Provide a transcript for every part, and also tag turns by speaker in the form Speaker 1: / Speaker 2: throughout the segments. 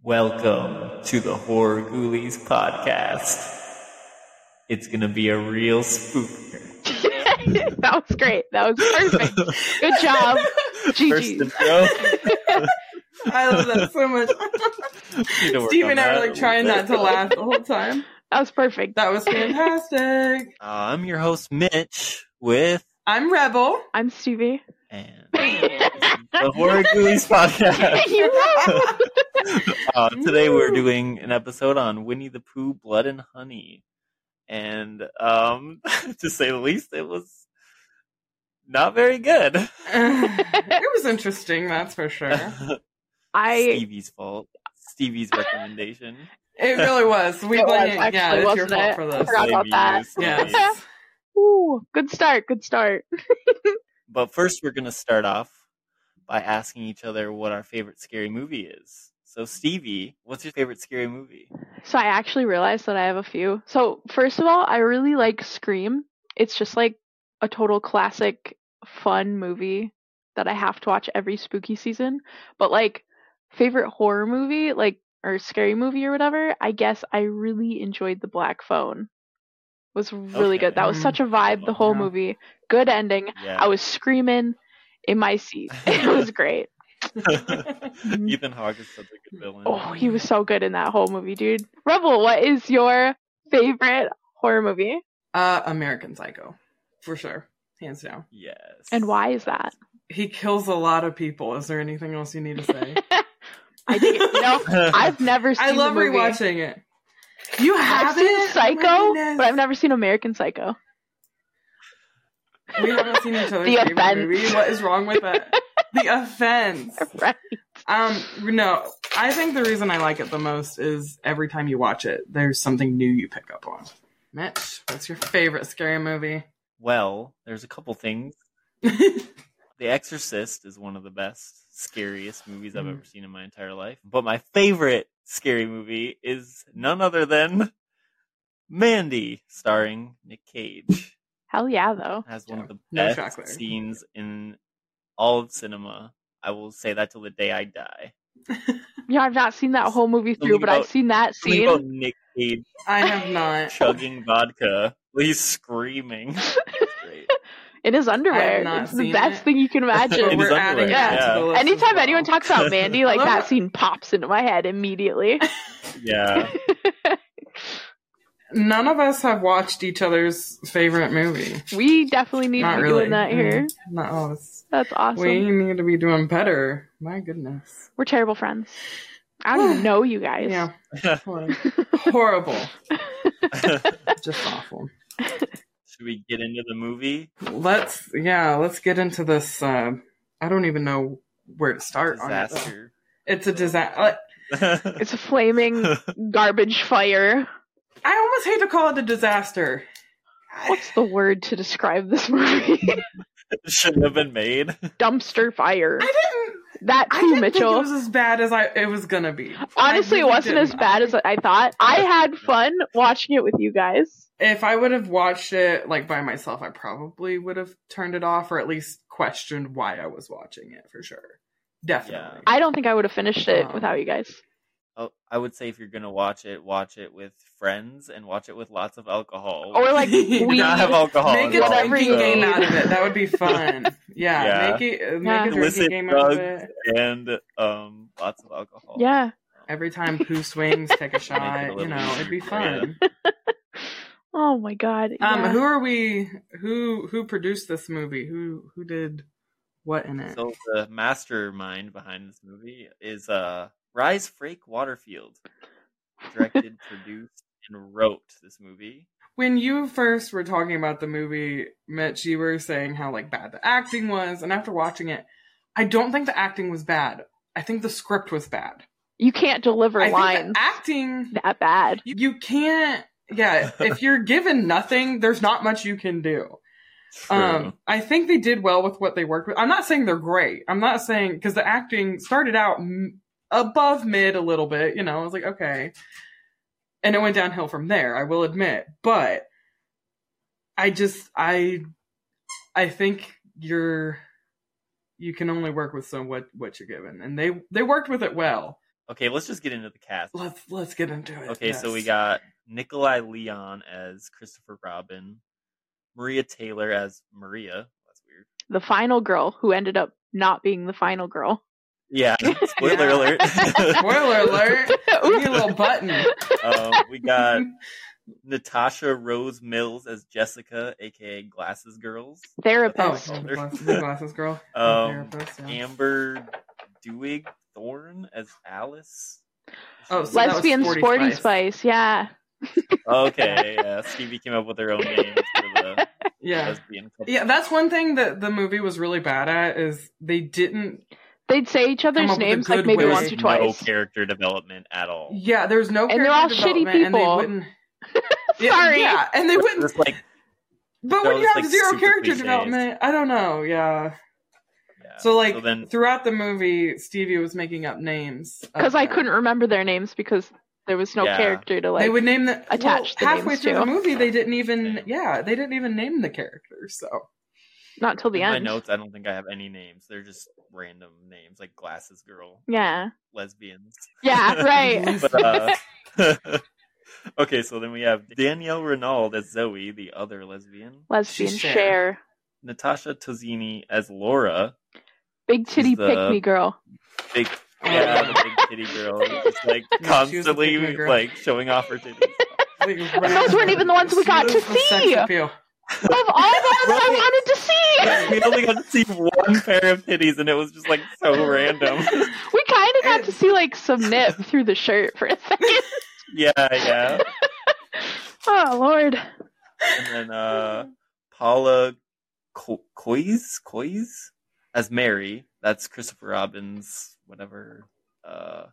Speaker 1: Welcome to the Horror Ghoulies podcast. It's gonna be a real spook.
Speaker 2: that was great. That was perfect. Good job.
Speaker 1: First
Speaker 2: GG.
Speaker 1: intro.
Speaker 3: I love that so much.
Speaker 1: Need to work
Speaker 3: Steve
Speaker 1: on
Speaker 3: and I
Speaker 1: that
Speaker 3: were
Speaker 1: a
Speaker 3: like trying
Speaker 1: little
Speaker 3: not to laugh the whole time.
Speaker 2: That was perfect.
Speaker 3: That was fantastic.
Speaker 1: bit. Uh, I'm your host, Mitch, with
Speaker 3: I'm Rebel.
Speaker 2: I'm Stevie.
Speaker 1: and the Horror Ghoulies podcast.
Speaker 2: You were.
Speaker 1: Uh, today we're doing an episode on Winnie the Pooh, Blood and Honey, and um, to say the least, it was not very good.
Speaker 3: it was interesting, that's for sure.
Speaker 2: I
Speaker 1: Stevie's fault. Stevie's recommendation.
Speaker 3: It really was. We
Speaker 2: It was,
Speaker 3: blame you. Yeah,
Speaker 2: actually,
Speaker 3: it's your
Speaker 2: wasn't
Speaker 3: fault
Speaker 2: it?
Speaker 3: for
Speaker 2: I
Speaker 3: this.
Speaker 2: forgot about
Speaker 1: Maybe
Speaker 2: that.
Speaker 1: it's nice.
Speaker 3: Yes.
Speaker 2: ooh, good start. Good start.
Speaker 1: But first, we're going to start off by asking each other what our favorite scary movie is. So, Stevie, what's your favorite scary movie?
Speaker 2: So I actually realized that I have a few. So first of all, I really like Scream. It's just like a total classic, fun movie that I have to watch every spooky season. But like favorite horror movie, like or scary movie or whatever, I guess I really enjoyed The Black Phone. Was really
Speaker 1: Okay.
Speaker 2: good. That was
Speaker 3: Mm.
Speaker 2: such a vibe the whole
Speaker 3: Yeah.
Speaker 2: movie. Good ending.
Speaker 1: Yeah.
Speaker 2: I was screaming in my seat. It was great.
Speaker 1: Ethan Hawke is such a good villain.
Speaker 2: Mm-hmm. Oh, he was so good in that whole movie, dude. Rebel, what is your favorite horror movie
Speaker 3: Uh, American Psycho. For sure. Hands down.
Speaker 1: Yes.
Speaker 2: and why is that?
Speaker 3: He kills a lot of people. Is there anything else you need to say?
Speaker 2: I think you know, I've never seen
Speaker 3: I love
Speaker 2: the movie.
Speaker 3: rewatching it. You
Speaker 2: I've
Speaker 3: haven't
Speaker 2: seen Psycho,
Speaker 3: Oh my
Speaker 2: but I've
Speaker 3: goodness.
Speaker 2: never seen American Psycho.
Speaker 3: We haven't seen each other's
Speaker 2: The
Speaker 3: favorite
Speaker 2: offense.
Speaker 3: movie. What is wrong with it? the offense.
Speaker 2: Right.
Speaker 3: Um, no, I think the reason I like it the most is every time you watch it, there's something new you pick up on. Mitch, what's your favorite scary movie?
Speaker 1: Well, there's a couple things. The Exorcist is one of the best, scariest movies I've
Speaker 2: Mm-hmm.
Speaker 3: Mhm.
Speaker 1: ever seen in my entire life. But my favorite scary movie is none other than Mandy, starring Nick Cage.
Speaker 2: Hell yeah, though.
Speaker 1: has one of the
Speaker 3: No
Speaker 1: best
Speaker 3: shock there.
Speaker 1: scenes in all of cinema. I will say that till the day I die.
Speaker 2: Yeah, I've not seen that whole movie
Speaker 1: Something
Speaker 2: through, but I've
Speaker 1: about-
Speaker 2: seen that
Speaker 1: Something
Speaker 2: scene.
Speaker 1: about Nick Cage
Speaker 3: I have not.
Speaker 1: chugging vodka. He's screaming. It's great.
Speaker 2: in his
Speaker 3: I
Speaker 2: underwear.
Speaker 3: have not
Speaker 2: It's the
Speaker 3: seen
Speaker 2: best
Speaker 3: it.
Speaker 2: thing you can
Speaker 1: In
Speaker 3: But
Speaker 2: imagine.
Speaker 1: his
Speaker 3: we're adding
Speaker 1: underwear,
Speaker 3: that
Speaker 1: yeah.
Speaker 3: to the list as
Speaker 2: Anytime
Speaker 3: well.
Speaker 2: anyone talks about Mandy, like
Speaker 3: Love
Speaker 2: that
Speaker 3: her.
Speaker 2: scene pops into my head immediately.
Speaker 1: Yeah.
Speaker 3: None of us have watched each other's favorite movie.
Speaker 2: We definitely need to
Speaker 3: Not
Speaker 2: be
Speaker 3: really.
Speaker 2: doing that here.
Speaker 3: Mm, Not all of us.
Speaker 2: That's awesome.
Speaker 3: We need to be doing better. My goodness.
Speaker 2: We're terrible friends. I don't even know you guys.
Speaker 3: Yeah. Horrible. Just awful.
Speaker 1: Should we get into the movie?
Speaker 3: Let's yeah, let's get into this. Uh, I don't even know where to start. on it, though.
Speaker 1: Disaster.
Speaker 3: it's a uh, disaster.
Speaker 2: It's a flaming garbage fire.
Speaker 3: I almost hate to call it a disaster.
Speaker 2: What's the word to describe this movie?
Speaker 1: Shouldn't have been made.
Speaker 2: Dumpster fire.
Speaker 3: I didn't.
Speaker 2: That
Speaker 3: I
Speaker 2: too,
Speaker 3: didn't think it
Speaker 2: Mitchell.
Speaker 3: was as bad as I it was gonna be.
Speaker 2: Honestly,
Speaker 3: I
Speaker 2: it
Speaker 3: really
Speaker 2: wasn't as
Speaker 3: didn't.
Speaker 2: bad as I thought. I had fun watching it with you guys.
Speaker 3: If I would have watched it like by myself, I probably would have turned it off or at least questioned why I was watching it for sure. Definitely.
Speaker 2: I don't think I would have finished it
Speaker 3: Um,
Speaker 2: without you guys.
Speaker 1: Oh, I would say if you're gonna watch it, watch it with friends and watch it with lots of alcohol.
Speaker 2: Or like
Speaker 3: Did
Speaker 1: do
Speaker 2: we
Speaker 1: not have alcohol.
Speaker 3: Make a
Speaker 1: involved,
Speaker 2: Whatever
Speaker 3: drinking
Speaker 2: you
Speaker 3: game
Speaker 2: need.
Speaker 3: out of it. That would be fun. Yeah,
Speaker 1: Yeah.
Speaker 3: make it make
Speaker 2: Yeah.
Speaker 3: a drinking
Speaker 1: Illicit
Speaker 3: game out
Speaker 1: drugs
Speaker 3: of it.
Speaker 1: and um, lots of alcohol.
Speaker 2: Yeah.
Speaker 3: Every time poo swings, take a
Speaker 1: Make it a
Speaker 3: shot. You
Speaker 1: little
Speaker 3: know, it'd be
Speaker 1: easier for
Speaker 3: fun.
Speaker 2: Oh my god.
Speaker 3: Um,
Speaker 2: yeah.
Speaker 3: who are we? Who who produced this movie? Who who did what in it?
Speaker 1: So the mastermind behind this movie is uh Rise Frake Waterfield. Directed, produced, and wrote this movie.
Speaker 3: when you first were talking about the movie, Mitch, you were saying how like bad the acting was, and after watching it, I don't think the acting was bad. I think the script was bad.
Speaker 2: you can't deliver
Speaker 3: I
Speaker 2: lines
Speaker 3: think the acting
Speaker 2: that bad.
Speaker 3: you, you can't. Yeah, if you're given nothing, there's not much you can do. Um, I think they did well with what they worked with. I'm not saying they're great. I'm not saying because the acting started out m- above mid a little bit. You know, I was like, okay, and it went downhill from there. I will admit, but I just I I think you're you can only work with so what what you're given, and they they worked with it well.
Speaker 1: Okay, let's just get into the cast.
Speaker 3: Let's let's get into it.
Speaker 1: Okay, so
Speaker 3: yes.
Speaker 1: we got Nikolai Leon as Christopher Robin, Maria Taylor as Maria. That's weird.
Speaker 2: The final girl who ended up not being the final girl.
Speaker 1: Yeah, spoiler
Speaker 3: Yeah.
Speaker 1: alert.
Speaker 3: spoiler alert. We need a
Speaker 2: Ooh,
Speaker 3: little button.
Speaker 1: um, we got Natasha Rose Mills as Jessica, aka Glasses Girls.
Speaker 3: Oh,
Speaker 2: Therapist.
Speaker 3: oh, the glasses, the glasses girl. The
Speaker 1: Um,
Speaker 3: therapist, yeah.
Speaker 1: Amber Dewig Thorne as Alice.
Speaker 3: Oh, so that was
Speaker 2: Lesbian
Speaker 3: Sporty
Speaker 2: sporty
Speaker 3: Spice.
Speaker 2: spice. Yeah.
Speaker 1: okay, yeah. Stevie came up with her own name for the
Speaker 3: yeah.
Speaker 1: lesbian couple.
Speaker 3: Yeah, that's one thing that the movie was really bad at is they didn't.
Speaker 2: They'd say each
Speaker 3: Come
Speaker 2: other's
Speaker 3: up with a
Speaker 2: names
Speaker 3: good
Speaker 2: like maybe
Speaker 1: There
Speaker 3: way.
Speaker 2: once
Speaker 1: was
Speaker 2: or
Speaker 1: no
Speaker 2: twice.
Speaker 1: character development at all.
Speaker 3: Yeah, there's no
Speaker 2: And they're
Speaker 3: character
Speaker 2: all shitty
Speaker 3: development, and they
Speaker 2: people.
Speaker 3: wouldn't.
Speaker 2: Sorry.
Speaker 3: Yeah, yeah, and they wouldn't.
Speaker 1: Just like
Speaker 3: But
Speaker 1: That
Speaker 3: when you
Speaker 1: was,
Speaker 3: have
Speaker 1: like,
Speaker 3: zero
Speaker 1: super
Speaker 3: character
Speaker 1: cliched.
Speaker 3: development, I don't know. Yeah.
Speaker 1: yeah.
Speaker 3: So like
Speaker 1: so then
Speaker 3: throughout the movie, Stevie was making up names of
Speaker 2: Because I
Speaker 3: them.
Speaker 2: couldn't remember their names because there was no
Speaker 1: Yeah.
Speaker 2: character to
Speaker 3: they
Speaker 2: like.
Speaker 3: would name the
Speaker 2: attach the
Speaker 3: well, halfway
Speaker 2: names
Speaker 3: through the
Speaker 2: too.
Speaker 3: movie. They didn't even.
Speaker 1: Same.
Speaker 3: Yeah, they didn't even name the characters. So
Speaker 2: not till the
Speaker 1: in my
Speaker 2: end.
Speaker 1: notes, I don't think I have any names. They're just random names like Glasses Girl,
Speaker 2: Yeah.
Speaker 1: lesbians.
Speaker 2: Yeah. Right.
Speaker 1: But, uh, okay, so then we have Danielle Renaud as Zoe, the other lesbian.
Speaker 2: Lesbian
Speaker 3: Cher.
Speaker 2: share.
Speaker 1: Natasha Tozzini as Laura,
Speaker 2: Big titty
Speaker 1: She's the-
Speaker 2: pick me girl.
Speaker 1: big yeah,
Speaker 3: yeah.
Speaker 1: the big titty girl, just like
Speaker 3: was a
Speaker 1: constantly
Speaker 3: big girl.
Speaker 1: like showing off her titties.
Speaker 2: those weren't even the ones we got to see. Of all the ones
Speaker 1: Right.
Speaker 2: I wanted to see,
Speaker 1: we only got to see one pair of titties, and it was just like so random.
Speaker 2: we kind of got
Speaker 3: It-
Speaker 2: to see like some nip through the shirt for a second.
Speaker 1: Yeah, yeah.
Speaker 2: Oh lord.
Speaker 1: And then uh, Paula Co- Coys Coys as Mary. That's Christopher Robin's whatever uh,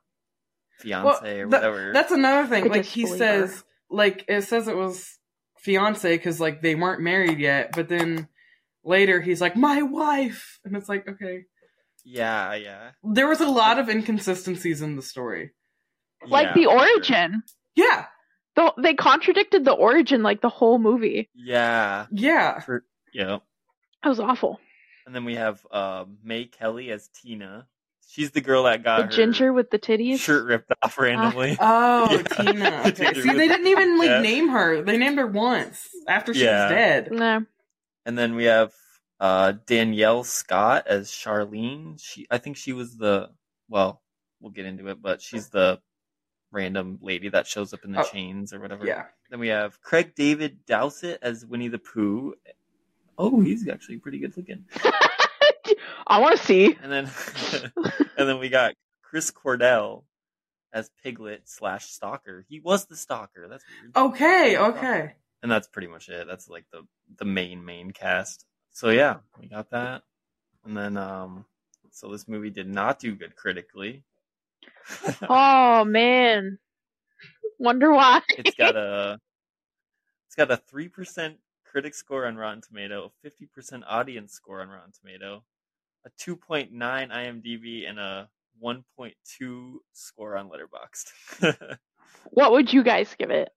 Speaker 1: fiance
Speaker 3: Well,
Speaker 1: or
Speaker 3: that-
Speaker 1: whatever.
Speaker 3: That's another thing.
Speaker 2: I
Speaker 3: like he
Speaker 2: disbelieve
Speaker 3: says,
Speaker 2: her.
Speaker 3: like it says it was fiance because like they weren't married yet, but then later he's like my wife, and it's like okay.
Speaker 1: yeah, yeah.
Speaker 3: There was a lot of inconsistencies in the story.
Speaker 2: Like
Speaker 1: Yeah,
Speaker 2: the
Speaker 1: for sure.
Speaker 2: origin.
Speaker 3: Yeah,
Speaker 2: Though they contradicted the origin like the whole movie.
Speaker 1: Yeah.
Speaker 3: yeah.
Speaker 1: Yeah.
Speaker 2: That was awful.
Speaker 1: And then we have uh, May Kelly as Tina. She's the girl that
Speaker 2: The
Speaker 1: got her
Speaker 2: ginger with the titties.
Speaker 1: shirt ripped off randomly.
Speaker 3: Oh,
Speaker 1: Yeah.
Speaker 3: Tina. Okay.
Speaker 1: Tina
Speaker 3: See, they
Speaker 1: was-
Speaker 3: didn't even like
Speaker 1: Yeah.
Speaker 3: name her. They named her once after she
Speaker 1: Yeah.
Speaker 3: was dead.
Speaker 2: No.
Speaker 1: and then we have uh, Danielle Scott as Charlene. She, I think she was the well, we'll get into it, but she's the random lady that shows up in the
Speaker 3: Oh.
Speaker 1: chains or whatever.
Speaker 3: Yeah.
Speaker 1: Then we have Craig David Dowsett as Winnie the Pooh. Oh, he's actually pretty good looking.
Speaker 2: I wanna see.
Speaker 1: And then, and then we got Chris Cordell as Piglet slash Stalker. He was the Stalker. That's weird.
Speaker 3: Okay. Okay.
Speaker 1: and that's pretty much it. That's like the the main main cast. So yeah, we got that. And then um so this movie did not do good critically.
Speaker 2: Oh man. Wonder why.
Speaker 1: it's got a it's got a 3% critic score on Rotten Tomato, 50% audience score on Rotten Tomato, a 2.9 IMDb and a 1.2 score on Letterboxd.
Speaker 2: What would you guys give it?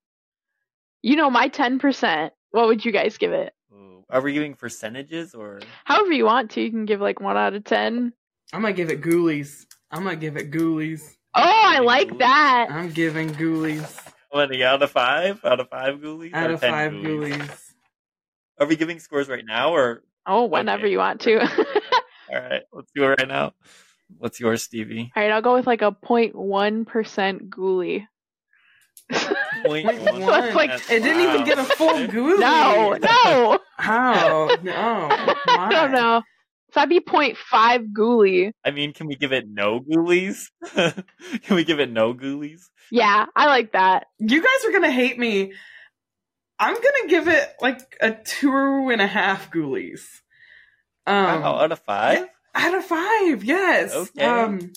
Speaker 2: You know my ten percent. What would you guys give it?
Speaker 1: Ooh. Are we giving percentages or
Speaker 2: However you want to, you can give like one out of ten.
Speaker 3: I'm gonna give it Ghoulies. I'm gonna give it Ghoulies.
Speaker 2: Oh, I like
Speaker 1: Ooh.
Speaker 2: that.
Speaker 3: I'm giving Ghoulies
Speaker 1: Twenty out of five? Out of five ghoulies?
Speaker 3: out
Speaker 1: Or
Speaker 3: of
Speaker 1: 10
Speaker 3: five
Speaker 1: ghoulies?
Speaker 3: Ghoulies.
Speaker 1: Are we giving scores right now or
Speaker 2: Oh, whenever
Speaker 1: Okay.
Speaker 2: you want to.
Speaker 1: all right, let's do it right now. What's yours, Stevie?
Speaker 2: All right, I'll go with like a 0.1 percent ghoulie.
Speaker 1: Point
Speaker 3: Point
Speaker 1: one.
Speaker 3: one.
Speaker 2: It's like-
Speaker 1: That's-
Speaker 3: It didn't even
Speaker 1: wow.
Speaker 3: get a full Ghoulie.
Speaker 2: no, no,
Speaker 3: How? No.
Speaker 2: I don't know. So that'd be 0.5 ghoulie.
Speaker 1: I mean, can we give it no ghoulies? can we give it no ghoulies?
Speaker 2: Yeah, I like that.
Speaker 3: You guys are gonna hate me. I'm gonna give it like a two and a half Ghoulies. Um,
Speaker 1: wow, out of five?
Speaker 3: out of five. Yes.
Speaker 1: Okay.
Speaker 3: Um,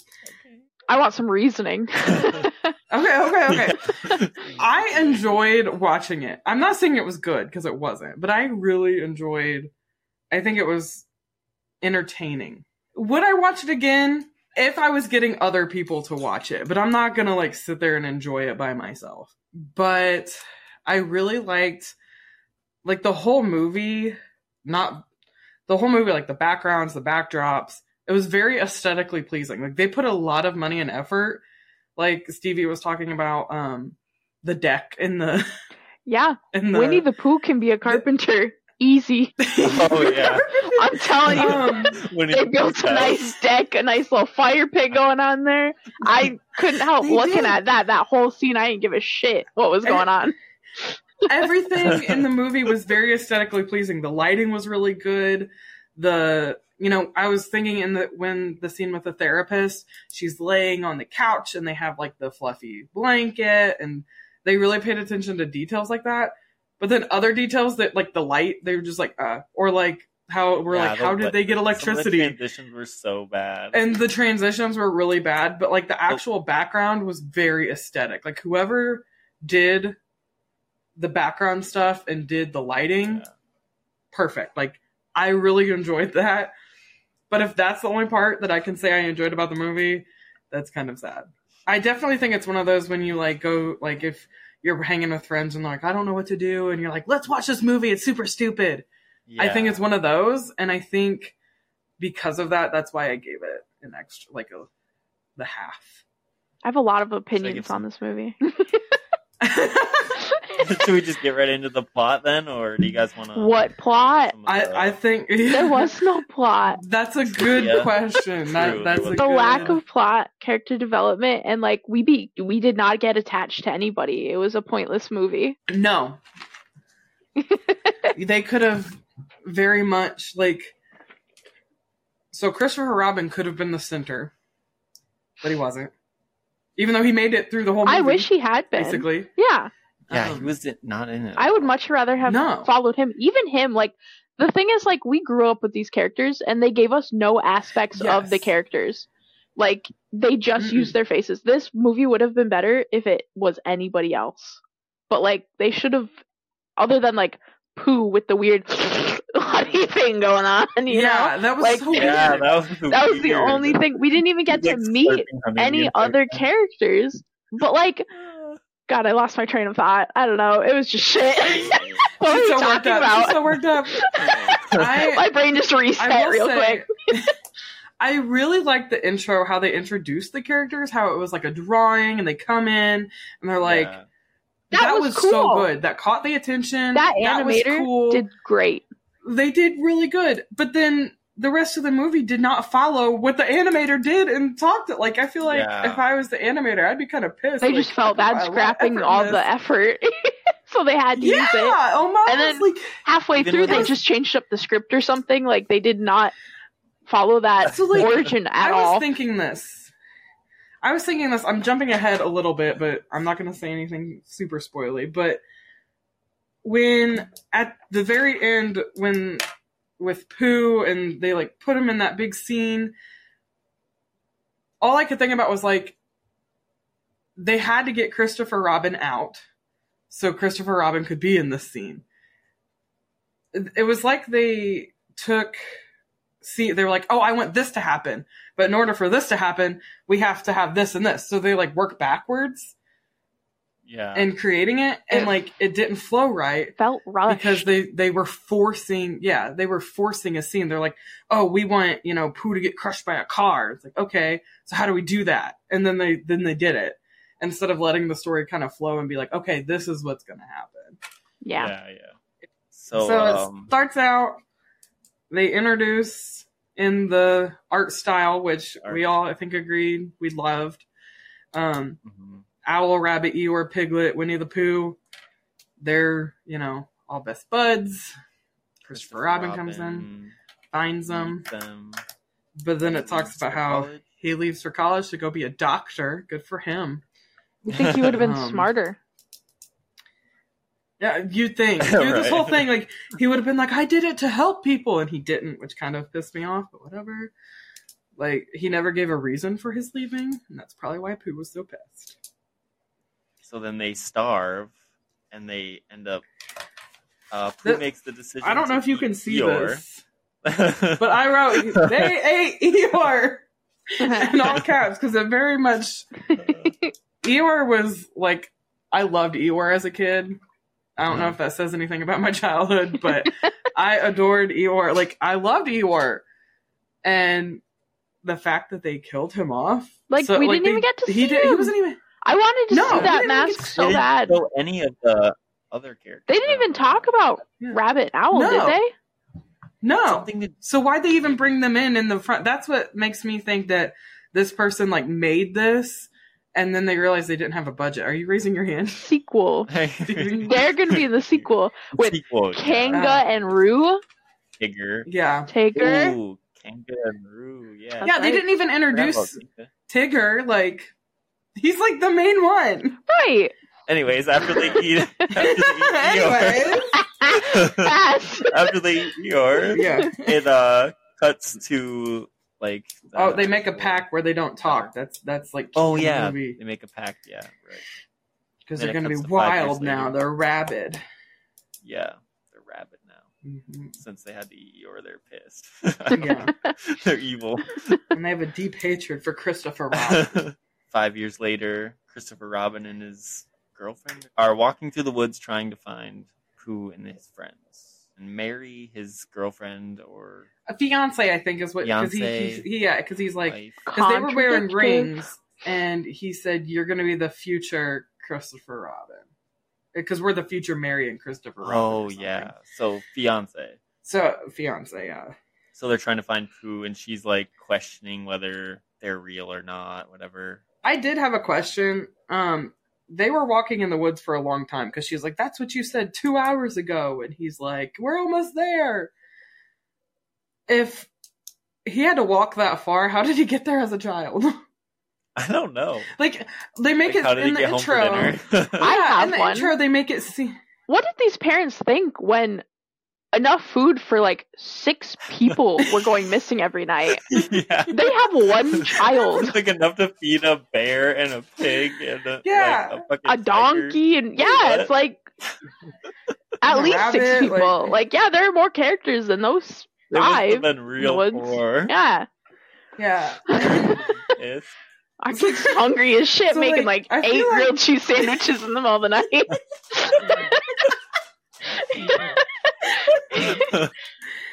Speaker 2: I want some reasoning.
Speaker 3: okay. Okay. Okay.
Speaker 1: Okay.
Speaker 3: I enjoyed watching it. I'm not saying it was good because it wasn't, but I really enjoyed. I think it was entertaining. Would I watch it again if I was getting other people to watch it? But I'm not gonna like sit there and enjoy it by myself. But I really liked like the whole movie. Not the whole movie, like the backgrounds, the backdrops. It was very aesthetically pleasing. Like they put a lot of money and effort like Stevie was talking about um the deck in the
Speaker 2: Yeah,
Speaker 3: in the
Speaker 2: Winnie the Pooh can be a carpenter. Easy.
Speaker 1: Oh yeah.
Speaker 2: I'm telling you.
Speaker 3: Um,
Speaker 1: When
Speaker 2: They
Speaker 1: it-
Speaker 2: built a nice deck, a nice little fire pit going on there. I couldn't help
Speaker 3: They
Speaker 2: looking
Speaker 3: did.
Speaker 2: at that. That whole scene, I didn't give a shit what was going on.
Speaker 3: everything in the movie was very aesthetically pleasing. The lighting was really good. The you know, I was thinking in the when the scene with the therapist, she's laying on the couch and they have like the fluffy blanket and they really paid attention to details like that. But then other details that like the light, they were just like uh or like how we're
Speaker 1: Yeah,
Speaker 3: like
Speaker 1: the-
Speaker 3: how did they get
Speaker 1: Some of the
Speaker 3: electricity?
Speaker 1: transitions were so bad.
Speaker 3: and the transitions were really bad but like the actual background was very aesthetic like whoever did the background stuff and did the lighting
Speaker 1: Yeah.
Speaker 3: perfect like i really enjoyed that but if that's the only part that i can say i enjoyed about the movie that's kind of sad i definitely think it's one of those when you like go like if you're hanging with friends and they're like i don't know what to do and you're like let's watch this movie it's super stupid I think
Speaker 1: Yeah.
Speaker 3: it's one of those, and I think because of that, that's why I gave it an extra, like a the half.
Speaker 2: I have a lot of opinions
Speaker 1: give some-
Speaker 2: on this movie.
Speaker 1: Should we just get right into the plot then, or do you guys want to?
Speaker 2: What plot?
Speaker 3: I I think
Speaker 2: there was no plot.
Speaker 3: That's a good
Speaker 1: Uh, Yeah.
Speaker 3: question. That,
Speaker 1: True,
Speaker 3: that's
Speaker 1: there
Speaker 3: a
Speaker 1: was-
Speaker 2: The
Speaker 3: good-
Speaker 2: lack of plot, character development, and like we be we did not get attached to anybody. It was a pointless movie.
Speaker 3: no. they could have very much like so Christopher Robin could have been the center, but he wasn't. Even though he made it through the whole movie,
Speaker 2: I wish he had been.
Speaker 3: Oh basically.
Speaker 2: Yeah,
Speaker 1: yeah,
Speaker 3: Um,
Speaker 1: he was in- not in it.
Speaker 2: I would much rather have
Speaker 3: No.
Speaker 2: followed him. Even him, like the thing is, like we grew up with these characters, and they gave us no aspects of the
Speaker 3: Yes.
Speaker 2: characters. Like they just
Speaker 3: Mm-mm.
Speaker 2: used their faces. This movie would have been better if it was anybody else. But like they should have, other than like poo with the weird bloody thing going on. You know?
Speaker 3: yeah, that was
Speaker 2: Like-
Speaker 3: so weird.
Speaker 1: Yeah, that was the,
Speaker 2: that was the
Speaker 1: weird-
Speaker 2: only thing we didn't even get to
Speaker 1: like
Speaker 2: meet
Speaker 1: slurping honey
Speaker 2: any
Speaker 1: and
Speaker 2: other
Speaker 1: everything.
Speaker 2: characters but like god i lost my train of thought i don't know it was just shit what are we
Speaker 3: She's so worked
Speaker 2: talking
Speaker 3: up. She's
Speaker 2: about
Speaker 3: so worked up. I,
Speaker 2: my brain just
Speaker 3: I
Speaker 2: reset
Speaker 3: will
Speaker 2: real
Speaker 3: say,
Speaker 2: quick
Speaker 3: I really like the intro, how they introduced the characters, how it was like a drawing, and they come in and they're like,
Speaker 1: Yeah.
Speaker 2: That was
Speaker 3: so
Speaker 2: cool.
Speaker 3: good. That caught the attention.
Speaker 2: that
Speaker 3: was
Speaker 2: animator
Speaker 3: cool.
Speaker 2: did great
Speaker 3: They did really good, but then the rest of the movie did not follow what the animator did and talked it. Like I feel like
Speaker 1: Yeah.
Speaker 3: if I was the animator, I'd be kind of pissed.
Speaker 2: they
Speaker 3: like,
Speaker 2: just felt
Speaker 3: I
Speaker 2: bad
Speaker 3: put a lot of effort
Speaker 2: scrapping
Speaker 3: in
Speaker 2: all
Speaker 3: this.
Speaker 2: the effort so they had to
Speaker 3: Yeah,
Speaker 2: use it
Speaker 3: almost
Speaker 2: And then-
Speaker 3: like
Speaker 2: halfway
Speaker 1: Even
Speaker 2: through
Speaker 1: with
Speaker 2: they
Speaker 1: us-
Speaker 2: just changed up the script or something like they did not follow that
Speaker 3: So, like,
Speaker 2: origin at
Speaker 3: I was
Speaker 2: all
Speaker 3: thinking this. I was thinking this. I'm jumping ahead a little bit, but I'm not going to say anything super spoily. But when at the very end, when with Pooh and they like put him in that big scene, all I could think about was like they had to get Christopher Robin out so Christopher Robin could be in this scene. It it was like they took see they were like, "Oh, I want this to happen." But in order for this to happen, we have to have this and this. So they like work backwards
Speaker 1: yeah.
Speaker 3: in creating it and
Speaker 2: Yeah.
Speaker 3: like it didn't flow right
Speaker 2: felt rushed
Speaker 3: because they they were forcing yeah they were forcing a scene they're like oh we want you know pooh to get crushed by a car it's like okay so how do we do that and then they then they did it instead of letting the story kind of flow and be like okay this is what's gonna happen
Speaker 2: yeah
Speaker 1: yeah, yeah. So,
Speaker 3: so
Speaker 1: um,
Speaker 3: it starts out they introduce in the art style which
Speaker 1: Art.
Speaker 3: we all i think agreed we loved um
Speaker 1: mhm.
Speaker 3: Owl, Rabbit, Eeyore, Piglet, Winnie the Pooh. They're, you know, all best buds. Christopher Robin, comes in, finds them,
Speaker 1: meets them.
Speaker 3: but then it
Speaker 1: He
Speaker 3: talks
Speaker 1: leaves
Speaker 3: about
Speaker 1: for
Speaker 3: how
Speaker 1: college.
Speaker 3: he leaves for college to go be a doctor. Good for him.
Speaker 2: you think you would have been
Speaker 3: Um,
Speaker 2: smarter
Speaker 3: Yeah, you'd think. Dude, this
Speaker 1: Right.
Speaker 3: whole thing, like, he would have been like, I did it to help people, and he didn't, which kind of pissed me off, but whatever. Like, he never gave a reason for his leaving, and that's probably why Pooh was so pissed.
Speaker 1: So then they starve, and they end up. Uh, Pooh
Speaker 3: That-
Speaker 1: makes the decision.
Speaker 3: I don't
Speaker 1: to
Speaker 3: know if you
Speaker 1: eat
Speaker 3: can see
Speaker 1: Eeyore.
Speaker 3: this, but I wrote, they ate Eeyore. in all caps because it very much Eeyore was like I loved Eeyore as a kid. I don't know if that says anything about my childhood, but I adored Eeyore. Like I loved Eeyore, and the fact that they killed him off.
Speaker 2: Like
Speaker 3: So,
Speaker 2: we didn't
Speaker 3: they-
Speaker 2: even get to
Speaker 3: he
Speaker 2: see
Speaker 3: did,
Speaker 2: him.
Speaker 3: He wasn't even.
Speaker 2: I wanted to
Speaker 3: No,
Speaker 2: see
Speaker 3: we
Speaker 2: that
Speaker 3: didn't even
Speaker 2: mask
Speaker 3: get to
Speaker 2: so
Speaker 1: they didn't
Speaker 2: bad.
Speaker 1: show any of the other characters.
Speaker 2: They didn't even talk about
Speaker 3: Yeah.
Speaker 2: Rabbit and Owl, did
Speaker 3: No.
Speaker 2: they?
Speaker 3: No.
Speaker 1: something to
Speaker 3: So why'd they even bring them in in the front? That's what makes me think that this person like made this, and then they realized they didn't have a budget. Are you raising your hand?
Speaker 2: Sequel. They're gonna be in the sequel. with
Speaker 1: sequel, yeah.
Speaker 2: Kanga
Speaker 3: Yeah.
Speaker 2: and Rue
Speaker 1: Tigger.
Speaker 3: Yeah.
Speaker 2: Taker.
Speaker 1: Ooh, Kanga and Rue. Yeah.
Speaker 2: That's
Speaker 3: yeah, they
Speaker 2: right.
Speaker 3: didn't even introduce Tigger. Like, he's like the main one.
Speaker 2: Right.
Speaker 1: Anyways, after they eat, after they eat Eeyore,
Speaker 3: Anyways.
Speaker 2: yes.
Speaker 1: after they eat Eeyore,
Speaker 3: yeah.
Speaker 1: it uh cuts to like. the-
Speaker 3: Oh, they make a pack where they don't talk. That's that's like
Speaker 1: Oh
Speaker 3: key to the
Speaker 1: yeah,
Speaker 3: movie.
Speaker 1: they make a pack. Yeah, right.
Speaker 3: because
Speaker 1: Then
Speaker 3: they're
Speaker 1: it
Speaker 3: gonna be
Speaker 1: cuts to five years
Speaker 3: wild now.
Speaker 1: later.
Speaker 3: They're rabid.
Speaker 1: Yeah, they're rabid now
Speaker 3: Mhm.
Speaker 1: since they had to eat Eeyore. They're pissed.
Speaker 3: Yeah,
Speaker 1: they're evil.
Speaker 3: and they have a deep hatred for Christopher Robin.
Speaker 1: Five years later, Christopher Robin and his girlfriend are walking through the woods trying to find Pooh and his friends and marry his girlfriend or
Speaker 3: a fiance, I think, is what because he,
Speaker 1: Fiance.
Speaker 3: he yeah because he's like
Speaker 1: wife.
Speaker 3: because they were wearing
Speaker 2: Contradictive.
Speaker 3: rings, and he said you're gonna be the future Christopher Robin because we're the future Mary and Christopher. Robin or
Speaker 1: Oh
Speaker 3: something.
Speaker 1: yeah, so fiance.
Speaker 3: So fiance, yeah,
Speaker 1: So they're trying to find Pooh, and she's like questioning whether they're real or not, whatever.
Speaker 3: I did have a question. Um, they were walking in the woods for a long time because she's like, "That's what you said two hours ago," and he's like, "We're almost there." If he had to walk that far, how did he get there as a child?
Speaker 1: I don't know.
Speaker 3: like they make
Speaker 1: Like,
Speaker 3: it
Speaker 1: how did
Speaker 3: in
Speaker 1: he
Speaker 3: the
Speaker 1: get
Speaker 3: intro.
Speaker 1: home for dinner?
Speaker 2: I
Speaker 3: yeah,
Speaker 2: have
Speaker 3: in the
Speaker 2: one.
Speaker 3: intro they make it seem
Speaker 2: What did these parents think when enough food for like six people were going missing every night?
Speaker 1: yeah.
Speaker 2: They have one child.
Speaker 1: It's like enough to feed a bear and a pig and a,
Speaker 3: Yeah.
Speaker 1: like, a, fucking
Speaker 2: a
Speaker 1: tiger.
Speaker 2: donkey and yeah,
Speaker 1: What?
Speaker 2: it's like at
Speaker 3: A
Speaker 2: least six
Speaker 3: rabbit,
Speaker 2: people. Like,
Speaker 3: like-
Speaker 2: yeah, there are more characters than those
Speaker 1: They must have
Speaker 2: five.
Speaker 1: been real
Speaker 2: woods.
Speaker 1: poor.
Speaker 2: Yeah.
Speaker 3: yeah.
Speaker 1: It's-
Speaker 2: Our kid's hungry as shit,
Speaker 3: So,
Speaker 2: making like,
Speaker 3: like, I
Speaker 2: eight
Speaker 3: feel like-
Speaker 2: grilled cheese sandwiches in the middle of the night.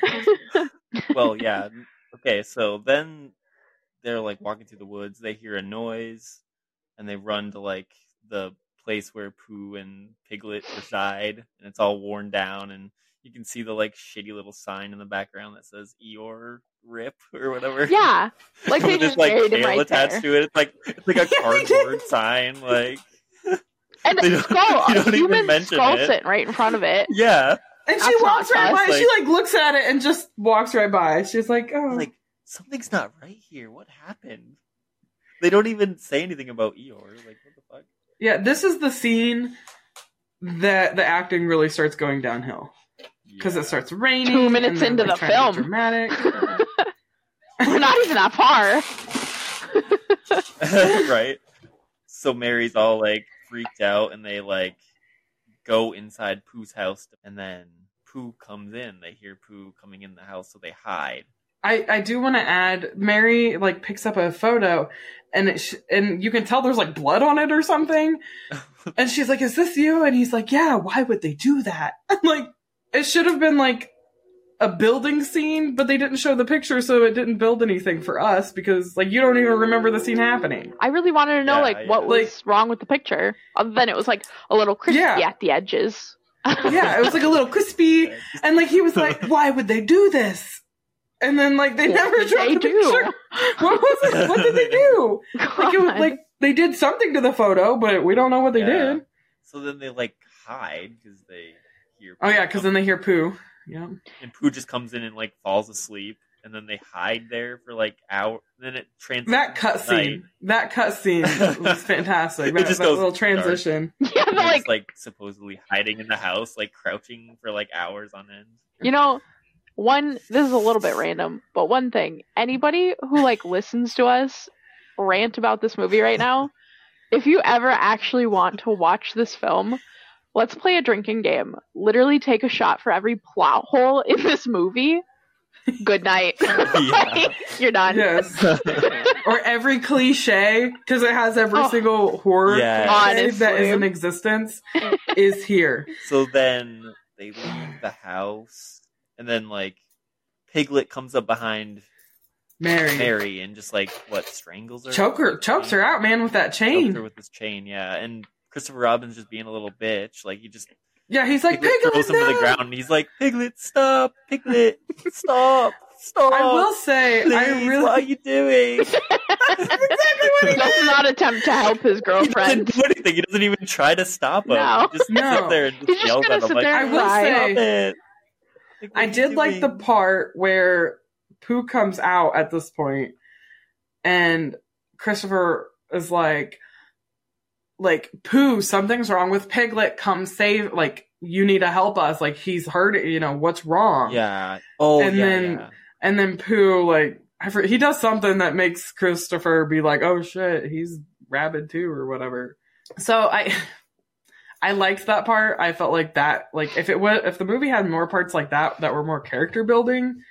Speaker 1: well, yeah. Okay, so then they're like walking through the woods. They hear a noise, and they run to like the place where Pooh and Piglet reside, and it's all worn down, and you can see the like shitty little sign in the background that says Eeyore Rip or whatever.
Speaker 2: yeah, like they
Speaker 1: With this,
Speaker 2: just
Speaker 1: like
Speaker 2: buried him
Speaker 1: tail
Speaker 2: right
Speaker 1: attached
Speaker 2: there.
Speaker 1: to it. It's like it's like a
Speaker 3: Yeah, they did.
Speaker 1: cardboard sign. Like
Speaker 2: and
Speaker 1: They
Speaker 2: a
Speaker 1: don't-
Speaker 2: skull,
Speaker 1: they don't
Speaker 2: a
Speaker 1: even
Speaker 2: human
Speaker 1: mention
Speaker 2: skull
Speaker 1: it.
Speaker 2: sitting right in front of it.
Speaker 1: yeah,
Speaker 3: And she
Speaker 2: That's
Speaker 3: walks
Speaker 2: not
Speaker 3: right
Speaker 1: us,
Speaker 3: by. she
Speaker 1: like-
Speaker 3: like looks at it and just walks right by. She's like, "Oh,
Speaker 1: like something's not right here. What happened? They don't even say anything about Eeyore. Like what the fuck?
Speaker 3: yeah." This is the scene that the acting really starts going downhill. because
Speaker 1: Yeah.
Speaker 3: it starts raining.
Speaker 2: Two minutes
Speaker 3: and then
Speaker 2: into
Speaker 3: they're
Speaker 2: the
Speaker 3: trying to be
Speaker 2: film.
Speaker 3: dramatic.
Speaker 2: We're not even that far.
Speaker 1: right? So Mary's all like freaked out, and they like go inside Pooh's house, and then Pooh comes in. They hear Pooh coming in the house, so they hide.
Speaker 3: I I do want to add Mary like picks up a photo, and it sh- and you can tell there's like blood on it or something, and she's like, "Is this you?" And he's like, "Yeah." Why would they do that? I'm like, it should have been like a building scene, but they didn't show the picture, so it didn't build anything for us because like you don't even remember the scene happening.
Speaker 2: I really wanted to know
Speaker 1: Yeah,
Speaker 2: like what
Speaker 1: yeah.
Speaker 2: was wrong with the picture, other than it was like a little crispy
Speaker 3: Yeah.
Speaker 2: at the edges.
Speaker 3: Yeah, it was like a little crispy. And like he was like, "Why would they do this?" And then like they
Speaker 2: What
Speaker 3: never
Speaker 2: did
Speaker 3: showed
Speaker 2: they
Speaker 3: the
Speaker 2: do?
Speaker 3: picture. What was it? What did they do? Like it was
Speaker 2: God.
Speaker 3: like they did something to the photo, but we don't know what they
Speaker 1: Yeah.
Speaker 3: did.
Speaker 1: So then they like hide because they hear.
Speaker 3: Oh yeah,
Speaker 1: Pooh come-
Speaker 3: because then they hear poo. Yeah,
Speaker 1: and Pooh just comes in and like falls asleep, and then they hide there for like hour. Then it trans
Speaker 3: that cut
Speaker 1: at night.
Speaker 3: scene. That cut scene was fantastic.
Speaker 1: It
Speaker 3: That,
Speaker 1: just
Speaker 3: that
Speaker 1: goes
Speaker 3: little
Speaker 1: dark.
Speaker 3: transition.
Speaker 2: yeah, but
Speaker 1: They're
Speaker 2: like
Speaker 1: just, like supposedly hiding in the house, like crouching for like hours on end.
Speaker 2: You know, one this is a little bit random, but one thing, anybody who like listens to us rant about this movie right now, if you ever actually want to watch this film, let's play a drinking game. Literally take a shot for every plot hole in this movie. Good night.
Speaker 1: Yeah.
Speaker 2: You're done.
Speaker 3: Yes, or every cliche because it has every
Speaker 2: Oh.
Speaker 3: single horror
Speaker 1: Yeah.
Speaker 3: cliche that
Speaker 2: Honestly.
Speaker 3: is in existence is here.
Speaker 1: So then they leave the house, and then like Piglet comes up behind
Speaker 3: Mary.
Speaker 1: Mary and just like what strangles her,
Speaker 3: Choke her, chokes her out, man, with that chain.
Speaker 1: choked her with this chain. Yeah, and Christopher Robin's just being a little bitch. Like he just
Speaker 3: yeah, he's like,
Speaker 1: Piglet
Speaker 3: Piglet,
Speaker 1: throws him to the
Speaker 3: no!"
Speaker 1: ground, and he's like, "Piglet, stop! Piglet, stop! Stop!
Speaker 3: I will say,
Speaker 1: Oh, Please,
Speaker 3: I really.
Speaker 1: what are you doing?"
Speaker 3: exactly what he
Speaker 2: Does
Speaker 3: did.
Speaker 2: not attempt to help his
Speaker 1: He doesn't
Speaker 2: girlfriend.
Speaker 1: do anything. He doesn't even try to stop him.
Speaker 2: No.
Speaker 1: He just
Speaker 3: No.
Speaker 1: sits there and
Speaker 2: He's
Speaker 1: just
Speaker 2: just
Speaker 1: yells
Speaker 2: gonna
Speaker 1: at him
Speaker 2: sit
Speaker 1: like,
Speaker 2: there
Speaker 3: I
Speaker 2: and
Speaker 3: will
Speaker 2: cry.
Speaker 3: say-
Speaker 1: "Stop it!" Like, what
Speaker 3: I
Speaker 1: are you
Speaker 3: did like the
Speaker 1: doing?
Speaker 3: part where Pooh comes out at this point, and Christopher is like, like Pooh, something's wrong with Piglet. Come save! Like you need to help us. Like he's hurt. You know what's wrong?
Speaker 1: Yeah. Oh,
Speaker 3: And
Speaker 1: yeah,
Speaker 3: then-
Speaker 1: yeah.
Speaker 3: And then Pooh, like I for- he does something that makes Christopher be like, oh shit, he's rabid too, or whatever. So I. I liked that part. I felt like that, like if it was, if the movie had more parts like that that were more character building,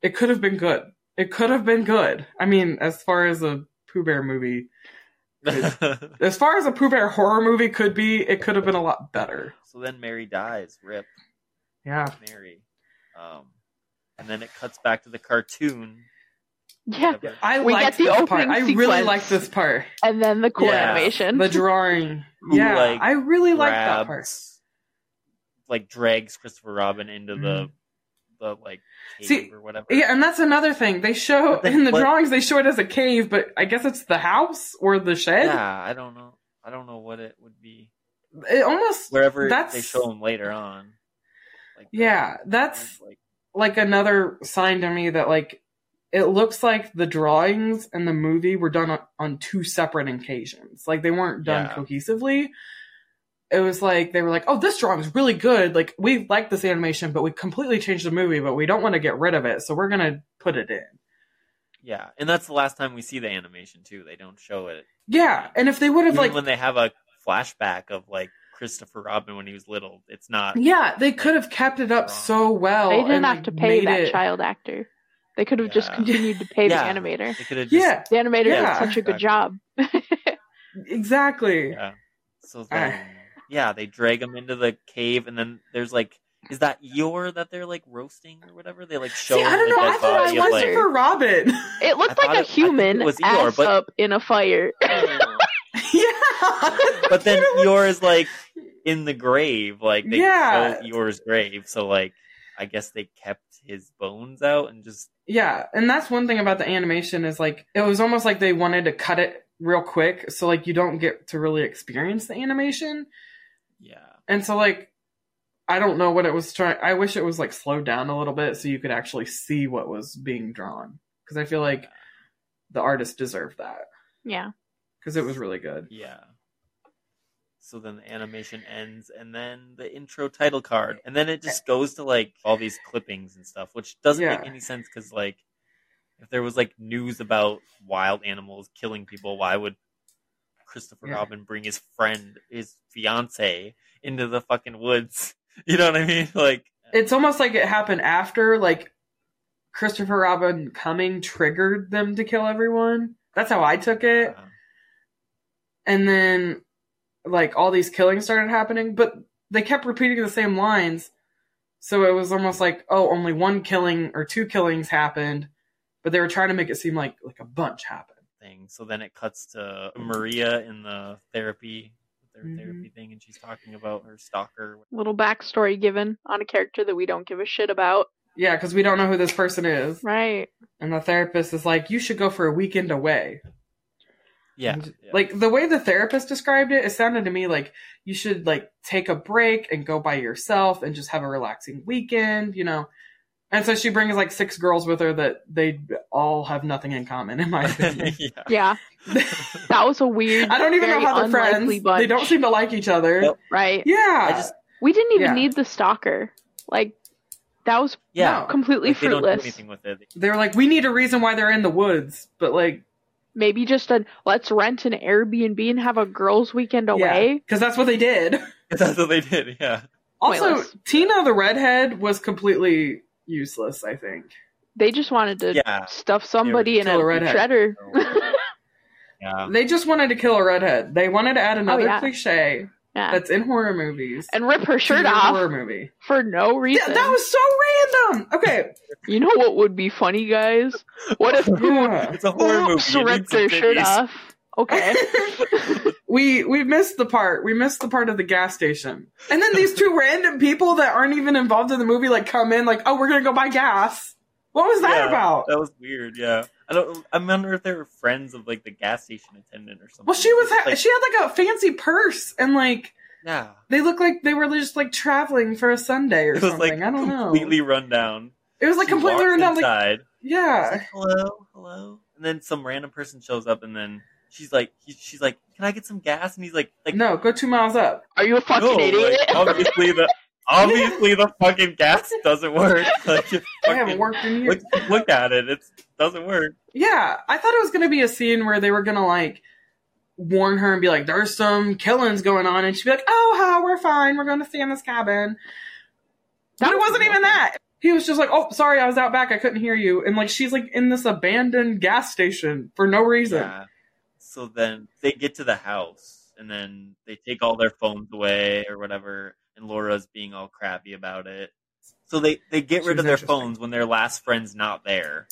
Speaker 3: it could have been good. It could have been good. I mean, as far as a Pooh Bear movie, as far as a Pooh Bear horror movie could be, it could have been a lot better.
Speaker 1: so then Mary dies. Rip.
Speaker 3: Yeah.
Speaker 1: Mary. Um, and then it cuts back to the cartoon.
Speaker 2: Yeah,
Speaker 1: Whatever.
Speaker 3: I
Speaker 2: We get
Speaker 3: liked
Speaker 2: the
Speaker 3: this
Speaker 2: opening
Speaker 3: part. I really
Speaker 2: sequence.
Speaker 3: liked this part.
Speaker 2: and then the cool
Speaker 1: Yeah.
Speaker 2: animation.
Speaker 3: The drawing.
Speaker 1: Who,
Speaker 3: yeah.
Speaker 1: like,
Speaker 3: I really liked that part.
Speaker 1: grabs- Like drags Christopher Robin into the the like cave
Speaker 3: Mm-hmm. See,
Speaker 1: or whatever.
Speaker 3: Yeah, and that's another thing. They show
Speaker 1: But they-
Speaker 3: in the
Speaker 1: but-
Speaker 3: drawings they show it as a cave, but I guess it's the house or the shed.
Speaker 1: yeah, I don't know. I don't know what it would be.
Speaker 3: It almost
Speaker 1: Wherever
Speaker 3: That's-
Speaker 1: they show him later on. Like the-
Speaker 3: Yeah, that's
Speaker 1: like
Speaker 3: like another sign to me that like it looks like the drawings and the movie were done on, on two separate occasions. Like they weren't done
Speaker 1: Yeah.
Speaker 3: cohesively. It was like they were like, "Oh, this drawing's really good. Like we like this animation, but we completely changed the movie, but we don't want to get rid of it, so we're gonna put it in."
Speaker 1: yeah, and that's the last time we see the animation too. They don't show it.
Speaker 3: Yeah, and if they would have
Speaker 1: Even
Speaker 3: like,
Speaker 1: when they have a flashback of like Christopher Robin when he was little, it's not.
Speaker 3: yeah, they could have kept it up so well.
Speaker 2: they didn't
Speaker 3: and,
Speaker 2: have
Speaker 3: like,
Speaker 2: to pay
Speaker 3: made
Speaker 2: that
Speaker 3: it-
Speaker 2: child actor. They could have just
Speaker 1: Yeah.
Speaker 2: continued to pay
Speaker 1: Yeah.
Speaker 2: the animator.
Speaker 1: They could have just
Speaker 3: Yeah,
Speaker 2: The animator
Speaker 3: Yeah.
Speaker 2: did such a good
Speaker 1: Exactly.
Speaker 2: job.
Speaker 3: exactly.
Speaker 1: Yeah.
Speaker 3: Ah.
Speaker 1: So then, yeah, they drag him into the cave, and then there's like, is that Eeyore that they're like roasting or whatever? They like show
Speaker 3: See,
Speaker 1: him
Speaker 3: I don't
Speaker 1: the
Speaker 3: know. I
Speaker 1: dead body
Speaker 3: thought I
Speaker 2: it
Speaker 1: of
Speaker 3: was
Speaker 1: like.
Speaker 3: for Robin.
Speaker 2: It looked
Speaker 1: I
Speaker 2: like
Speaker 1: thought
Speaker 2: a
Speaker 1: it- I think it
Speaker 2: human
Speaker 1: was Eeyore,
Speaker 2: ass
Speaker 1: but-
Speaker 2: up in a fire.
Speaker 3: yeah.
Speaker 1: but then Eeyore is like in the grave, like they
Speaker 3: Yeah.
Speaker 1: show Eeyore's grave. So like, I guess they kept his bones out and just
Speaker 3: Yeah, and that's one thing about the animation is like it was almost like they wanted to cut it real quick so like you don't get to really experience the animation.
Speaker 1: yeah,
Speaker 3: And so like I don't know what it was trying I wish it was like slowed down a little bit so you could actually see what was being drawn cuz I feel like the artist deserved that
Speaker 2: Yeah.
Speaker 3: cuz it was really good.
Speaker 1: yeah. So then the animation ends, and then the intro title card, and then it just goes to like all these clippings and stuff, which doesn't
Speaker 3: Yeah.
Speaker 1: make any sense because like, if there was like news about wild animals killing people, why would Christopher
Speaker 3: Yeah.
Speaker 1: Robin bring his friend, his fiance, into the fucking woods? You know what I mean? Like,
Speaker 3: It's almost like it happened after like Christopher Robin coming triggered them to kill everyone. That's how I took it.
Speaker 1: uh,
Speaker 3: and then like all these killings started happening but they kept repeating the same lines so it was almost like oh only one killing or two killings happened but they were trying to make it seem like like a bunch happened
Speaker 1: thing. So then it cuts to Maria in the therapy, their
Speaker 3: Mhm.
Speaker 1: therapy thing, and she's talking about her stalker.
Speaker 2: Little backstory given on a character that we don't give a shit about.
Speaker 3: yeah because we don't know who this person is
Speaker 2: Right.
Speaker 3: and the therapist is like you should go for a weekend away
Speaker 1: Yeah,
Speaker 3: And,
Speaker 1: yeah.
Speaker 3: like the way the therapist described it it sounded to me like you should like take a break and go by yourself and just have a relaxing weekend you know and so she brings like six girls with her that they all have nothing in common in my opinion
Speaker 1: yeah.
Speaker 2: Yeah. That was a weird.
Speaker 3: i don't even
Speaker 2: very
Speaker 3: know how they're
Speaker 2: unlikely
Speaker 3: friends
Speaker 2: Bunch,
Speaker 3: they don't seem to like each other
Speaker 1: Nope.
Speaker 2: Right.
Speaker 3: yeah
Speaker 1: I just
Speaker 2: We didn't even
Speaker 3: Yeah.
Speaker 2: need the stalker. Like, that was
Speaker 1: yeah.
Speaker 3: No.
Speaker 2: completely
Speaker 1: Oh. Like, they don't do
Speaker 2: fruitless.
Speaker 1: anything with it.
Speaker 3: they were like we need a reason why they're in the woods but like
Speaker 2: Maybe just a let's rent an Airbnb and have a girls' weekend
Speaker 3: yeah
Speaker 2: away.
Speaker 3: because that's what they did
Speaker 1: That's what they did. Yeah,
Speaker 3: also
Speaker 2: Pointless.
Speaker 3: tina the redhead was completely useless i think
Speaker 2: They just wanted to
Speaker 1: yeah,
Speaker 2: stuff somebody in a
Speaker 3: kill a redhead.
Speaker 2: shredder.
Speaker 1: yeah.
Speaker 3: they just wanted to kill a redhead they wanted to add another
Speaker 2: Oh, yeah.
Speaker 3: cliche
Speaker 2: Yeah.
Speaker 3: that's in horror movies.
Speaker 2: and rip her
Speaker 3: She's in
Speaker 2: shirt
Speaker 3: a
Speaker 2: off
Speaker 3: Horror movie.
Speaker 2: for no
Speaker 3: Yeah,
Speaker 2: reason.
Speaker 3: that was so random. Okay.
Speaker 2: You know what would be funny, guys? What if
Speaker 3: Yeah.
Speaker 1: It's a horror
Speaker 2: Oops,
Speaker 1: movie. You need
Speaker 2: ripped
Speaker 1: some
Speaker 2: her shirt
Speaker 1: titties.
Speaker 2: off? Okay.
Speaker 3: we we missed the part. We missed the part of the gas station. And then these two random people that aren't even involved in the movie like come in like, "Oh, we're going to go buy gas." What was that
Speaker 1: Yeah. Uh,
Speaker 3: about?
Speaker 1: That was weird. Yeah, I don't. I wonder if they were friends of like the gas station attendant or something.
Speaker 3: Well, she was ha-
Speaker 1: Like,
Speaker 3: she had like a fancy purse and like
Speaker 1: yeah.
Speaker 3: they looked like they were just like traveling for a Sunday or
Speaker 1: It was
Speaker 3: something.
Speaker 1: like
Speaker 3: I don't know.
Speaker 1: completely run down.
Speaker 3: it was like
Speaker 1: She
Speaker 3: completely
Speaker 1: walks
Speaker 3: random. Like
Speaker 1: inside. She's
Speaker 3: yeah,
Speaker 1: like, hello, hello, and then some random person shows up, and then she's like, he, she's like, can I get some gas? And he's like, like
Speaker 3: no, go two miles up.
Speaker 2: Are you a fucking
Speaker 1: like,
Speaker 2: idiot?
Speaker 1: obviously the obviously the fucking gas doesn't work. Like, it
Speaker 3: I haven't
Speaker 1: fucking-
Speaker 3: worked in years.
Speaker 1: Look, look at it. It doesn't work.
Speaker 3: Yeah, I thought it was gonna be a scene where they were gonna like warn her and be like, "There's some killings going on," and she'd be like, "Oh, ha, we're fine. We're going to stay in this cabin." But
Speaker 2: That
Speaker 3: it
Speaker 2: was
Speaker 3: wasn't
Speaker 2: nothing.
Speaker 3: even that. He was just like, "Oh, sorry, I was out back. I couldn't hear you." And like, she's like in this abandoned gas station for no reason.
Speaker 1: Yeah. So then they get to the house and then they take all their phones away or whatever, and Laura's being all crappy about it. So they, they get
Speaker 3: She
Speaker 1: rid
Speaker 3: was
Speaker 1: of their
Speaker 3: interesting.
Speaker 1: phones when their last friend's not there.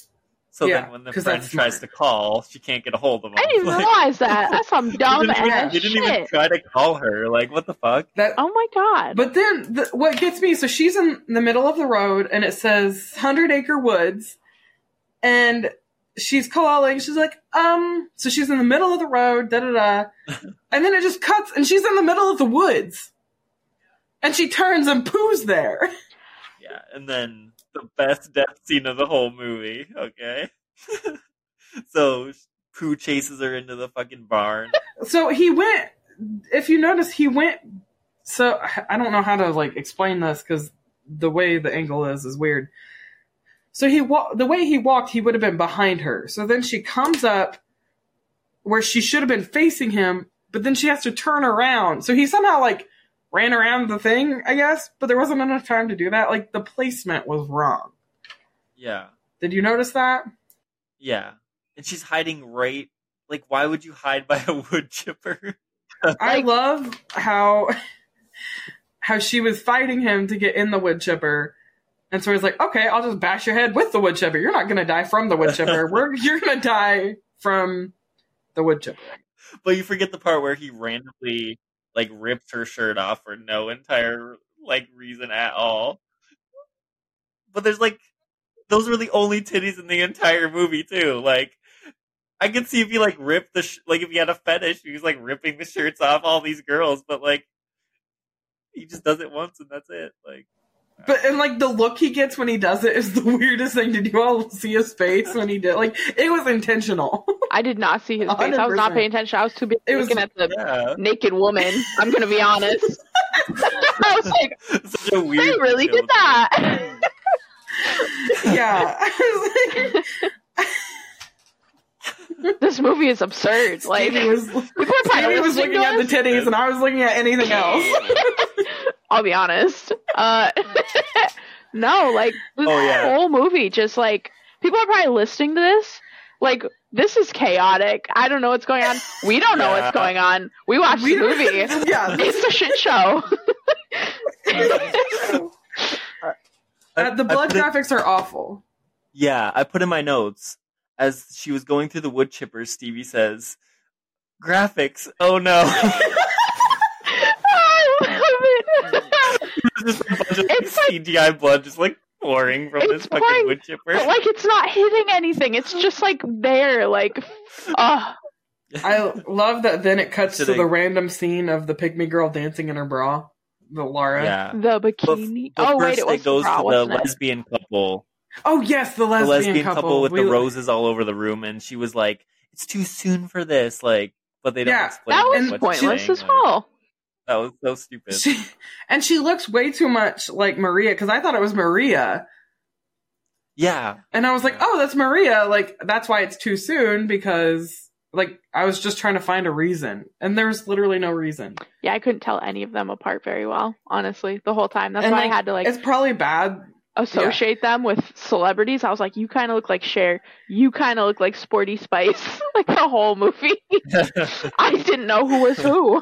Speaker 1: So
Speaker 3: Yeah,
Speaker 1: then when the
Speaker 3: 'cause
Speaker 1: friend
Speaker 3: that's
Speaker 1: tries to
Speaker 3: smart.
Speaker 1: call, she can't get a hold of them.
Speaker 2: I didn't even
Speaker 1: Like,
Speaker 2: realize that. That's some dumb
Speaker 1: you didn't, even,
Speaker 2: ass
Speaker 1: you
Speaker 2: shit.
Speaker 1: didn't even try to call her. Like, what the fuck?
Speaker 3: That
Speaker 2: Oh my god.
Speaker 3: But then the, what gets me, so she's in the middle of the road and it says 100 Acre Woods and she's calling. She's like, um, so she's in the middle of the road, da da da. And then it just cuts and she's in the middle of the woods. And she turns and poos there.
Speaker 1: Yeah. And then the best death scene of the whole movie. Okay. so Pooh chases her into the fucking barn.
Speaker 3: So he went, if you notice, he went, so I- I don't know how to like explain this because the way the angle is is weird. So he wa- the way he walked, he would have been behind her. So then she comes up where she should have been facing him, but then she has to turn around. So he somehow like ran around the thing, I guess, but there wasn't enough time to do that. Like the placement was wrong.
Speaker 1: Yeah.
Speaker 3: Did you notice that?
Speaker 1: Yeah. And she's hiding right like why would you hide by a wood chipper?
Speaker 3: I
Speaker 2: Like-
Speaker 3: love how how she was fighting him to get in the wood chipper. And so he's like, okay, I'll just bash your head with the wood chipper. You're not gonna die from the wood chipper. We're you're gonna die from the wood chipper.
Speaker 1: But you forget the part where he randomly like ripped her shirt off for no entire like reason at all. But there's like those were the only titties in the entire movie too. Like I could see if he like ripped the sh- like if he had a fetish, he was like ripping the shirts off all these girls, but like he just does it once and that's it. Like
Speaker 3: But and like the look he gets when he does it is the weirdest thing. Did you all see his face when he did like it was intentional.
Speaker 2: I did not see his face. I was not
Speaker 3: 100%.
Speaker 2: paying attention. I was too busy
Speaker 3: It was-
Speaker 2: looking at the
Speaker 1: yeah,
Speaker 2: naked woman. I'm gonna be honest. I was like,
Speaker 1: such a
Speaker 2: they
Speaker 1: weird.
Speaker 2: really
Speaker 1: detail
Speaker 2: did
Speaker 1: to me.
Speaker 2: that.
Speaker 3: yeah. I was like,
Speaker 2: this movie is absurd. Like
Speaker 3: Stevie was,
Speaker 2: people are probably
Speaker 3: Stevie was
Speaker 2: listening
Speaker 3: looking
Speaker 2: to
Speaker 3: at the
Speaker 2: us.
Speaker 3: titties and I was looking at anything else.
Speaker 2: I'll be honest. Uh, no, like this
Speaker 1: Oh, yeah.
Speaker 2: whole movie, just like people are probably listening to this. Like this is chaotic. I don't know what's going on. We don't know
Speaker 1: Yeah.
Speaker 2: what's going on. We watched
Speaker 3: We
Speaker 2: the
Speaker 3: don't-
Speaker 2: movie.
Speaker 3: yeah.
Speaker 2: it's a shit show.
Speaker 3: Uh, the
Speaker 1: I- I
Speaker 3: blood
Speaker 1: put it-
Speaker 3: graphics are awful.
Speaker 1: Yeah, I put in my notes as she was going through the wood chippers. Stevie says, "Graphics, oh no!"
Speaker 2: I love it.
Speaker 1: There's just a bunch of
Speaker 2: It's like-
Speaker 1: CGI blood just like pouring from this
Speaker 2: It's
Speaker 1: fucking
Speaker 2: pouring-
Speaker 1: wood chipper.
Speaker 2: but like it's not hitting anything. It's just like there. Like, oh,
Speaker 3: I love that then it cuts to
Speaker 1: Today.
Speaker 3: the random scene of the pygmy girl dancing in her bra. The Laura.
Speaker 1: yeah.
Speaker 2: the
Speaker 1: But,
Speaker 2: bikini.
Speaker 1: but
Speaker 2: oh wait,
Speaker 1: first
Speaker 2: it was
Speaker 1: it goes
Speaker 2: bra,
Speaker 1: to the
Speaker 2: wasn't it?
Speaker 1: lesbian couple,
Speaker 3: Oh yes, the lesbian,
Speaker 1: the lesbian
Speaker 3: couple.
Speaker 1: couple, with
Speaker 3: We-
Speaker 1: the roses all over the room, and she was like, "It's too soon for this." Like, but they don't
Speaker 3: Yeah,
Speaker 1: explain.
Speaker 2: That was
Speaker 1: what she's
Speaker 2: pointless
Speaker 1: saying,
Speaker 2: as
Speaker 1: like,
Speaker 2: well.
Speaker 1: that was so stupid.
Speaker 3: She, and she looks way too much like Maria because I thought it was Maria,
Speaker 1: yeah,
Speaker 3: and I was like, oh, that's Maria. Like that's why it's too soon because like I was just trying to find a reason, and there was literally no reason.
Speaker 2: Yeah, I couldn't tell any of them apart very well, honestly, the whole time. That's
Speaker 3: And,
Speaker 2: why
Speaker 3: like,
Speaker 2: I had to like
Speaker 3: it's probably bad.
Speaker 2: associate them with celebrities. I was like, you kind of look like Cher. You kind of look like Sporty Spice. like the whole movie. I didn't know who was who.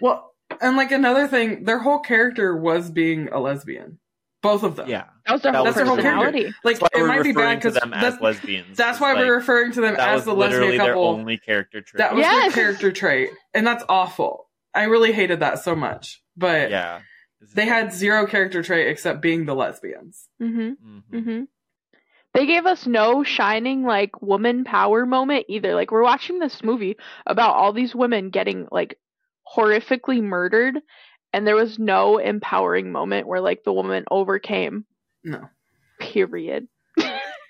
Speaker 3: well, and like another thing, their whole character was being a lesbian. Both of them.
Speaker 1: Yeah.
Speaker 2: That was their
Speaker 1: That
Speaker 2: whole
Speaker 1: was their whole
Speaker 2: personality.
Speaker 3: Like
Speaker 1: That's why
Speaker 3: it
Speaker 1: we're
Speaker 3: might be
Speaker 1: referring
Speaker 3: bad
Speaker 1: to
Speaker 3: because
Speaker 1: them as
Speaker 3: that's,
Speaker 1: lesbians.
Speaker 3: that's
Speaker 1: 'cause,
Speaker 3: why
Speaker 1: like,
Speaker 3: we're referring to them
Speaker 1: that
Speaker 3: as
Speaker 1: was
Speaker 3: the
Speaker 1: literally
Speaker 3: lesbian
Speaker 1: their
Speaker 3: couple.
Speaker 1: only character trait.
Speaker 3: That was
Speaker 2: Yes.
Speaker 3: their character trait, and that's awful. I really hated that so much. But
Speaker 1: yeah.
Speaker 3: they had zero character trait except being the lesbians.
Speaker 2: hmm
Speaker 1: Mhm.
Speaker 2: hmm They gave us no shining like woman power moment either. Like we're watching this movie about all these women getting like horrifically murdered and there was no empowering moment where like the woman overcame.
Speaker 3: No.
Speaker 2: Period.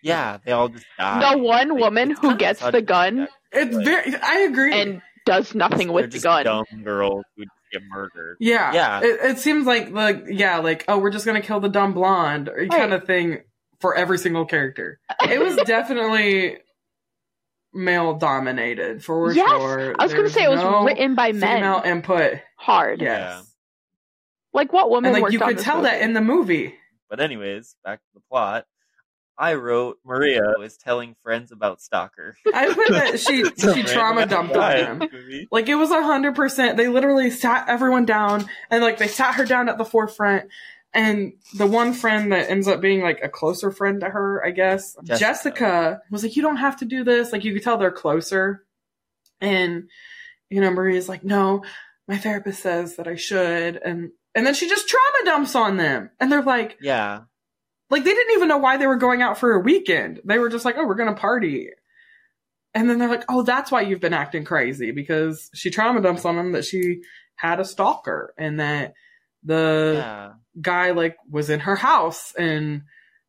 Speaker 1: Yeah, they all just died.
Speaker 2: The one
Speaker 1: Like,
Speaker 2: woman
Speaker 1: it's
Speaker 2: who
Speaker 1: kinda
Speaker 2: gets the
Speaker 1: such a-
Speaker 2: gun
Speaker 1: yeah,
Speaker 3: It's
Speaker 1: Right.
Speaker 3: very. I agree.
Speaker 2: and does nothing
Speaker 1: they're
Speaker 2: with the
Speaker 1: just
Speaker 2: gun.
Speaker 1: Dumb girls who just get murdered.
Speaker 3: yeah,
Speaker 1: Yeah.
Speaker 3: It, it seems like like yeah, like oh, we're just gonna kill the dumb blonde or kind of thing for every single character. It was definitely male dominated for
Speaker 2: Yes,
Speaker 3: sure.
Speaker 2: I was going to
Speaker 3: There's
Speaker 2: say it was
Speaker 3: no
Speaker 2: written by men.
Speaker 3: female input.
Speaker 2: Hard.
Speaker 1: Yeah.
Speaker 3: Yes,
Speaker 2: Like what woman
Speaker 3: and like
Speaker 2: worked
Speaker 3: you
Speaker 2: on
Speaker 3: could
Speaker 2: this
Speaker 3: tell that
Speaker 2: movie?
Speaker 3: in the movie.
Speaker 1: But anyways, back to the plot. I wrote Maria is telling friends about Stalker.
Speaker 3: I put that she she trauma dumped on him.
Speaker 1: him.
Speaker 3: Like it was a hundred percent. They literally sat everyone down and like they sat her down at the forefront. And the one friend that ends up being like a closer friend to her, I guess,
Speaker 1: Jessica.
Speaker 3: Jessica, was like, "You don't have to do this." Like you could tell they're closer. And you know, Maria's like, "No, my therapist says that I should." And and then she just trauma dumps on them, and they're like,
Speaker 1: Yeah.
Speaker 3: like they didn't even know why they were going out for a weekend. They were just like, "Oh, we're gonna party," and then they're like, "Oh, that's why you've been acting crazy because she trauma dumps on him that she had a stalker and that the
Speaker 1: Yeah.
Speaker 3: guy like was in her house and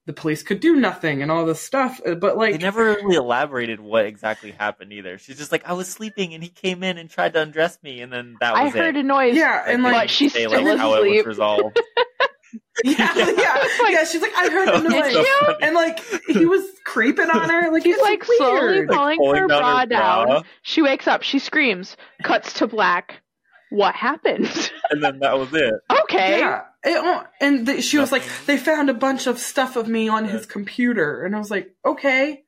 Speaker 3: the police could do nothing and all this stuff." Uh, But
Speaker 1: They
Speaker 3: like,
Speaker 1: never really elaborated what exactly happened either. She's just like, I was sleeping and he came in and tried to undress me, and then that
Speaker 2: I
Speaker 1: was
Speaker 2: heard
Speaker 1: it.
Speaker 2: a noise.
Speaker 3: yeah, and
Speaker 1: they
Speaker 3: like,
Speaker 2: But she's
Speaker 1: say,
Speaker 2: still
Speaker 1: like, how it
Speaker 2: asleep.
Speaker 1: was resolved.
Speaker 3: yeah, yeah,
Speaker 2: Like-
Speaker 3: yeah. She's like, "I heard a
Speaker 1: That was
Speaker 2: Did
Speaker 3: noise,"
Speaker 1: so funny.
Speaker 3: and like he was creeping on her. Like
Speaker 2: He's
Speaker 3: it's
Speaker 2: like
Speaker 3: weird.
Speaker 2: slowly pulling
Speaker 1: pulling
Speaker 2: her
Speaker 1: down
Speaker 2: bra
Speaker 1: her
Speaker 2: down.
Speaker 1: bra.
Speaker 2: She wakes up. She screams. Cuts to black. What happened?
Speaker 1: and then that was it.
Speaker 2: okay.
Speaker 3: Yeah. It, oh, and the, she was like,
Speaker 1: Nothing.
Speaker 3: they found a bunch of stuff of me on his
Speaker 1: Yeah.
Speaker 3: computer. And I was like, okay.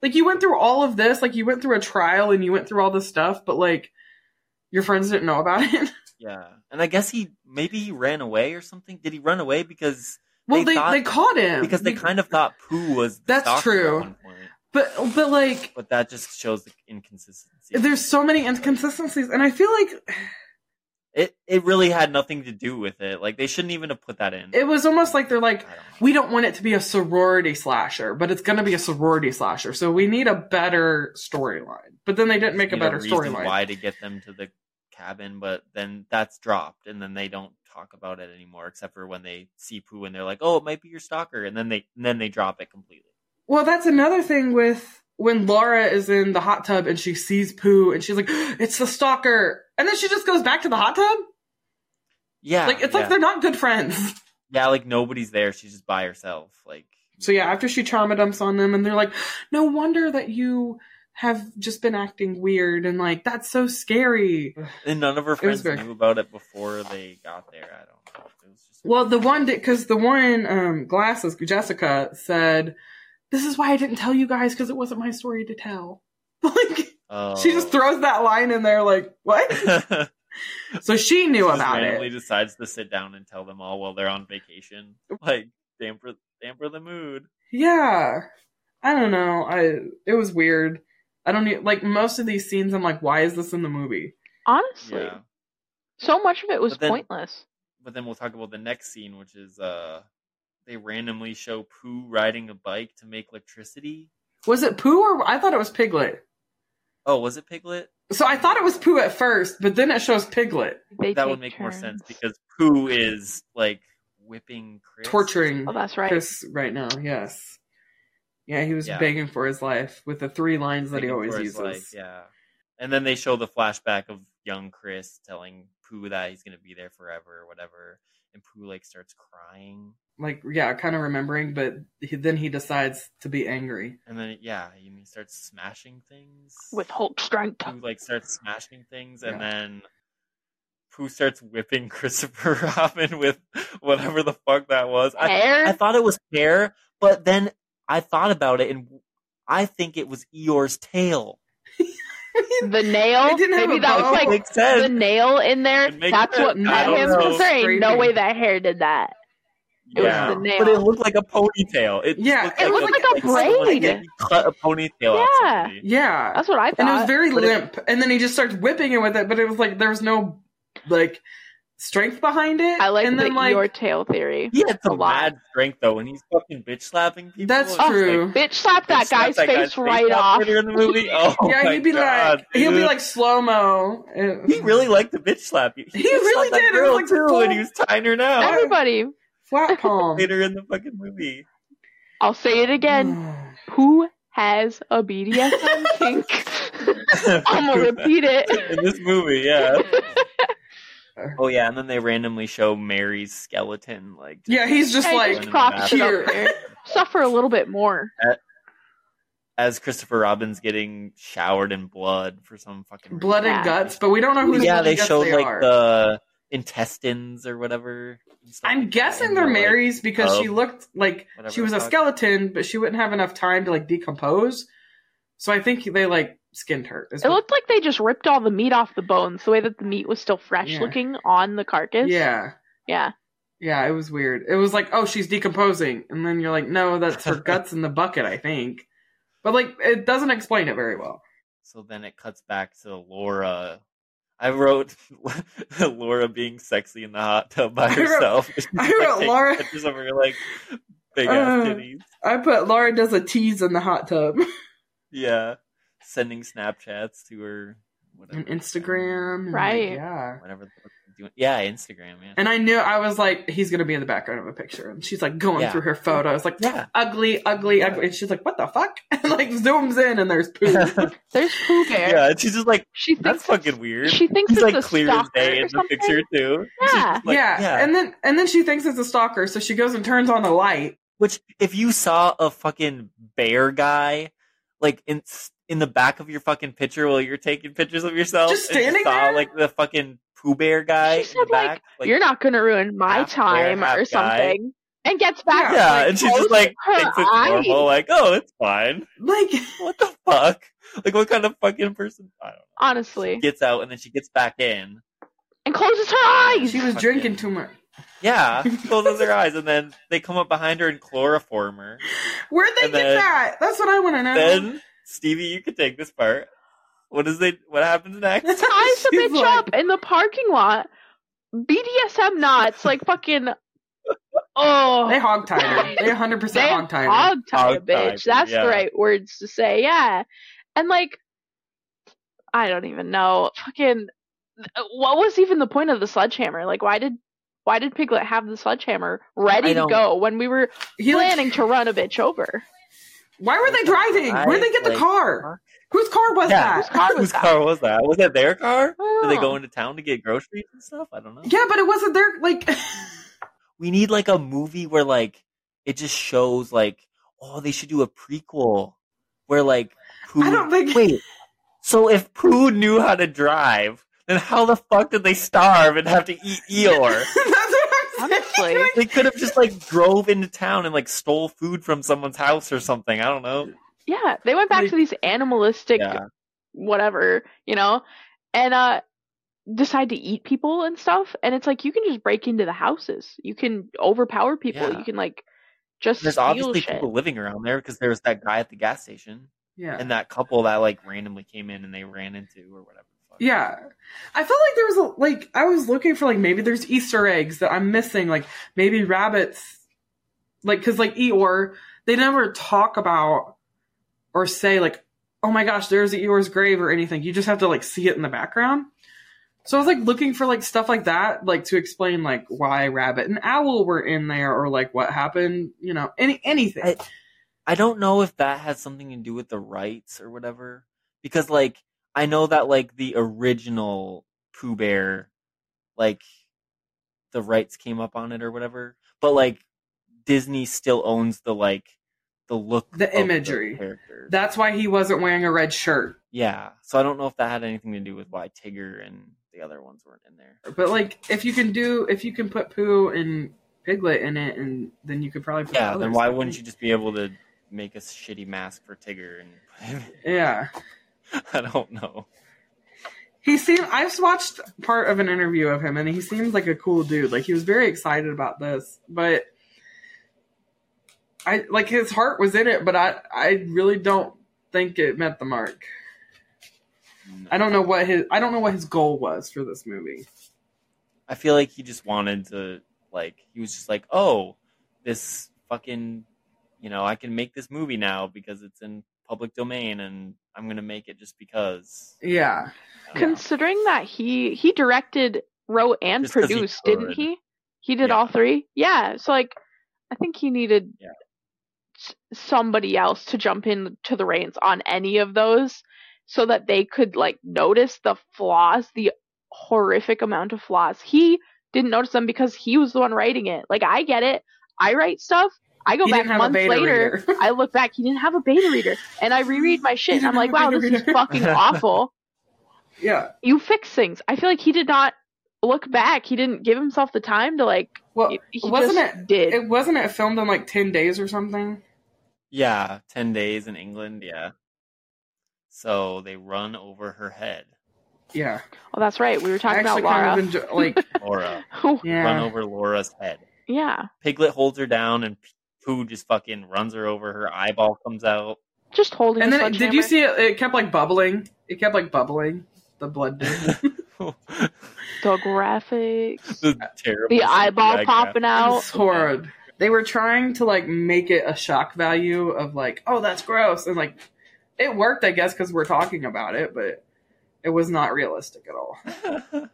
Speaker 3: Like, you went through all of this. Like, you went through a trial and you went through all this stuff, but like, your friends didn't know about it.
Speaker 1: Yeah. And I guess he maybe he ran away or something. Did he run away because
Speaker 3: well,
Speaker 1: They
Speaker 3: they, they,
Speaker 1: thought-
Speaker 3: caught him.
Speaker 1: because they kind of thought Pooh was the
Speaker 3: That's
Speaker 1: stalker
Speaker 3: true.
Speaker 1: At one point.
Speaker 3: But, but like,
Speaker 1: But that just shows the inconsistency.
Speaker 3: there's so many inconsistencies. And I feel like
Speaker 1: it it really had nothing to do with it. Like they shouldn't even have put that in.
Speaker 3: it was almost like they're
Speaker 1: I
Speaker 3: like,
Speaker 1: don't know.
Speaker 3: we don't want it to be a sorority slasher, but it's going to be a sorority slasher. So we need a better storyline. But then they didn't make a
Speaker 1: You know,
Speaker 3: better
Speaker 1: reason
Speaker 3: storyline.
Speaker 1: Why to get them to the cabin, but then that's dropped, and then they don't talk about it anymore, except for when they see Pooh and they're like, "Oh, it might be your stalker," and then they and then they drop it completely.
Speaker 3: Well, that's another thing with when Laura is in the hot tub and she sees Pooh and she's like, it's the stalker. And then she just goes back to the hot tub.
Speaker 1: Yeah,
Speaker 3: Like, it's
Speaker 1: yeah.
Speaker 3: like they're not good friends.
Speaker 1: yeah, like nobody's there. She's just by herself. Like
Speaker 3: So, yeah, after she trauma dumps on them and they're like, no wonder that you have just been acting weird and like, that's so scary.
Speaker 1: and none of her friends
Speaker 3: very-
Speaker 1: knew about it before they got there. I don't know. It was just
Speaker 3: Well, the one, because the one, um, glasses, Jessica said, this is why I didn't tell you guys because it wasn't my story to tell. Like,
Speaker 1: Oh.
Speaker 3: she just throws that line in there, like, what? So she knew
Speaker 1: just
Speaker 3: about
Speaker 1: randomly
Speaker 3: it.
Speaker 1: decides to sit down and tell them all while they're on vacation. Like damper damper the mood.
Speaker 3: Yeah. I don't know. I it was weird. I don't e like most of these scenes I'm like why is this in the movie?
Speaker 2: Honestly,
Speaker 1: Yeah.
Speaker 2: so much of it was
Speaker 1: But then-
Speaker 2: pointless.
Speaker 1: But then we'll talk about the next scene, which is uh they randomly show Pooh riding a bike to make electricity.
Speaker 3: Was it Pooh or I thought it was Piglet.
Speaker 1: Oh, was it Piglet?
Speaker 3: So I thought it was Pooh at first, but then it shows Piglet
Speaker 2: They
Speaker 1: that
Speaker 2: take
Speaker 1: would make more
Speaker 2: turns.
Speaker 1: sense because Pooh is like whipping Chris.
Speaker 3: torturing
Speaker 2: Oh, that's right.
Speaker 3: Chris right now. Yes. Yeah, he was
Speaker 1: Yeah.
Speaker 3: begging for his life with the three lines that he
Speaker 1: Thinking
Speaker 3: always
Speaker 1: for
Speaker 3: uses.
Speaker 1: his life, yeah. And then they show the flashback of young Chris telling Pooh that he's gonna be there forever or whatever. And Pooh like starts crying.
Speaker 3: Like yeah, kind of remembering, but he, then he decides to be angry.
Speaker 1: And then yeah, and he starts smashing things.
Speaker 2: with Hulk strength.
Speaker 1: Pooh like starts smashing things and
Speaker 3: Yeah.
Speaker 1: then Pooh starts whipping Christopher Robin with whatever the fuck that was. I,
Speaker 2: Hair.
Speaker 1: I thought it was hair, but then I thought about it and I think it was Eeyore's tail.
Speaker 2: the nail.
Speaker 3: They didn't have
Speaker 2: Maybe
Speaker 3: a
Speaker 2: that was
Speaker 3: bow.
Speaker 2: like
Speaker 1: Makes sense.
Speaker 2: the nail in there.
Speaker 1: It makes
Speaker 2: That's what
Speaker 1: sense.
Speaker 2: met
Speaker 1: I don't
Speaker 2: him.
Speaker 1: know.
Speaker 2: Because there ain't no
Speaker 3: Scraping.
Speaker 2: way that hair did that. It
Speaker 1: yeah.
Speaker 2: was the nail.
Speaker 1: But it looked like a ponytail. It
Speaker 3: Yeah,
Speaker 1: looked
Speaker 3: it
Speaker 1: like
Speaker 3: looked
Speaker 2: like a
Speaker 1: someone
Speaker 2: braid.
Speaker 1: had cut a ponytail. off
Speaker 2: Yeah.
Speaker 1: somebody.
Speaker 3: yeah.
Speaker 2: That's what I
Speaker 3: and it was
Speaker 2: thought.
Speaker 3: very
Speaker 1: But it-
Speaker 3: limp. and then he just starts whipping it with it, but it was like there was no like strength behind it.
Speaker 2: I like
Speaker 3: and
Speaker 2: the
Speaker 3: then like
Speaker 2: your tail theory.
Speaker 1: He had some
Speaker 2: A lot.
Speaker 1: mad strength though when he's fucking bitch slapping people.
Speaker 3: that's
Speaker 1: it's like,
Speaker 3: true.
Speaker 2: Bitch, slap that
Speaker 1: bitch slap
Speaker 2: guy's
Speaker 1: that
Speaker 2: face right
Speaker 1: off
Speaker 2: off.
Speaker 1: Later in the movie, oh
Speaker 3: yeah,
Speaker 1: my
Speaker 3: he'd be
Speaker 1: God,
Speaker 3: like he'll be
Speaker 1: dude.
Speaker 3: like slow mo.
Speaker 1: he really liked the bitch slap. He,
Speaker 3: He really
Speaker 1: slapped that
Speaker 3: did. It was
Speaker 1: girl
Speaker 3: like
Speaker 1: too,
Speaker 3: full-
Speaker 1: and he was tying her now.
Speaker 2: Everybody,
Speaker 3: flat palm.
Speaker 1: Later in the fucking movie,
Speaker 2: I'll say it again.
Speaker 3: Mm.
Speaker 2: Who has a BDSM kink? I'm gonna repeat it.
Speaker 1: in this movie, yeah. Oh yeah, and then they randomly show Mary's skeleton, like just
Speaker 3: yeah, he's just
Speaker 2: I
Speaker 3: like
Speaker 2: just propped it
Speaker 3: here.
Speaker 2: up there. Suffer a little bit more.
Speaker 1: as Christopher Robin's getting showered in blood for some fucking
Speaker 3: blood
Speaker 2: Yeah.
Speaker 3: and guts, but we don't know who's
Speaker 1: reason. Yeah,
Speaker 3: blood
Speaker 1: they
Speaker 3: and guts
Speaker 1: showed
Speaker 3: they
Speaker 1: like
Speaker 3: are.
Speaker 1: the intestines or whatever. and stuff
Speaker 3: I'm
Speaker 1: like that,
Speaker 3: guessing
Speaker 1: and
Speaker 3: they're
Speaker 1: Oh, like,
Speaker 3: Mary's because she
Speaker 1: tub,
Speaker 3: looked like
Speaker 1: whatever
Speaker 3: she was
Speaker 1: the
Speaker 3: a
Speaker 1: fuck.
Speaker 3: skeleton, but she wouldn't have enough time to like decompose. So I think they like skinned her. is
Speaker 2: It
Speaker 3: what-
Speaker 2: looked like they just ripped all the meat off the bones, the way that the meat was still fresh
Speaker 3: Yeah.
Speaker 2: looking on the carcass.
Speaker 3: yeah,
Speaker 2: Yeah.
Speaker 3: yeah, it was weird. It was like, oh, she's decomposing, and then you're like, no, that's her guts in the bucket, I think. But like, it doesn't explain it very well.
Speaker 1: So then it cuts back to Laura. I wrote Laura being sexy in the hot tub by
Speaker 3: I wrote-
Speaker 1: herself.
Speaker 3: I
Speaker 1: She's, like,
Speaker 3: wrote
Speaker 1: taking
Speaker 3: Laura-
Speaker 1: Pictures of her like big ass
Speaker 3: Uh.
Speaker 1: titties.
Speaker 3: I put Laura does a tease in the hot tub
Speaker 1: Yeah, sending Snapchats to her. Whatever.
Speaker 3: and Instagram, and, like,
Speaker 2: Right.
Speaker 3: yeah.
Speaker 1: Whatever. The fuck she's doing. Yeah, Instagram. Yeah.
Speaker 3: And I knew I was like, he's gonna be in the background of a picture, and she's like going
Speaker 1: Yeah.
Speaker 3: through her photos, like,
Speaker 1: yeah.
Speaker 3: ugly, ugly, ugly. And she's like, what the fuck? And like zooms in and there's poo.
Speaker 2: There's Pooh Bear.
Speaker 1: Yeah, and she's just like,
Speaker 2: She thinks
Speaker 1: that's
Speaker 2: it's-
Speaker 1: fucking weird.
Speaker 2: She thinks
Speaker 1: He's
Speaker 2: it's
Speaker 1: like
Speaker 2: a
Speaker 1: clear as
Speaker 2: stalker
Speaker 1: day
Speaker 2: or
Speaker 1: in the
Speaker 2: something.
Speaker 1: picture too. She's
Speaker 2: Yeah.
Speaker 1: just like,
Speaker 3: yeah. And then and then she thinks it's a stalker, so she goes and turns on the light.
Speaker 1: Which, if you saw a fucking bear guy, like in in the back of your fucking picture while you're taking pictures of yourself,
Speaker 3: Just
Speaker 1: and you
Speaker 3: standing
Speaker 1: saw
Speaker 3: there?
Speaker 1: like the fucking poo bear guy
Speaker 2: She
Speaker 1: in the
Speaker 2: said, like,
Speaker 1: back. Like,
Speaker 2: You're not gonna ruin my
Speaker 1: half bear,
Speaker 2: time
Speaker 1: half guy.
Speaker 2: or something. And gets back.
Speaker 1: yeah,
Speaker 2: like,
Speaker 1: and she's just
Speaker 2: close
Speaker 1: like
Speaker 2: her
Speaker 1: thinks it's
Speaker 2: eyes.
Speaker 1: normal. Like, oh, it's fine.
Speaker 3: Like
Speaker 1: What the fuck? Like, what kind of fucking person? I don't know.
Speaker 2: Honestly.
Speaker 1: Gets out and then she gets back in.
Speaker 2: And closes her eyes.
Speaker 3: she was
Speaker 1: Fucking-
Speaker 3: drinking too much.
Speaker 1: Yeah, closes her eyes and then they come up behind her and chloroform her.
Speaker 3: Where'd they
Speaker 1: And
Speaker 3: get
Speaker 1: then-
Speaker 3: that? That's what I want to know.
Speaker 1: then Stevie, you can take this part. What is they? What happens next?
Speaker 2: Ties the
Speaker 3: She's
Speaker 2: bitch
Speaker 3: like-
Speaker 2: up in the parking lot. BDSM knots, like fucking Oh
Speaker 3: They hog tied her. They 100 percent
Speaker 2: They
Speaker 3: hog tied her.
Speaker 2: hog tied a
Speaker 1: Hog tied,
Speaker 2: bitch. That's
Speaker 1: yeah.
Speaker 2: the right words to say. Yeah, and like, I don't even know. Fucking, what was even the point of the sledgehammer? Like, why did why did Piglet have the sledgehammer
Speaker 1: I
Speaker 2: ready to
Speaker 1: don't-
Speaker 2: go when we were
Speaker 3: He like,
Speaker 2: planning to run a bitch over?
Speaker 3: why were they driving? Where'd they get the
Speaker 1: Like,
Speaker 3: car? Whose car was
Speaker 1: Yeah.
Speaker 3: that?
Speaker 2: car was
Speaker 1: Whose
Speaker 2: that?
Speaker 1: car was that? Was that their car?
Speaker 2: I
Speaker 1: Did
Speaker 2: don't
Speaker 1: they
Speaker 2: know.
Speaker 1: go into town to get groceries and stuff? I don't know.
Speaker 3: Yeah, but it wasn't their like.
Speaker 1: We need like a movie where like it just shows like oh they should do a prequel where like Pooh.
Speaker 3: I don't think-
Speaker 1: Wait, so if Pooh knew how to drive, then how the fuck did they starve and have to eat Eeyore?
Speaker 3: That's what I'm saying.
Speaker 2: Honestly.
Speaker 3: Like,
Speaker 1: They could have just like drove into town and like stole food from someone's house or something. I don't know.
Speaker 2: Yeah, they went back
Speaker 3: Like-
Speaker 2: to these animalistic,
Speaker 1: Yeah.
Speaker 2: whatever you know, and uh. Decide to eat people and stuff, and it's like you can just break into the houses. You can overpower people.
Speaker 1: Yeah.
Speaker 2: You can like just
Speaker 1: There's
Speaker 2: steal
Speaker 1: obviously
Speaker 2: shit.
Speaker 1: people living around there because there was that guy at the gas station
Speaker 3: yeah.
Speaker 1: and that couple that like randomly came in and they ran into or whatever. the fuck.
Speaker 3: Yeah. I felt like there was a, like I was looking for like maybe there's Easter eggs that I'm missing like maybe rabbits like cuz like Eeyore they never talk about or say like oh my gosh there's Eeyore's grave or anything. You just have to like see it in the background. So I was like looking for like stuff like that like to explain like why rabbit and owl were in there or like what happened, you know, any anything.
Speaker 1: I- I don't know if that has something to do with the rights or whatever because like I know that like the original Pooh Bear like the rights came up on it or whatever, but like Disney still owns the like the look
Speaker 3: The
Speaker 1: of
Speaker 3: imagery.
Speaker 1: character.
Speaker 3: That's why he wasn't wearing a red shirt.
Speaker 1: Yeah. So I don't know if that had anything to do with why Tigger and the other ones weren't in there.
Speaker 3: But like, if you can do, if you can put Pooh and Piglet in it, and then you could probably put
Speaker 1: Yeah,
Speaker 3: others
Speaker 1: then why
Speaker 3: in
Speaker 1: wouldn't
Speaker 3: it.
Speaker 1: you just be able to make a shitty mask for Tigger and
Speaker 3: Yeah,
Speaker 1: I don't know.
Speaker 3: He seemed. I've watched part of an interview of him, and he seemed like a cool dude. Like he was very excited about this, but I like his heart was in it, but I I really don't think it met the mark.
Speaker 1: No.
Speaker 3: I don't know what his I don't know what his goal was for this movie.
Speaker 1: I feel like he just wanted to like he was just like, "Oh, this fucking, you know, I can make this movie now because it's in public domain and I'm going to make it just because."
Speaker 3: Yeah,
Speaker 1: I don't know.
Speaker 2: Considering that he he directed, wrote, and
Speaker 1: Just 'cause he
Speaker 2: produced,
Speaker 1: could.
Speaker 2: didn't he? He did
Speaker 1: Yeah.
Speaker 2: all three. Yeah. So like, I think he needed
Speaker 1: Yeah.
Speaker 2: s- somebody else to jump in to the reins on any of those, so that they could like notice the flaws, the horrific amount of flaws. He didn't notice them because he was the one writing it. Like I get it. I write stuff. I go
Speaker 3: He
Speaker 2: back
Speaker 3: didn't have a
Speaker 2: months
Speaker 3: beta
Speaker 2: later.
Speaker 3: reader.
Speaker 2: I look back, he didn't have a beta reader. And I reread my shit and I'm like, wow, this is fucking awful.
Speaker 3: yeah.
Speaker 2: You fix things. I feel like he did not look back. He didn't give himself the time to like
Speaker 3: Well,
Speaker 2: he he
Speaker 3: wasn't
Speaker 2: just did.
Speaker 3: it wasn't it filmed in like ten days or something?
Speaker 1: Yeah, 10 days in England, yeah. So they run over her head.
Speaker 3: Yeah,
Speaker 2: well Oh, that's right. We were
Speaker 3: I
Speaker 2: talking about
Speaker 3: actually
Speaker 2: Laura.
Speaker 3: kind of enjoy like
Speaker 1: Laura. Run
Speaker 3: yeah.
Speaker 1: over Laura's head.
Speaker 2: yeah.
Speaker 1: Piglet holds her down and Pooh just fucking runs her over. Her eyeball comes out.
Speaker 2: Just holding
Speaker 3: And
Speaker 2: a
Speaker 3: then it, did you
Speaker 2: sledgehammer.
Speaker 3: see it? It kept like bubbling. It kept like bubbling. The blood. did.
Speaker 2: the graphics?
Speaker 1: the terrible
Speaker 2: The
Speaker 1: CGI
Speaker 2: eyeball
Speaker 1: graphic.
Speaker 2: popping out.
Speaker 3: It's horrid. They were trying to like make it a shock value of like, oh, that's gross, and like it worked, I guess, because we're talking about it, but it was not realistic at all.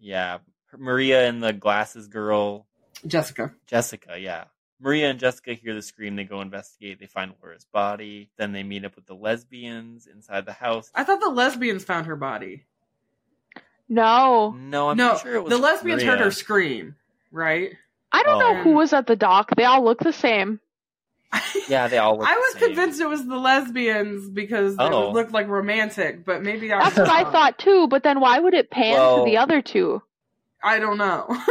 Speaker 1: yeah, Maria and the glasses girl,
Speaker 3: Jessica,
Speaker 1: Jessica. Yeah, Maria and Jessica hear the scream. They go investigate. They find Laura's body. Then they meet up with the lesbians inside the house.
Speaker 3: I thought the lesbians found her body.
Speaker 2: No.
Speaker 1: No, I'm
Speaker 3: no,
Speaker 1: sure it was
Speaker 3: the lesbians
Speaker 1: Maria.
Speaker 3: heard her scream, right?
Speaker 2: I don't know
Speaker 1: Oh.
Speaker 2: who was at the dock. They all look the same.
Speaker 1: Yeah, they all. Look
Speaker 3: I
Speaker 1: the
Speaker 3: was
Speaker 1: same.
Speaker 3: convinced it was the lesbians because they
Speaker 1: Oh.
Speaker 3: looked like romantic, but maybe I
Speaker 2: That's what I
Speaker 3: wrong.
Speaker 2: thought too, but then why would it pan
Speaker 1: Well-
Speaker 2: to the other two?
Speaker 3: I don't know.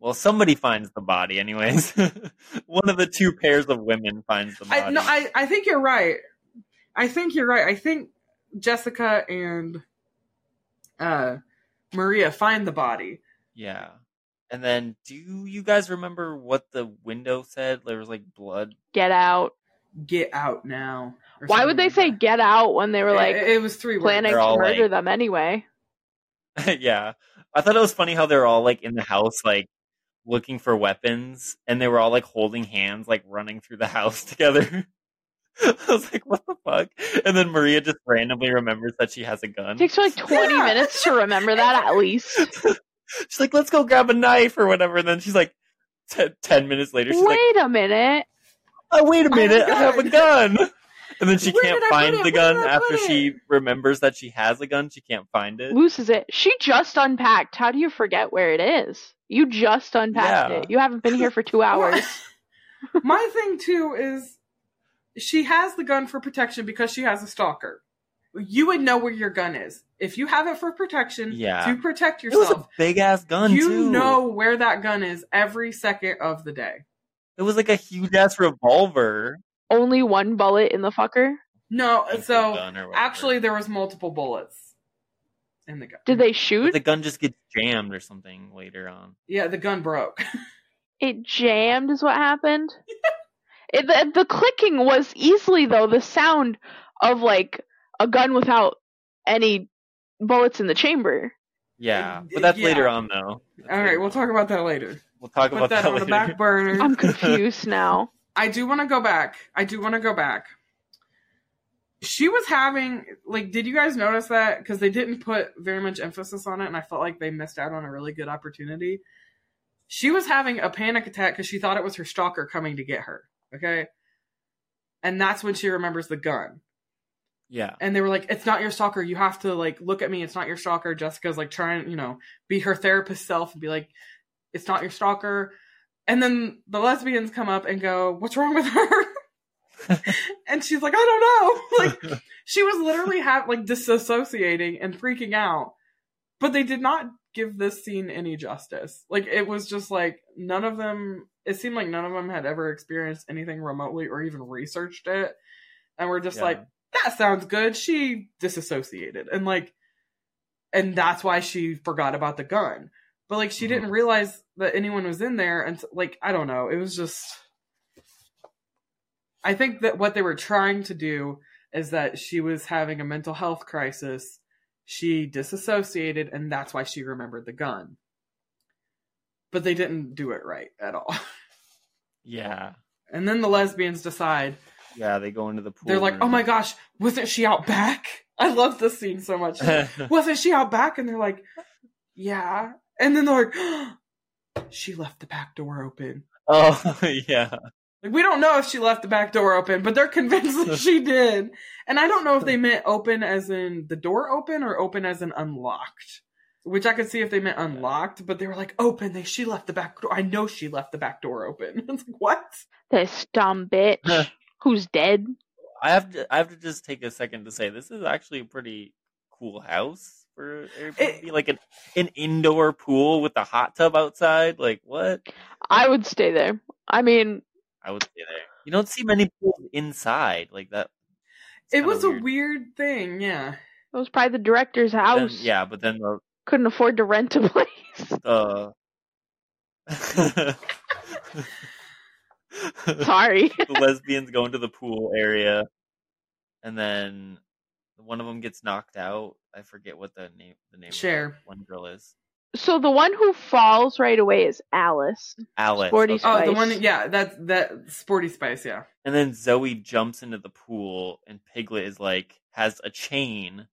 Speaker 1: Well, somebody finds the body, anyways. One of the two pairs of women finds the body.
Speaker 3: I no, I, I think you're right. I think you're right. I think Jessica and uh Maria find the body.
Speaker 1: Yeah. And then, do you guys remember what the window said? There was like blood.
Speaker 2: Get out.
Speaker 3: Get out now. or
Speaker 2: Why would
Speaker 3: something
Speaker 2: they
Speaker 3: like
Speaker 2: say
Speaker 3: that.
Speaker 2: get out when they were like
Speaker 3: it, it was three
Speaker 2: planning
Speaker 1: They're
Speaker 2: to
Speaker 1: all,
Speaker 2: murder
Speaker 1: like-
Speaker 2: them anyway.
Speaker 1: yeah. I thought it was funny how they're all like in the house, like looking for weapons, and they were all like holding hands, like running through the house together. I was like, what the fuck? And then Maria just randomly remembers that she has a gun.
Speaker 2: It takes her like 20
Speaker 3: Yeah.
Speaker 2: minutes to remember that at least.
Speaker 1: She's like, let's go grab a knife or whatever. And then she's like, ten, 10 minutes later, she's like,
Speaker 2: Wait a minute.
Speaker 1: oh, wait a
Speaker 3: I have a
Speaker 1: minute, I have a gun. And then she
Speaker 3: Where
Speaker 1: can't
Speaker 3: did I put
Speaker 1: find
Speaker 3: it?
Speaker 1: the
Speaker 3: Where
Speaker 1: gun
Speaker 3: did I put
Speaker 1: after she
Speaker 3: it?
Speaker 1: remembers that she has a gun. She can't find it.
Speaker 2: Loses it. She just unpacked. How do you forget where it is? You just unpacked
Speaker 1: Yeah.
Speaker 2: it. You haven't been here for two hours.
Speaker 3: My thing too is she has the gun for protection because she has a stalker. You would know where your gun is. If you have it for protection
Speaker 1: Yeah.
Speaker 3: to protect
Speaker 1: It was a
Speaker 3: yourself,
Speaker 1: big ass gun,
Speaker 3: you
Speaker 1: too.
Speaker 3: know where that gun is every second of the day.
Speaker 1: It was like a huge ass revolver.
Speaker 2: Only one bullet in the fucker.
Speaker 3: No, Uh, so
Speaker 1: Gun or whatever.
Speaker 3: Actually, there was multiple bullets in the gun.
Speaker 2: Did they
Speaker 1: But
Speaker 2: shoot?
Speaker 1: the gun just gets jammed or something later on.
Speaker 3: Yeah, the gun broke.
Speaker 2: It jammed, is what happened. It, the, the clicking was easily, though, the sound of like a gun without any bullets in the chamber.
Speaker 1: Yeah,
Speaker 3: It-
Speaker 1: but that's
Speaker 3: yeah.
Speaker 1: later on though. That's
Speaker 3: All
Speaker 1: later
Speaker 3: right, we'll
Speaker 1: on.
Speaker 3: talk about that later.
Speaker 1: We'll talk
Speaker 3: Put
Speaker 1: about
Speaker 3: that,
Speaker 1: that,
Speaker 3: on
Speaker 1: later.
Speaker 3: the back burner.
Speaker 2: I'm confused now.
Speaker 3: I do want to go back. I do want to go back. She was having like, did you guys notice that? Because they didn't put very much emphasis on it, and I felt like they missed out on a really good opportunity. She was having a panic attack because she thought it was her stalker coming to get her. Okay, and that's when she remembers the gun.
Speaker 1: yeah,
Speaker 3: and they were like, "It's not your stalker. You have to like look at me. It's not your stalker." Jessica's like trying, you know, be her therapist self and be like, "It's not your stalker." And then the lesbians come up and go, "What's wrong with her?" and she's like, "I don't know." Like she was literally have like disassociating and freaking out, but they did not give this scene any justice. Like it was just like none of them. It seemed like none of them had ever experienced anything remotely or even researched it, and we're just
Speaker 1: Yeah.
Speaker 3: like, that sounds good. She disassociated and like, and that's why she forgot about the gun. But like, she didn't realize that anyone was in there. And like, I don't know. It was just, I think that what they were trying to do is that she was having a mental health crisis. She disassociated, and that's why she remembered the gun. But they didn't do it right at all.
Speaker 1: Yeah.
Speaker 3: And then the lesbians decide
Speaker 1: Yeah, they go into the pool.
Speaker 3: they're like, "Oh
Speaker 1: room.
Speaker 3: my gosh, wasn't she out back?" I love this scene so much. wasn't she out back? And they're like, "Yeah." And then they're like, "She left the back door open."
Speaker 1: oh, yeah.
Speaker 3: Like we don't know if she left the back door open, but they're convinced that she did. And I don't know if they meant open as in the door open or open as in unlocked. Which I could see if they meant unlocked, but they were like open. They she left the back door. I know she left the back door open. It's like what?
Speaker 2: This dumb bitch who's dead.
Speaker 1: I have to I have to just take a second to say this is actually a pretty cool house for Airbnb. like an an indoor pool with a hot tub outside. Like what?
Speaker 2: I would stay there. I mean,
Speaker 1: I would say there. You don't see many pools inside like that. It's
Speaker 3: It
Speaker 1: kinda
Speaker 3: was a weird thing, yeah.
Speaker 2: it was probably the director's
Speaker 1: But then-
Speaker 2: house.
Speaker 1: yeah, but then the
Speaker 2: Couldn't afford to rent a place.
Speaker 1: the the
Speaker 2: Sorry.
Speaker 1: lesbians go into the pool area, and then one of them gets knocked out. I forget what the name the name of
Speaker 3: Cher.
Speaker 1: that one girl is.
Speaker 2: so the one who falls right away is Alice.
Speaker 1: Alice.
Speaker 2: Sporty
Speaker 1: okay.
Speaker 3: Oh,
Speaker 2: Spice.
Speaker 3: the one, yeah, that that sporty spice, yeah.
Speaker 1: And then Zoe jumps into the pool, and Piglet is like has a chain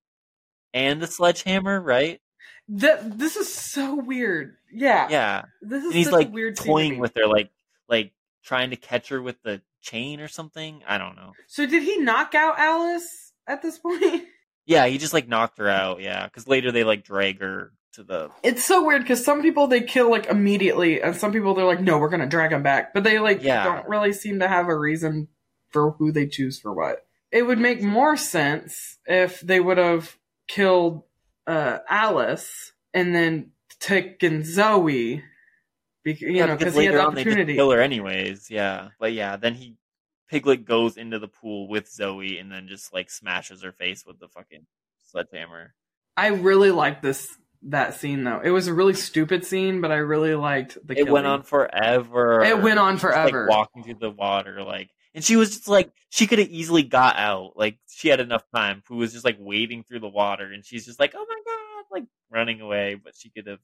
Speaker 1: and a sledgehammer, right?
Speaker 3: That this is so weird, yeah.
Speaker 1: Yeah,
Speaker 3: This is
Speaker 1: and he's
Speaker 3: such
Speaker 1: like
Speaker 3: a weird scene to
Speaker 1: toying
Speaker 3: me.
Speaker 1: with her, like like trying to catch her with the chain or something. I don't know.
Speaker 3: So did he knock out Alice at this point?
Speaker 1: Yeah, he just like knocked her out. Yeah, because later they like drag her to the
Speaker 3: It's so weird because some people they kill like immediately, and some people they're like, no, we're gonna drag him back, but they like
Speaker 1: Yeah.
Speaker 3: don't really seem to have a reason for who they choose for what. It would make more sense if they would have killed uh, Alice and then taken Zoe, bec you know, because he had the opportunity.
Speaker 1: kill her anyways. Yeah, but yeah, then he Piglet goes into the pool with Zoe, and then just like smashes her face with the fucking sledgehammer.
Speaker 3: I really liked this that scene though. It was a really stupid scene, but I really liked the.
Speaker 1: it went
Speaker 3: killing.
Speaker 1: on forever.
Speaker 3: It went on
Speaker 1: Just, like,
Speaker 3: forever.
Speaker 1: walking through the water, like, and she was just like, she could have easily got out. Like, she had enough time. Who was just like wading through the water, and she's just like, oh my god, like running away, but she could have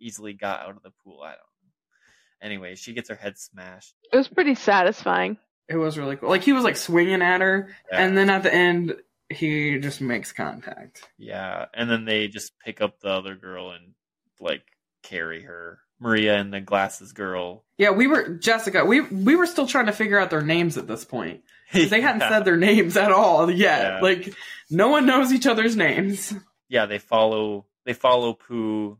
Speaker 1: easily got out of the pool. I don't know. Anyway, she gets her head smashed.
Speaker 2: It was pretty satisfying.
Speaker 3: It was really cool. Like he was like swinging at her,
Speaker 1: Yeah.
Speaker 3: and then at the end he just makes contact.
Speaker 1: yeah, and then they just pick up the other girl and like carry her. Maria and the glasses girl.
Speaker 3: Yeah, we were Jessica. We we were still trying to figure out their names at this point. 'Cause They hadn't said their names at all yet.
Speaker 1: Yeah.
Speaker 3: Like no one knows each other's names.
Speaker 1: yeah, they follow they follow Pooh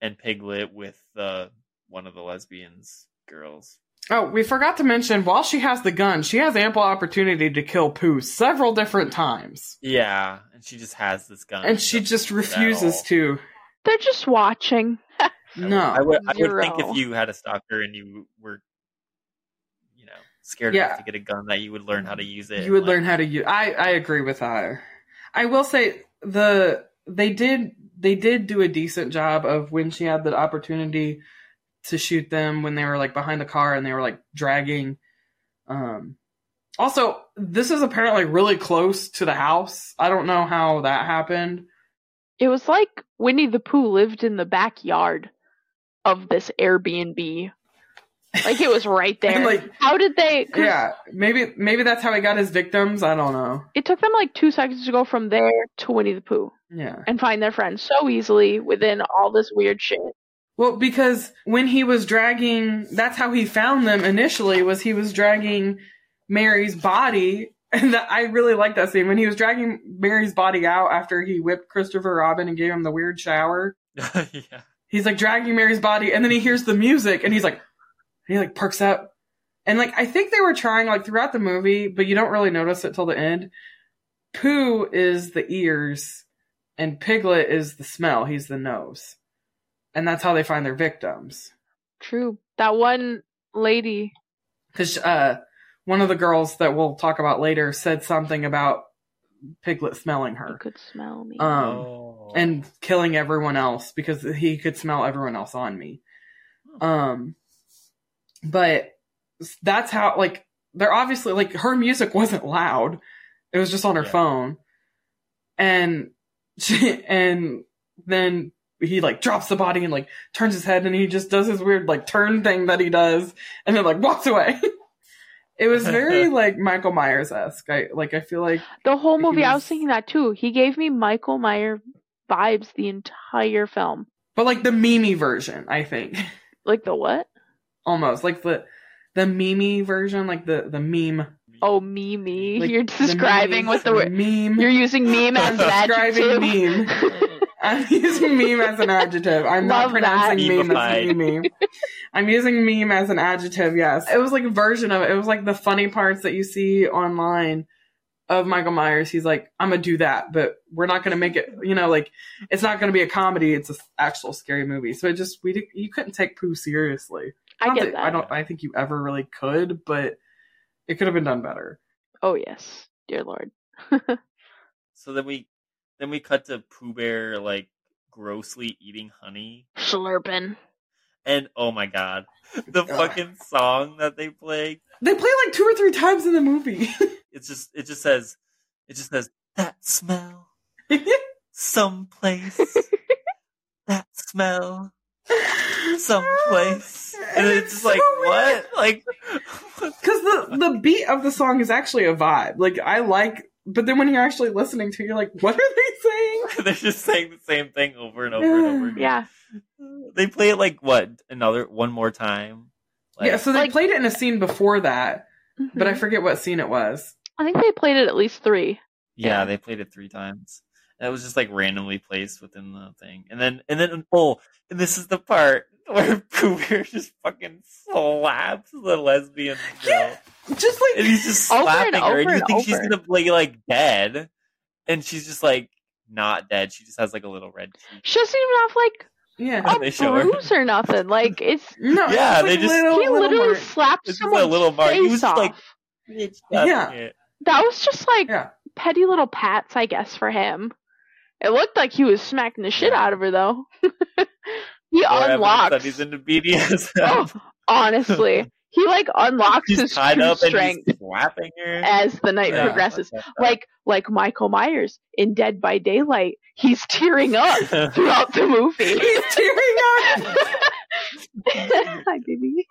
Speaker 1: and Piglet with uh, one of the lesbians girls.
Speaker 3: Oh, we forgot to mention while she has the gun, she has ample opportunity to kill Pooh several different times,
Speaker 1: Yeah, and she just has this gun,
Speaker 3: and she
Speaker 1: doesn't
Speaker 3: just
Speaker 1: do that at
Speaker 3: refuses
Speaker 1: all.
Speaker 3: to.
Speaker 2: They're just watching.
Speaker 1: I would-
Speaker 3: No,
Speaker 1: I would, I would think
Speaker 2: Zero.
Speaker 1: if you had a stalker and you were, you know, scared
Speaker 3: Yeah.
Speaker 1: enough to get a gun, that you would learn how to use it.
Speaker 3: You would
Speaker 1: and,
Speaker 3: learn
Speaker 1: like,
Speaker 3: how to use. I I agree with that. I will say the they did they did do a decent job of when she had the opportunity to shoot them when they were like behind the car and they were like dragging. Um. Also, this is apparently really close to the house. I don't know how that happened.
Speaker 2: It was like Winnie the Pooh lived in the backyard of this Airbnb. Like it was right there.
Speaker 3: And, like
Speaker 2: How did they? 'cause
Speaker 3: yeah, maybe maybe that's how he got his victims. I don't know.
Speaker 2: It took them like two seconds to go from there to Winnie the Pooh
Speaker 3: Yeah.
Speaker 2: and find their friends so easily within all this weird shit.
Speaker 3: Well, because when he was dragging, that's how he found them initially. Was he was dragging Mary's body, and that, I really like that scene when he was dragging Mary's body out after he whipped Christopher Robin and gave him the weird shower.
Speaker 1: yeah,
Speaker 3: He's like dragging Mary's body, and then he hears the music, and he's like, and he like perks up, and like I think they were trying like throughout the movie, but you don't really notice it till the end. Pooh is the ears, and Piglet is the smell. He's the nose, and that's how they find their victims.
Speaker 2: True. That one lady.
Speaker 3: because uh, one of the girls that we'll talk about later said something about Piglet smelling her.
Speaker 2: You could smell me.
Speaker 3: Um,
Speaker 1: oh.
Speaker 3: and killing everyone else because he could smell everyone else on me. Um, but that's how like they're obviously like her music wasn't loud; it was just on her
Speaker 1: Yeah.
Speaker 3: phone, and she and then he like drops the body and like turns his head and he just does his weird like turn thing that he does and then like walks away. it was very like Michael Myers esque. I like I feel like
Speaker 2: the whole
Speaker 3: he
Speaker 2: movie, I was
Speaker 3: was-
Speaker 2: thinking that too. He gave me Michael Meyer vibes the entire film.
Speaker 3: but like the Mimi version. I think.
Speaker 2: Like the what?
Speaker 3: almost like the the meme version, like the the meme.
Speaker 2: Oh, me, me.
Speaker 3: Like
Speaker 2: you're
Speaker 3: the
Speaker 2: describing
Speaker 3: memes,
Speaker 2: with the
Speaker 3: the
Speaker 2: word.
Speaker 3: meme.
Speaker 2: You're using meme
Speaker 1: I'm
Speaker 2: as an adjective.
Speaker 3: describing meme. I'm using meme as an adjective. I'm not
Speaker 2: Love that.
Speaker 3: pronouncing meme as
Speaker 1: Memeified.
Speaker 3: meme. I'm using meme as an adjective. Yes, it was like a version of it. It was like the funny parts that you see online of Michael Myers. He's like, I'm gonna do that, but we're not gonna make it. You know, like it's not gonna be a comedy. It's an actual scary movie. So it just we did, you couldn't take poo seriously.
Speaker 2: I
Speaker 3: Not
Speaker 2: get
Speaker 3: I
Speaker 2: that.
Speaker 3: don't. I think you ever really could, but it could have been done better.
Speaker 2: Oh, yes. Dear Lord.
Speaker 1: So then we then we cut to Pooh Bear like grossly eating honey.
Speaker 2: Slurping.
Speaker 1: And oh my god. The
Speaker 3: Ugh.
Speaker 1: fucking song that they play,
Speaker 3: They play like two or three times in the movie.
Speaker 1: it's just it just says it just says that smell someplace. that smell someplace. And it's just like what? Like what
Speaker 3: Because the the beat of the song is actually a vibe. Like I like, but then when you're actually listening to, it, you're like, what are they saying?
Speaker 1: They're just saying the same thing over and over and over again.
Speaker 2: Yeah.
Speaker 1: They play it like what? Another one more time. Like,
Speaker 3: yeah, so they
Speaker 2: Like-
Speaker 3: played it in a scene before that, but I
Speaker 2: Mhm.
Speaker 3: forget what scene it was.
Speaker 2: Mm-hmm. I think they played it at least three.
Speaker 1: yeah, they played it three times. That was just like randomly placed within the thing. And then and then oh, and this is the part where Pooh Bear just fucking slaps the lesbian girl.
Speaker 3: Yeah. Just like
Speaker 1: And he's just
Speaker 2: Over
Speaker 1: slapping
Speaker 2: and
Speaker 1: her and
Speaker 2: over
Speaker 1: you
Speaker 2: and
Speaker 1: think she's
Speaker 2: over.
Speaker 1: gonna play like dead. And she's just like not dead. She just has like a little red cheek.
Speaker 2: She doesn't even have like
Speaker 3: yeah,
Speaker 1: And they show her.
Speaker 2: bruise or nothing. Like it's
Speaker 3: no, it's
Speaker 1: Yeah, they
Speaker 3: like
Speaker 1: just-
Speaker 2: he
Speaker 3: little, little
Speaker 2: literally
Speaker 3: mark.
Speaker 2: slapped
Speaker 1: It's just a
Speaker 2: someone's
Speaker 1: little mark. He
Speaker 2: face
Speaker 1: was just
Speaker 2: off.
Speaker 1: like
Speaker 3: Yeah.
Speaker 1: it.
Speaker 2: that was just like
Speaker 3: Yeah.
Speaker 2: petty little pats, I guess, for him. It looked like he was smacking the shit
Speaker 1: Yeah.
Speaker 2: out of her though. he
Speaker 1: Or evidence that
Speaker 2: unlocks
Speaker 1: he's into BDSM.
Speaker 2: Oh, honestly. He like unlocks
Speaker 1: he's
Speaker 2: his
Speaker 1: tied
Speaker 2: true
Speaker 1: up and
Speaker 2: strength
Speaker 1: he's slapping her.
Speaker 2: as the night
Speaker 1: Yeah.
Speaker 2: progresses. Like like Michael Myers in Dead by Daylight, he's tearing up throughout the movie.
Speaker 3: He's tearing up.
Speaker 2: Hi, baby.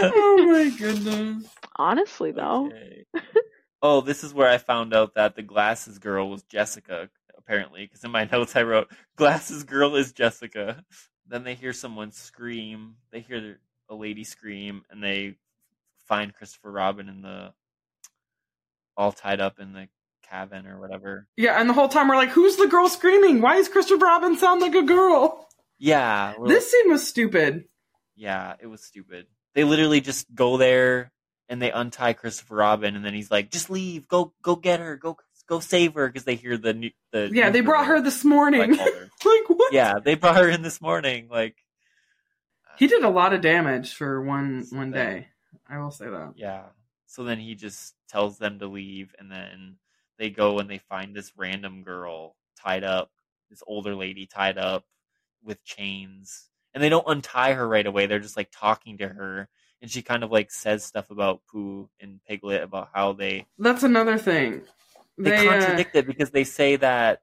Speaker 3: oh my goodness.
Speaker 2: Honestly, though,
Speaker 1: Okay. oh, this is where I found out that the glasses girl was Jessica, apparently, because in my notes I wrote, glasses girl is Jessica. Then they hear someone scream. They hear a lady scream, and they find Christopher Robin in the all tied up in the cabin or whatever.
Speaker 3: Yeah, and the whole time we're like, who's the girl screaming? Why does Christopher Robin sound like a girl?
Speaker 1: Yeah, we're like-
Speaker 3: This scene was stupid.
Speaker 1: Yeah, it was stupid. They literally just go there and they untie Christopher Robin, and then he's like, "Just leave, go, go get her, go, go save her," because they hear the new, the
Speaker 3: Yeah, they
Speaker 1: nuclear
Speaker 3: brought her
Speaker 1: war,
Speaker 3: this
Speaker 1: so I
Speaker 3: morning. like
Speaker 1: called her.
Speaker 3: what?
Speaker 1: yeah, they brought her in this morning. Like,
Speaker 3: He did a lot of damage for one one day. I will say that.
Speaker 1: yeah. So then he just tells them to leave, and then they go and they find this random girl tied up, this older lady tied up with chains, and they don't untie her right away. They're just like talking to her, and she kind of like says stuff about Pooh and Piglet about how they
Speaker 3: That's another thing.
Speaker 1: they,
Speaker 3: They, uh,
Speaker 1: contradict it because they say that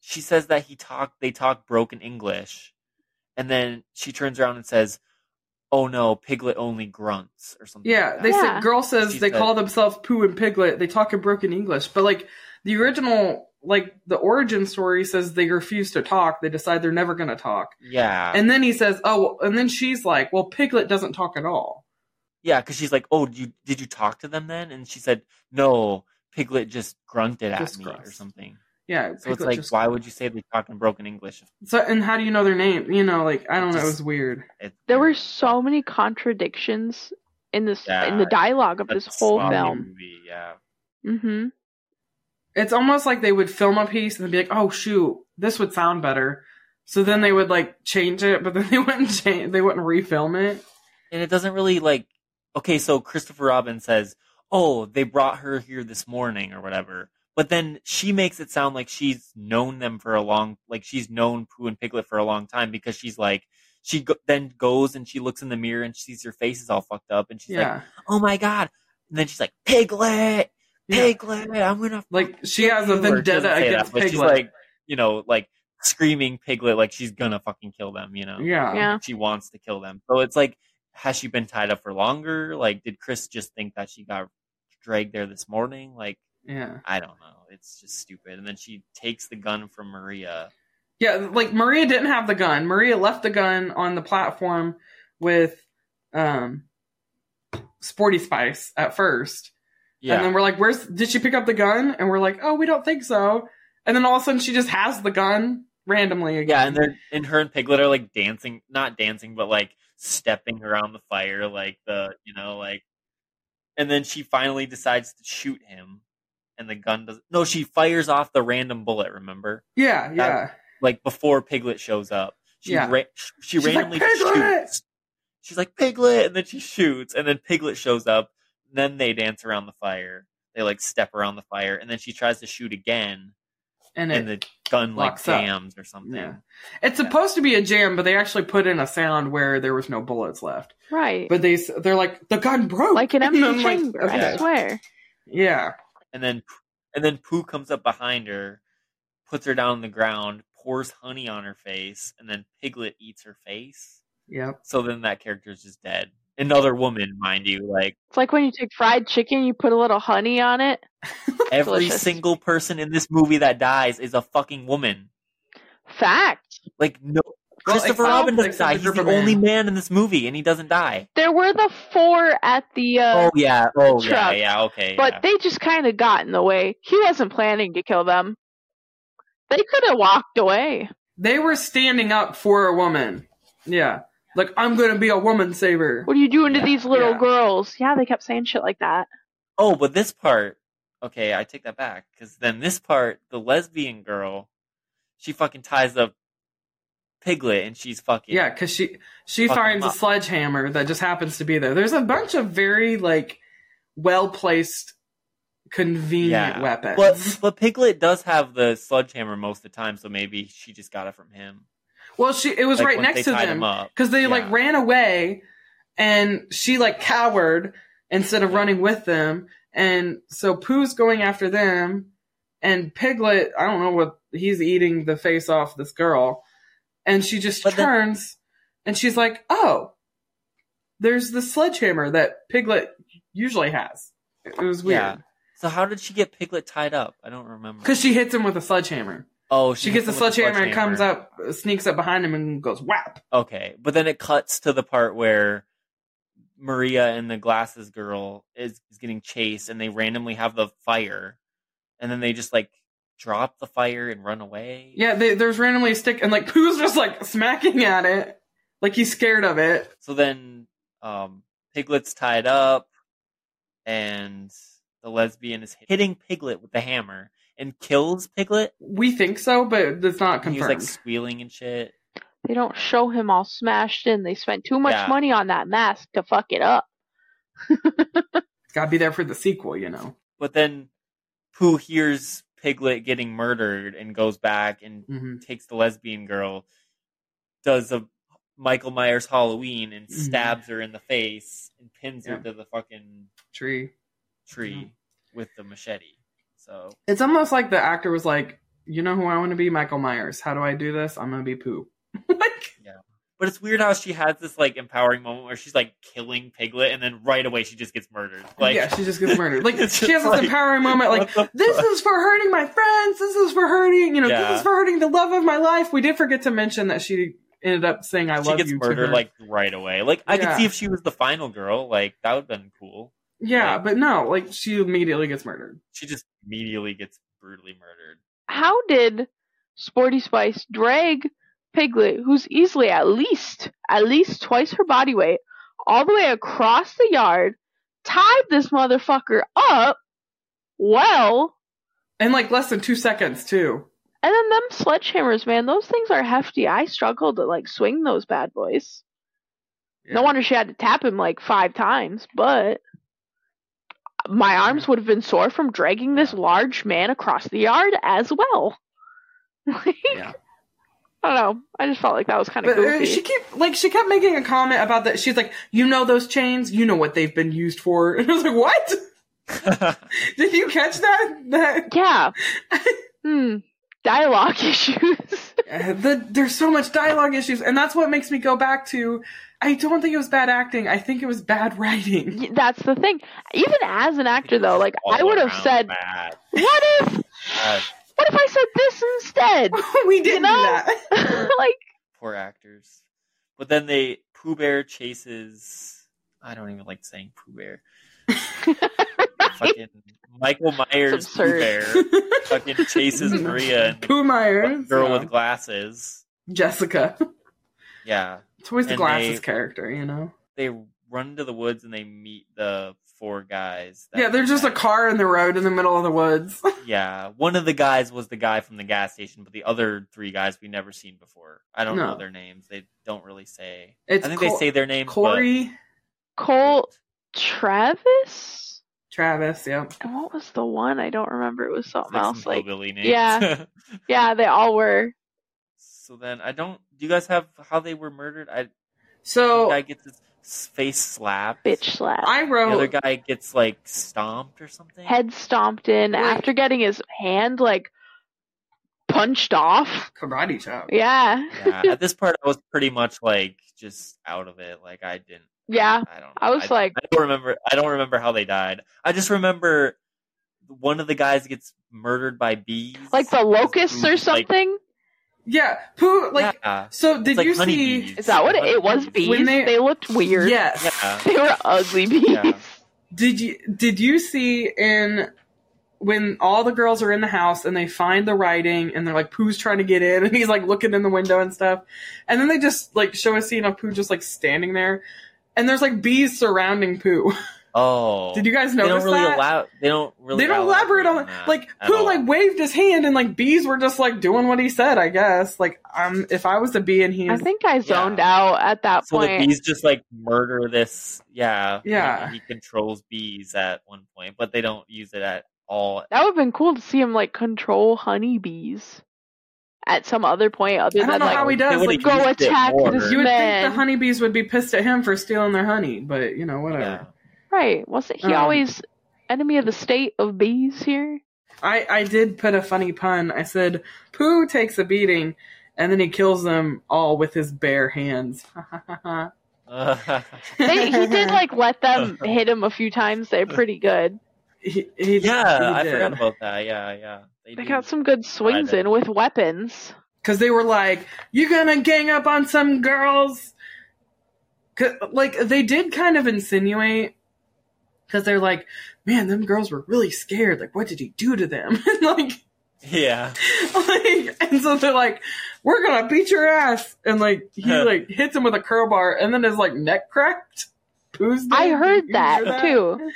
Speaker 1: she says that he talked they talk broken english and then she turns around and says oh no piglet only grunts or something
Speaker 3: yeah,
Speaker 1: like
Speaker 3: they
Speaker 1: that.
Speaker 2: Yeah.
Speaker 3: said girl says
Speaker 1: She
Speaker 3: they
Speaker 1: said-
Speaker 3: call themselves Pooh and Piglet. They talk in broken English, but like the original, like the origin story says they refuse to talk. They decide they're never going to talk,
Speaker 1: yeah
Speaker 3: and then he says, "Oh," and then she's like, "Well, Piglet doesn't talk at all."
Speaker 1: yeah because she's like oh you did you talk to them then and she said no piglet just grunted at
Speaker 3: Just
Speaker 1: me or
Speaker 3: grunts.
Speaker 1: something
Speaker 3: Yeah,
Speaker 1: so it's like
Speaker 3: just-
Speaker 1: why would you say they talk in broken english if
Speaker 3: So, and how do you know their name? You know, like I don't know. It
Speaker 1: Just-
Speaker 3: was weird.
Speaker 1: it,
Speaker 2: there were so many contradictions in this in the
Speaker 1: Yeah,
Speaker 2: dialogue of
Speaker 1: That's
Speaker 2: this whole
Speaker 1: sloppy
Speaker 2: film.
Speaker 1: movie, yeah
Speaker 2: hmm
Speaker 3: It's almost like they would film a piece and be like, "Oh shoot, this would sound better." So then they would like change it, but then they wouldn't change. They wouldn't refilm it.
Speaker 1: and it doesn't really like okay so christopher robin says oh, they brought her here this morning or whatever. But then she makes it sound like she's known them for a long, like she's known Pooh and Piglet for a long time because she's like, she go- then goes and she looks in the mirror and she sees her face is all fucked up and she's
Speaker 3: yeah.
Speaker 1: like, oh my god. And then she's like, Piglet,
Speaker 3: Yeah.
Speaker 1: Piglet, I'm gonna
Speaker 3: Like she has a
Speaker 1: Or she doesn't
Speaker 3: vendetta
Speaker 1: say that,
Speaker 3: against
Speaker 1: but
Speaker 3: Piglet.
Speaker 1: She's like, you know, like screaming Piglet, like she's gonna fucking kill them. You know,
Speaker 3: yeah.
Speaker 2: Yeah.
Speaker 1: she wants to kill them. So it's like, has she been tied up for longer? Like, did Chris just think that she got dragged there this morning? Like,
Speaker 3: Yeah.
Speaker 1: I don't know. It's just stupid. And then she takes the gun from Maria.
Speaker 3: Yeah, like Maria didn't have the gun. Maria left the gun on the platform with um Sporty Spice at first.
Speaker 1: Yeah,
Speaker 3: And then we're like, where's did she pick up the gun? And we're like, oh, we don't think so. And then all of a sudden she just has the gun randomly again.
Speaker 1: yeah. And they're and her and Piglet are like dancing, not dancing, but like stepping around the fire, like the you know, like. And then she finally decides to shoot him, and the gun does. No, she fires off the random bullet. Remember?
Speaker 3: Yeah, yeah.
Speaker 1: like before Piglet shows up. She
Speaker 3: Yeah.
Speaker 1: ra- sh- she
Speaker 3: She's like,
Speaker 1: randomly
Speaker 3: "Piglet!"
Speaker 1: shoots. She's like Piglet, and then she shoots, and then Piglet shows up. Then they dance around the fire. They like step around the fire, and then she tries to shoot again,
Speaker 3: And,
Speaker 1: and
Speaker 3: it,
Speaker 1: the gun like
Speaker 3: locks up.
Speaker 1: jams or something.
Speaker 3: Yeah. it's supposed to be a jam, but they actually put in a sound where there was no bullets left.
Speaker 2: Right.
Speaker 3: But they s- they're like the gun broke,
Speaker 2: like an empty
Speaker 3: And I'm like,
Speaker 2: chamber,
Speaker 1: okay.
Speaker 2: I swear.
Speaker 3: Yeah,
Speaker 1: And then and then Pooh comes up behind her, puts her down on the ground, pours honey on her face, and then Piglet eats her face.
Speaker 3: yep.
Speaker 1: So then that character is just dead. Another woman, mind you, like.
Speaker 2: It's like when you take fried chicken, you put a little honey on it.
Speaker 1: Every
Speaker 2: Delicious.
Speaker 1: single person in this movie that dies is a fucking woman.
Speaker 2: Fact.
Speaker 1: Like no, Christopher
Speaker 3: except-
Speaker 1: Robin doesn't
Speaker 3: except
Speaker 1: die.
Speaker 3: the
Speaker 1: He's the
Speaker 3: Superman.
Speaker 1: only man in this movie, and he doesn't die.
Speaker 2: There were the four at the uh
Speaker 1: Oh yeah, oh yeah,
Speaker 2: Truck.
Speaker 1: yeah, okay.
Speaker 2: but
Speaker 1: yeah.
Speaker 2: they just kind of got in the way. He wasn't planning to kill them. They could have walked away.
Speaker 3: They were standing up for a woman. Yeah, like I'm gonna be a woman saver.
Speaker 2: What are you doing
Speaker 1: Yeah.
Speaker 2: to these little
Speaker 3: Yeah.
Speaker 2: girls? Yeah, they kept saying shit like that.
Speaker 1: oh, but this part, okay, I take that back because then this part, the lesbian girl, she fucking ties up Piglet, and she's fucking
Speaker 3: Yeah, because she she
Speaker 1: Fuck them
Speaker 3: finds a
Speaker 1: up.
Speaker 3: sledgehammer that just happens to be there. There's a bunch of very like well placed, convenient
Speaker 1: Yeah.
Speaker 3: weapons.
Speaker 1: But but Piglet does have the sledgehammer most of the time, so maybe she just got it from him.
Speaker 3: well, she it was
Speaker 1: Like,
Speaker 3: right
Speaker 1: once
Speaker 3: next
Speaker 1: they
Speaker 3: to
Speaker 1: tied
Speaker 3: them
Speaker 1: him up.
Speaker 3: because they
Speaker 1: Yeah.
Speaker 3: like ran away, and she like cowered instead of
Speaker 1: Yeah.
Speaker 3: running with them, and so Pooh's going after them, and Piglet I don't know what he's eating the face off this girl, and she just
Speaker 1: But then-
Speaker 3: turns, and she's like, oh, there's the sledgehammer that Piglet usually has. It was
Speaker 1: Yeah.
Speaker 3: weird
Speaker 1: So how did she get Piglet tied up? I don't remember.
Speaker 3: because she hits him with a sledgehammer.
Speaker 1: oh,
Speaker 3: She,
Speaker 1: hit him with
Speaker 3: gets a
Speaker 1: the
Speaker 3: sledgehammer, and comes up, sneaks up behind him, and goes whap.
Speaker 1: Okay, but then it cuts to the part where Maria and the glasses girl is, is getting chased, and they randomly have the fire, and then they just like drop the fire and run away.
Speaker 3: Yeah, they, there's randomly a stick, and like Pooh's just like smacking at it, like he's scared of it.
Speaker 1: So then, um, Piglet's tied up, and the lesbian is hitting Piglet with the hammer and kills Piglet.
Speaker 3: We think so, but it's not
Speaker 1: And he was
Speaker 3: confirmed.
Speaker 1: like squealing and shit.
Speaker 2: They don't show him all smashed in. They spent too much
Speaker 1: Yeah.
Speaker 2: money on that mask to fuck it up.
Speaker 3: Gotta be there for the sequel, you know.
Speaker 1: But then, Pooh hears Piglet getting murdered and goes back and
Speaker 3: hmm
Speaker 1: takes the lesbian girl, does a Michael Myers Halloween and
Speaker 3: Mhm.
Speaker 1: stabs her in the face and pins her
Speaker 3: Yeah.
Speaker 1: to the fucking
Speaker 3: Tree.
Speaker 1: tree
Speaker 3: Mhm.
Speaker 1: with the machete. So
Speaker 3: It's almost like the actor was like, "You know who I want to be? Michael Myers. How do I do this? I'm gonna be Pooh." like,
Speaker 1: but it's weird how she has this like empowering moment where she's like killing Piglet and then right away she just gets murdered. Like
Speaker 3: yeah, she just gets murdered. Like,
Speaker 1: It's
Speaker 3: she
Speaker 1: just
Speaker 3: has
Speaker 1: like-
Speaker 3: this empowering moment. Like,
Speaker 1: what the
Speaker 3: this
Speaker 1: fuck?
Speaker 3: is for hurting my friends. This is for hurting, you know,
Speaker 1: Yeah.
Speaker 3: this is for hurting the love of my life. We did forget to mention that she ended up saying, "I
Speaker 1: she
Speaker 3: love
Speaker 1: gets
Speaker 3: you." to
Speaker 1: murdered
Speaker 3: her.
Speaker 1: like right away. Like I could
Speaker 3: Yeah.
Speaker 1: see if she was the final girl, like that would have been cool.
Speaker 3: yeah,
Speaker 1: like-
Speaker 3: but no, like she immediately gets murdered.
Speaker 1: She just immediately gets brutally murdered.
Speaker 2: How did Sporty Spice drag Piglet, who's easily at least at least twice her body weight, all the way across the yard, tied this motherfucker up well,
Speaker 3: In like less than two seconds too.
Speaker 2: and then them sledgehammers, man, those things are hefty. I struggle to like swing those bad boys. No wonder she had to tap him like five times, but My arms would have been sore from dragging this large man across the yard as well. Like,
Speaker 1: Yeah.
Speaker 2: I don't know. I just felt like that was kind of
Speaker 3: But uh,
Speaker 2: goofy.
Speaker 3: she keep like she kept making a comment about that. She's like, you know those chains, you know what they've been used for. And I was like, what? Did you catch that? That
Speaker 2: Yeah. hmm. Dialogue issues.
Speaker 3: Uh, the, there's so much dialogue issues, and that's what makes me go back to. I don't think it was bad acting. I think it was bad writing.
Speaker 2: Y- That's the thing. Even as an actor, though, like I
Speaker 1: All
Speaker 2: would have
Speaker 1: around
Speaker 2: said,
Speaker 1: bad.
Speaker 2: "What if?
Speaker 1: Bad.
Speaker 2: What if I said this instead?"
Speaker 3: we didn't
Speaker 2: know?
Speaker 3: do that.
Speaker 2: like,
Speaker 1: poor actors. But then they Pooh Bear chases. I don't even like saying Pooh Bear. Fucking Michael Myers Pooh
Speaker 2: absurd.
Speaker 1: Bear fucking chases Maria and
Speaker 3: Pooh
Speaker 1: the
Speaker 3: Myers,
Speaker 1: girl
Speaker 3: yeah.
Speaker 1: with glasses.
Speaker 3: Jessica.
Speaker 1: Yeah,
Speaker 3: It's always the
Speaker 1: And
Speaker 3: glasses
Speaker 1: they-
Speaker 3: character, you know.
Speaker 1: they run into the woods and they meet the four guys. that-
Speaker 3: Yeah, they're just a car in the road in the middle of the woods.
Speaker 1: Yeah, one of the guys was the guy from the gas station, but the other three guys we never seen before. I don't
Speaker 3: No.
Speaker 1: know their names. They don't really say.
Speaker 3: It's
Speaker 1: I think
Speaker 3: Cor-
Speaker 1: they say their names. but-
Speaker 3: Corey,
Speaker 2: Cole Travis.
Speaker 3: Travis. Yep.
Speaker 2: And what was the one? I don't remember. It was something
Speaker 1: Like some
Speaker 2: else. Like,
Speaker 1: hillbilly names.
Speaker 2: yeah. yeah, they all were.
Speaker 1: So then I don't. Do you guys have how they were murdered? I
Speaker 3: So
Speaker 1: guy gets his face slapped.
Speaker 2: Oh. Bitch slap.
Speaker 3: I
Speaker 1: The other
Speaker 3: wrote.
Speaker 1: guy gets like stomped or something.
Speaker 2: Head stomped in
Speaker 3: Wait.
Speaker 2: after getting his hand like punched off.
Speaker 3: Karate chop.
Speaker 2: Yeah.
Speaker 1: Yeah. At this part, I was pretty much like just out of it. Like I didn't.
Speaker 2: Yeah.
Speaker 1: I don't. Know.
Speaker 2: I was like-
Speaker 1: I don't remember. I don't remember how they died. I just remember one of the guys gets murdered by bees,
Speaker 2: Like the locusts or
Speaker 1: Like-
Speaker 2: something.
Speaker 3: Yeah, Pooh. Like,
Speaker 1: yeah.
Speaker 3: so
Speaker 1: It's
Speaker 3: did
Speaker 1: like
Speaker 3: you see?
Speaker 1: honeybees.
Speaker 2: Is that what it, it was?
Speaker 1: Honeybees.
Speaker 2: Bees?
Speaker 3: When
Speaker 2: They,
Speaker 3: they-
Speaker 2: looked weird.
Speaker 3: Yes.
Speaker 1: Yeah.
Speaker 2: They were ugly bees.
Speaker 1: Yeah.
Speaker 3: Did you did you see in when all the girls are in the house and they find the writing and they're like Pooh's trying to get in and he's like looking in the window and stuff. And then they just like show a scene of Pooh just like standing there and there's like bees surrounding Pooh.
Speaker 1: Oh.
Speaker 3: Did you guys
Speaker 1: They
Speaker 3: notice
Speaker 1: don't really
Speaker 3: that?
Speaker 1: allow. They don't really.
Speaker 3: they don't elaborate on
Speaker 1: that
Speaker 3: it. Like
Speaker 1: at
Speaker 3: Pooh
Speaker 1: all.
Speaker 3: like waved his hand and like bees were just like doing what he said, I guess. Like um if I was a bee and he
Speaker 2: I
Speaker 3: is
Speaker 2: think I zoned out at that
Speaker 1: so
Speaker 2: point.
Speaker 1: the bees just like murder this yeah
Speaker 3: Yeah.
Speaker 1: he controls bees at one point but they don't use it at all
Speaker 2: that would have been cool to see him like control honeybees at some other point other
Speaker 3: I don't
Speaker 2: than
Speaker 3: know
Speaker 2: like
Speaker 3: how he does,
Speaker 1: They would've
Speaker 3: like,
Speaker 2: go
Speaker 1: used it
Speaker 2: attack
Speaker 1: more.
Speaker 2: this
Speaker 3: you would
Speaker 2: Man.
Speaker 3: think the honeybees would be pissed at him for stealing their honey, but you know, whatever.
Speaker 1: yeah.
Speaker 2: right. Wasn't he
Speaker 3: Um,
Speaker 2: always enemy of the state of bees here?
Speaker 3: I, I did put a funny pun. I said, Pooh takes a beating, and then he kills them all with his bare hands.
Speaker 2: They, he did like let them hit him a few times. They're pretty good.
Speaker 3: He- he-
Speaker 1: yeah
Speaker 3: he
Speaker 1: i
Speaker 3: did.
Speaker 1: forgot about that yeah yeah
Speaker 2: They got some good swings
Speaker 1: Right.
Speaker 2: in with weapons.
Speaker 3: Because they were like, you gonna gang up on some girls? 'Cause, Like, they did kind of insinuate, because they're like, man, them girls were really scared. Like, what did he do to them? And, like,
Speaker 1: yeah
Speaker 3: like, and so they're like, we're gonna beat your ass. And like, he like hits him with a crowbar and then his like neck cracked. Who's
Speaker 2: I
Speaker 3: dead?
Speaker 2: heard
Speaker 3: Did you
Speaker 2: that,
Speaker 3: hear
Speaker 2: too.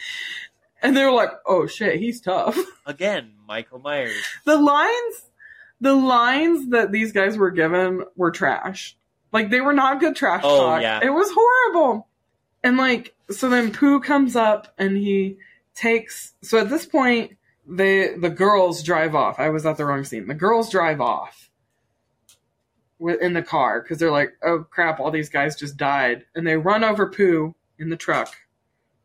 Speaker 3: And they were like, oh shit, he's tough.
Speaker 1: again michael myers
Speaker 3: The lines, the lines that these guys were given were trash. Like they were not good trash
Speaker 1: Oh,
Speaker 3: talk.
Speaker 1: yeah.
Speaker 3: It was horrible. And like, so then Pooh comes up and he takes, so at this point, the the girls drive off. I was at the wrong scene. The girls drive off wi- in the car because they're like, "Oh crap! All these guys just died," and they run over Pooh in the truck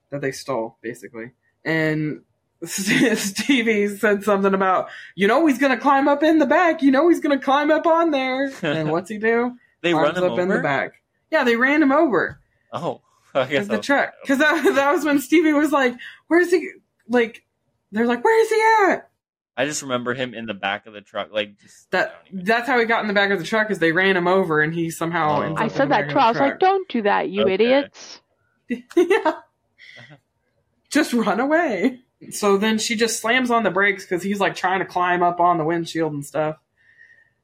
Speaker 3: that they stole, basically. And Stevie said something about, "You know, he's gonna climb up in the back. You know, he's gonna climb up on there." And what's he do?
Speaker 1: they run
Speaker 3: Climbs
Speaker 1: him
Speaker 3: up
Speaker 1: over
Speaker 3: in the back. Yeah, they ran him over
Speaker 1: oh i guess
Speaker 3: of the
Speaker 1: I'll-
Speaker 3: truck because that, that was when Stevie was like, "Where's he?" Like they're like, "Where is he at?"
Speaker 1: i just remember him in the back of the truck like just I
Speaker 3: That
Speaker 1: don't even-
Speaker 3: that's how he got in the back of the truck is they ran him over and he somehow.
Speaker 1: Oh.
Speaker 3: ends
Speaker 2: I
Speaker 3: up in
Speaker 2: said
Speaker 3: the
Speaker 2: that
Speaker 3: back
Speaker 2: too. I
Speaker 3: of
Speaker 2: was
Speaker 3: the
Speaker 2: like, "Don't do that, you
Speaker 1: Okay.
Speaker 2: idiots!"
Speaker 3: truck. yeah, just run away. So then she just slams on the brakes because he's like trying to climb up on the windshield and stuff.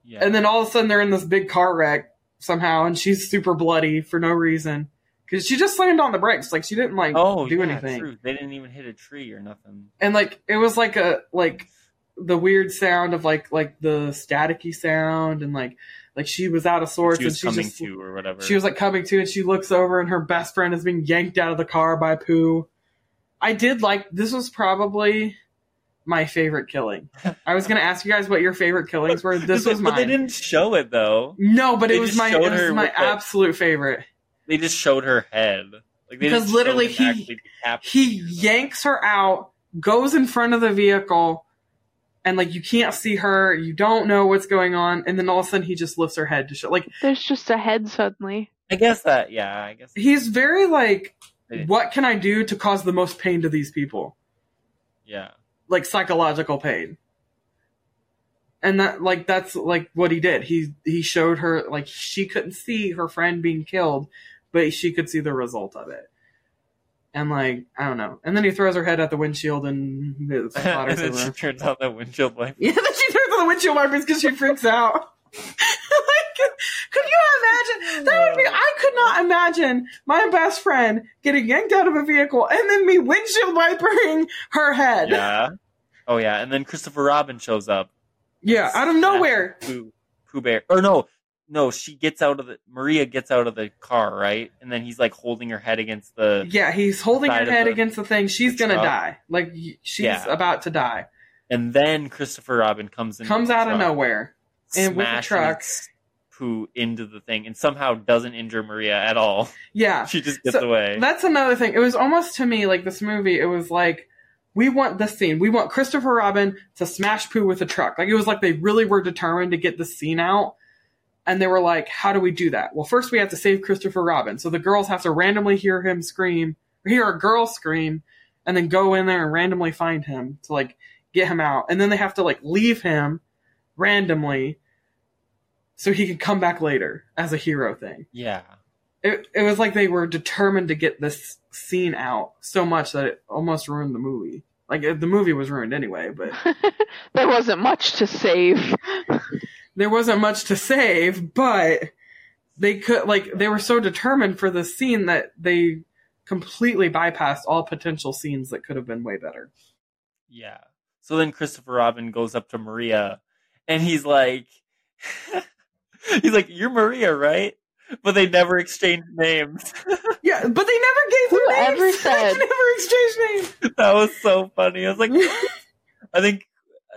Speaker 1: yeah
Speaker 3: And then all of a sudden they're in this big car wreck somehow, and she's super bloody for no reason because she just slammed on the brakes. Like she didn't like
Speaker 1: oh
Speaker 3: do
Speaker 1: yeah,
Speaker 3: anything.
Speaker 1: true. they didn't even hit a tree or nothing
Speaker 3: and like it was like a like the weird sound of like like the staticky sound and like like she was out of sorts
Speaker 1: she was
Speaker 3: and she
Speaker 1: coming
Speaker 3: just
Speaker 1: to or whatever
Speaker 3: she was like coming to and she looks over and her best friend is being yanked out of the car by Pooh. I did like this was probably my favorite killing. I was gonna ask you guys what your favorite killings were. This was
Speaker 1: But
Speaker 3: mine.
Speaker 1: they didn't show it though.
Speaker 3: no, but
Speaker 1: they
Speaker 3: it was
Speaker 1: just
Speaker 3: my it
Speaker 1: showed
Speaker 3: was
Speaker 1: her
Speaker 3: my
Speaker 1: with the-
Speaker 3: absolute favorite.
Speaker 1: They just showed her head. Like they
Speaker 3: Because
Speaker 1: didn't
Speaker 3: literally
Speaker 1: show him
Speaker 3: he-
Speaker 1: actually decapitating
Speaker 3: He
Speaker 1: her, though.
Speaker 3: yanks her out, goes in front of the vehicle, and like you can't see her, you don't know what's going on, and then all of a sudden he just lifts her head to show like
Speaker 2: There's just a head suddenly.
Speaker 1: I guess that. Yeah, I guess.
Speaker 3: he's very like
Speaker 1: Yeah.
Speaker 3: what can I do to cause the most pain to these people?
Speaker 1: Yeah.
Speaker 3: Like psychological pain. And that like that's like what he did. He he showed her like she couldn't see her friend being killed, but she could see the result of it. And like, I don't know. And then he throws her head at the windshield and it
Speaker 1: and then
Speaker 3: splatters
Speaker 1: she
Speaker 3: everywhere.
Speaker 1: turns on that windshield wiper.
Speaker 3: Yeah, then she throws the windshield wipers because she freaks out. like, could you imagine? That would be. I could not imagine my best friend getting yanked out of a vehicle and then me windshield wipering her head. Yeah,
Speaker 1: Yeah. Oh yeah, and then Christopher Robin shows up.
Speaker 3: out of nowhere.
Speaker 1: Pooh, Pooh Bear. Or no, no, she gets out of the Maria gets out of the car, right? And then he's like holding her head against the
Speaker 3: Yeah, he's holding
Speaker 1: Side
Speaker 3: her
Speaker 1: of
Speaker 3: head
Speaker 1: the-
Speaker 3: against the thing. She's
Speaker 1: the
Speaker 3: gonna
Speaker 1: truck.
Speaker 3: die. Like y- she's
Speaker 1: Yeah.
Speaker 3: about to die.
Speaker 1: and then Christopher Robin comes in
Speaker 3: Comes
Speaker 1: with the
Speaker 3: out of
Speaker 1: truck,
Speaker 3: nowhere. and with the
Speaker 1: smashes
Speaker 3: truck.
Speaker 1: Pooh into the thing and somehow doesn't injure Maria at all.
Speaker 3: Yeah,
Speaker 1: She just gets
Speaker 3: So,
Speaker 1: away.
Speaker 3: That's another thing. It was almost to me like this movie. It was like we want this scene. We want Christopher Robin to smash Pooh with a truck. Like it was like they really were determined to get this scene out. And they were like, "How do we do that? Well, first we have to save Christopher Robin." So the girls have to randomly hear him scream, hear a girl scream, and then go in there and randomly find him to like get him out. And then they have to like leave him randomly so he can come back later as a hero thing
Speaker 1: yeah.
Speaker 3: it, it was like they were determined to get this scene out so much that it almost ruined the movie. Like it- the movie was ruined anyway, but
Speaker 2: there wasn't much to save.
Speaker 3: there wasn't much to save. But they could like they were so determined for this scene that they completely bypassed all potential scenes that could have been way better.
Speaker 1: Yeah. So then Christopher Robin goes up to Maria and he's like He's like, You're Maria, right? But they never exchange names.
Speaker 3: Yeah, but they never gave their
Speaker 2: Whoever
Speaker 3: names.
Speaker 2: said-
Speaker 3: they never exchanged names.
Speaker 1: that was so funny. I was like, I think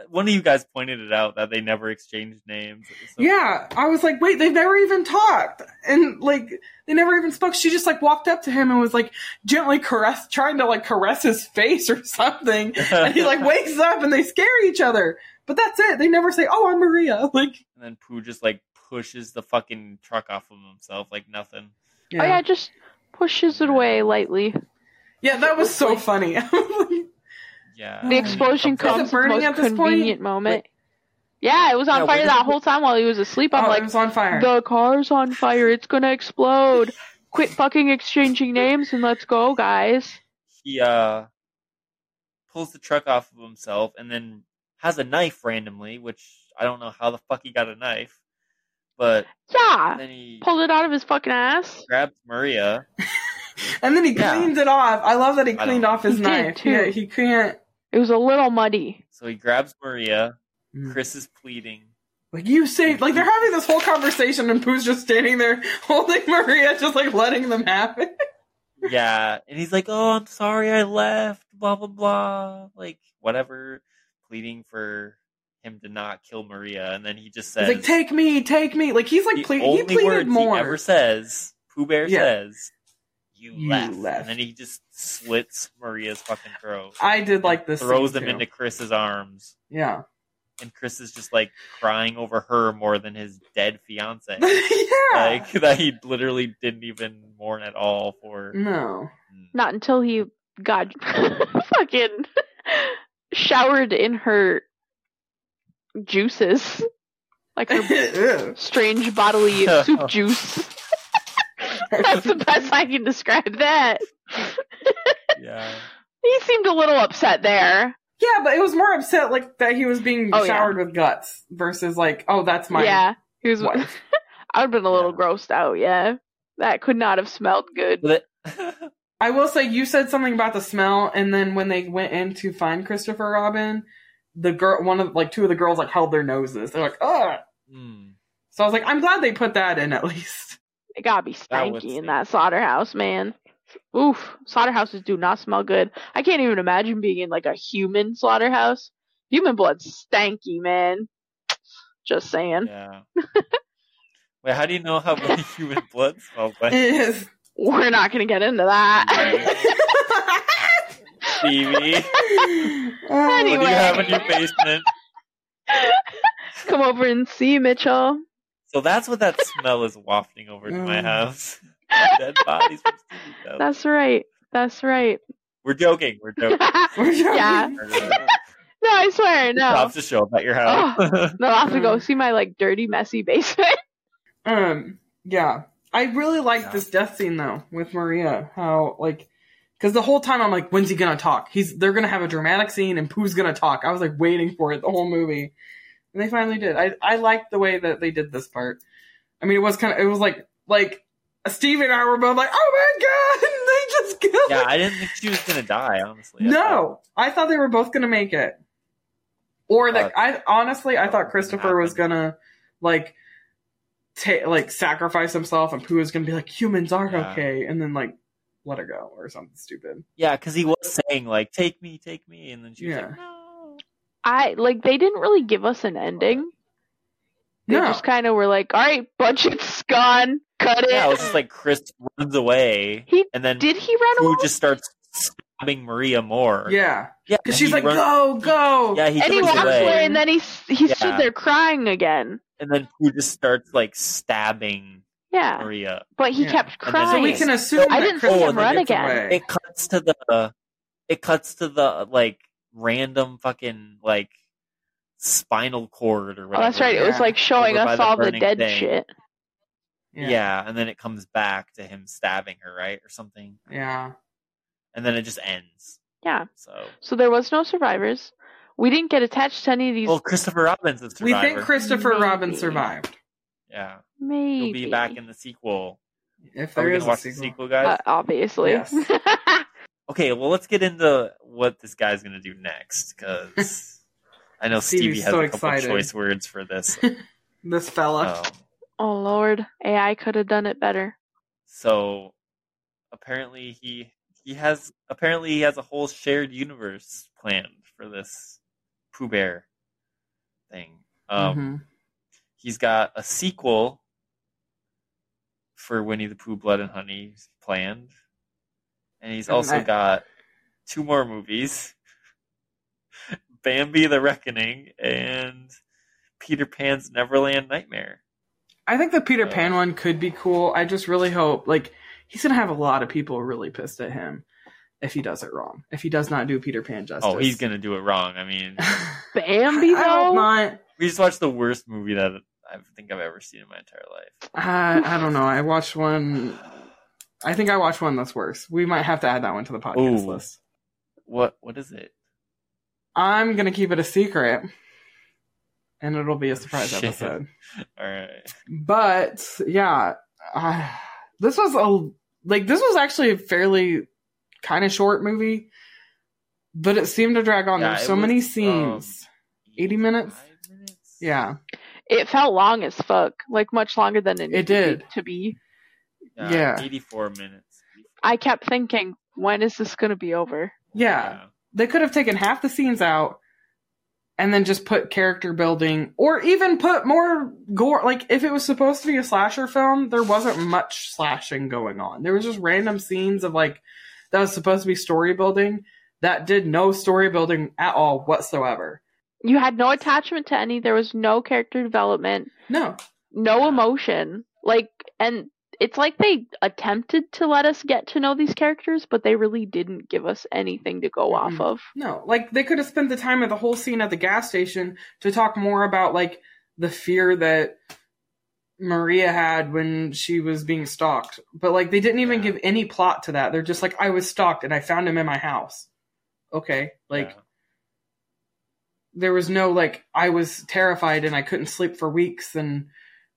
Speaker 1: one of you guys pointed it out that they never exchanged names. It was so-
Speaker 3: Yeah, I was like, wait, they've never even talked, and like they never even spoke. She just like walked up to him and was like gently caress, trying to like caress his face or something. And he like wakes up and they scare each other. But that's it. They never say, "Oh, I'm Maria." Like,
Speaker 1: and then Pooh just like pushes the fucking truck off of himself like nothing.
Speaker 3: yeah,
Speaker 2: Oh yeah, just pushes it away lightly.
Speaker 3: Yeah, that was so funny.
Speaker 1: Yeah.
Speaker 2: The explosion
Speaker 1: Is it comes
Speaker 2: comes
Speaker 1: at
Speaker 2: at
Speaker 3: the burning most at
Speaker 2: the
Speaker 3: this
Speaker 2: most
Speaker 3: point?
Speaker 2: convenient
Speaker 3: convenient
Speaker 2: moment. Yeah, it was on
Speaker 1: Yeah, where
Speaker 2: fire
Speaker 1: did
Speaker 2: that
Speaker 1: it-
Speaker 2: whole time while he was asleep. I'm
Speaker 3: oh, it
Speaker 2: like,
Speaker 3: was on fire.
Speaker 2: the car's on fire. It's gonna explode. Quit fucking exchanging names and let's go, guys.
Speaker 1: He uh pulls the truck off of himself and then has a knife randomly, which I don't know how the fuck he got a knife. But
Speaker 2: Yeah,
Speaker 1: then he
Speaker 2: pulled it out of his fucking ass.
Speaker 1: grabs Maria.
Speaker 3: and then he
Speaker 1: Yeah.
Speaker 3: cleans it off. I love that he
Speaker 1: I
Speaker 3: cleaned
Speaker 1: don't-
Speaker 3: off his
Speaker 2: He did,
Speaker 3: knife.
Speaker 2: too.
Speaker 3: Yeah, he can't.
Speaker 2: It was a little muddy.
Speaker 1: So he grabs Maria.
Speaker 3: Mm.
Speaker 1: Chris is pleading.
Speaker 3: Like you saved. Like they're having this whole conversation, and Pooh's just standing there holding Maria, just like letting them have it.
Speaker 1: yeah and he's like oh i'm sorry i left blah blah blah like whatever pleading for him to not kill maria and then he just says
Speaker 3: He's like, take me, take me. Like he's like,
Speaker 1: the
Speaker 3: ple- he
Speaker 1: only
Speaker 3: pleaded
Speaker 1: words
Speaker 3: more.
Speaker 1: he ever says Pooh bear
Speaker 3: Yeah.
Speaker 1: says you,
Speaker 3: You
Speaker 1: left.
Speaker 3: left.
Speaker 1: and then he just slits maria's fucking throat
Speaker 3: I did like this.
Speaker 1: throws
Speaker 3: scene,
Speaker 1: them
Speaker 3: too.
Speaker 1: into chris's arms
Speaker 3: yeah,
Speaker 1: and chris is just like crying over her more than his dead fiance
Speaker 3: yeah.
Speaker 1: like that he literally didn't even mourn at all
Speaker 3: Mm.
Speaker 1: for Mm,
Speaker 3: no,
Speaker 2: Not until he got fucking showered in her juices, like her
Speaker 3: Ew.
Speaker 2: strange bodily soup juice. That's the best I can describe that.
Speaker 1: yeah
Speaker 2: He seemed a little upset there.
Speaker 3: yeah, but it was more upset like that he was being
Speaker 2: Oh, yeah.
Speaker 3: showered with guts versus like, oh, that's my
Speaker 2: yeah, he was.
Speaker 3: wife.
Speaker 2: I would have been a little
Speaker 1: Yeah.
Speaker 2: grossed out, yeah. That could not have smelled good.
Speaker 1: but
Speaker 3: I will say you said something about the smell, and then when they went in to find Christopher Robin, the girl, one of like two of the girls, like held their noses. They're like, ugh.
Speaker 1: Hmm.
Speaker 3: So I was like, I'm glad they put that in at least.
Speaker 2: It gotta be
Speaker 1: That would
Speaker 2: stanky in
Speaker 1: stink.
Speaker 2: that slaughterhouse, man. Oof, slaughterhouses do not smell good. I can't even imagine being in like a human slaughterhouse. Human blood's stanky, man. Just saying.
Speaker 1: Yeah. Wait, how do you know how many human blood smells like?
Speaker 3: It is.
Speaker 2: We're not gonna get into that.
Speaker 1: Stevie,
Speaker 3: Oh,
Speaker 1: what do you have in your basement?
Speaker 2: Come over and see Mitchell.
Speaker 1: So that's what that smell is wafting over to my
Speaker 3: Mm.
Speaker 1: house. Dead bodies from Stevie's house.
Speaker 2: That's right. That's right.
Speaker 1: We're joking. We're
Speaker 2: no,
Speaker 1: joking.
Speaker 3: We're joking.
Speaker 2: Yeah. I swear, no.
Speaker 1: Props to show up at your house.
Speaker 2: No, I'll have to
Speaker 3: Mm.
Speaker 2: go see my like dirty, messy basement.
Speaker 3: Um, yeah. I really liked
Speaker 1: Yeah.
Speaker 3: this death scene though with Maria. How like because the whole time I'm like, when's he gonna talk? He's they're gonna have a dramatic scene and Pooh's gonna talk. I was like waiting for it the whole movie, and they finally did. I I liked the way that they did this part. I mean, it was kind of it was like like Steve and I were both like, oh my god, they just killed.
Speaker 1: yeah, I didn't think she was gonna die. Honestly, I thought-
Speaker 3: No, I thought they were both gonna make it. Or that
Speaker 1: Uh,
Speaker 3: I honestly, I
Speaker 1: that
Speaker 3: thought
Speaker 1: wouldn't
Speaker 3: Christopher was gonna like ta- like sacrifice himself, and Pooh was gonna be like, humans are
Speaker 1: Yeah.
Speaker 3: okay, and then like let her go or something stupid.
Speaker 1: Yeah, because he was saying like, "Take me, take me," and then she was
Speaker 3: Yeah.
Speaker 1: like, "No."
Speaker 2: I like they didn't really give us an ending. They
Speaker 3: No,
Speaker 2: just kind of were like, "All right, budget's gone, cut it."
Speaker 1: Yeah, it was just like Chris runs away,
Speaker 2: He
Speaker 1: and then
Speaker 2: Did he run
Speaker 1: who
Speaker 2: away?
Speaker 1: just starts stabbing Maria more.
Speaker 3: yeah,
Speaker 1: yeah,
Speaker 3: because she's
Speaker 1: he
Speaker 3: like,
Speaker 1: runs-
Speaker 3: go, go.
Speaker 1: Yeah, he
Speaker 2: and he
Speaker 1: runs
Speaker 2: walked
Speaker 1: away,
Speaker 2: away, and then he s- he stood
Speaker 1: Yeah.
Speaker 2: there crying again.
Speaker 1: and then who just starts like stabbing
Speaker 2: Yeah,
Speaker 1: Maria.
Speaker 2: but he
Speaker 3: Yeah.
Speaker 2: kept
Speaker 1: And then
Speaker 2: crying.
Speaker 1: it
Speaker 3: So we
Speaker 1: Nice.
Speaker 3: can assume
Speaker 2: I
Speaker 3: that
Speaker 2: didn't see
Speaker 3: Christopher
Speaker 1: him run
Speaker 3: gets
Speaker 2: again.
Speaker 3: away.
Speaker 1: It cuts to the, it cuts to the like random fucking like spinal cord or
Speaker 2: oh,
Speaker 1: whatever.
Speaker 2: that's right. It was
Speaker 3: Yeah.
Speaker 2: like showing
Speaker 1: Over by
Speaker 2: us
Speaker 1: the
Speaker 2: all the
Speaker 1: burning
Speaker 2: dead
Speaker 1: thing.
Speaker 2: shit.
Speaker 1: Yeah. and then it comes back to him stabbing her, right, or something,
Speaker 3: yeah.
Speaker 1: and then it just ends.
Speaker 2: Yeah.
Speaker 1: So,
Speaker 2: So there was no survivors. We didn't get attached to any of these.
Speaker 1: well, Christopher Robbins is
Speaker 3: We
Speaker 1: survivor.
Speaker 3: think Christopher Robin
Speaker 2: Maybe.
Speaker 3: survived.
Speaker 1: yeah,
Speaker 2: Maybe
Speaker 1: he'll be back in the sequel.
Speaker 3: If
Speaker 1: Are
Speaker 3: there
Speaker 1: we
Speaker 3: is
Speaker 1: gonna
Speaker 3: a
Speaker 1: watch the
Speaker 3: sequel.
Speaker 1: sequel, guys?
Speaker 2: Uh, obviously.
Speaker 3: Yes.
Speaker 1: okay, well, let's get into what this guy's gonna do next because I know Stevie
Speaker 3: Stevie's
Speaker 1: has
Speaker 3: so
Speaker 1: a couple
Speaker 3: excited.
Speaker 1: choice words for this.
Speaker 3: this fella.
Speaker 1: Um,
Speaker 2: oh Lord, AI could have done it better.
Speaker 1: so apparently he he has apparently he has a whole shared universe planned for this Pooh Bear thing. Um,
Speaker 3: Mhm.
Speaker 1: He's got a sequel for Winnie the Pooh Blood and Honey planned, and he's
Speaker 3: And
Speaker 1: also
Speaker 3: I-
Speaker 1: got two more movies: Bambi the Reckoning and Peter Pan's Neverland Nightmare.
Speaker 3: I think the Peter
Speaker 1: Uh,
Speaker 3: Pan one could be cool. I just really hope like he's gonna have a lot of people really pissed at him if he does it wrong. If he does not do Peter Pan justice.
Speaker 1: Oh, he's gonna do it wrong. I mean.
Speaker 2: Bambi
Speaker 3: I hope
Speaker 2: though.
Speaker 3: not.
Speaker 1: We just watched the worst movie that I think I've ever seen in my entire life.
Speaker 3: Uh, I, I don't know. I watched one. I think I watched one that's worse. We might have to add that one to the podcast
Speaker 1: Ooh.
Speaker 3: list.
Speaker 1: What what is it?
Speaker 3: I'm gonna keep it a secret, and it'll be a surprise
Speaker 1: Shit.
Speaker 3: episode.
Speaker 1: All right.
Speaker 3: But yeah, I, this was a like this was actually a fairly kind of short movie, but it seemed to drag on.
Speaker 1: Yeah,
Speaker 3: There's
Speaker 1: it
Speaker 3: so many
Speaker 1: was, um,
Speaker 3: scenes. 80 minutes?
Speaker 1: 85 minutes?
Speaker 3: yeah,
Speaker 2: It felt long as fuck, like much longer than it,
Speaker 3: It
Speaker 2: needed
Speaker 3: did.
Speaker 2: to be.
Speaker 3: Yeah.
Speaker 1: 84 minutes.
Speaker 2: I kept thinking, when is this gonna be over?
Speaker 3: yeah, They could have taken half the scenes out and then just put character building or even put more gore. Like if it was supposed to be a slasher film, there wasn't much slashing going on. There was just random scenes of like that was supposed to be story building that did no story building at all whatsoever.
Speaker 2: You had no attachment to any. There was no character development,
Speaker 3: No.
Speaker 2: no
Speaker 1: Yeah.
Speaker 2: emotion. Like, and it's like they attempted to let us get to know these characters, but they really didn't give us anything to go off
Speaker 3: Mhm.
Speaker 2: of.
Speaker 3: No, like they could have spent the time of the whole scene at the gas station to talk more about like the fear that Maria had when she was being stalked. But like they didn't even
Speaker 1: Yeah.
Speaker 3: give any plot to that. They're just like, I was stalked and I found him in my house. Okay. Like there was no like I was terrified and I couldn't sleep for weeks and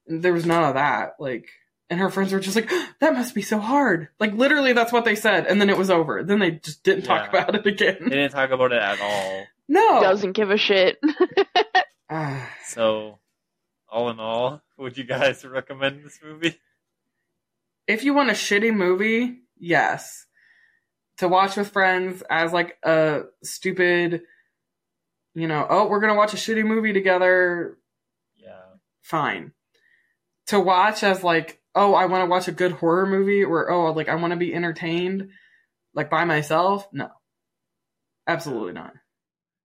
Speaker 3: there was none of that. Like and her friends were just like, that must be so hard. Like literally that's what they said, and then it was over. Then they just didn't talk
Speaker 1: Yeah.
Speaker 3: about it again.
Speaker 1: they didn't talk about it at all.
Speaker 3: no.
Speaker 2: Doesn't give a shit.
Speaker 3: Ah.
Speaker 1: So all in all, would you guys recommend this movie?
Speaker 3: if you want a shitty movie, yes. to watch with friends as like a stupid, you know, oh, we're going to watch a shitty movie together.
Speaker 1: Yeah.
Speaker 3: Fine. To watch as like, oh, I want to watch a good horror movie or oh, like I want to be entertained like by myself. No. Absolutely not.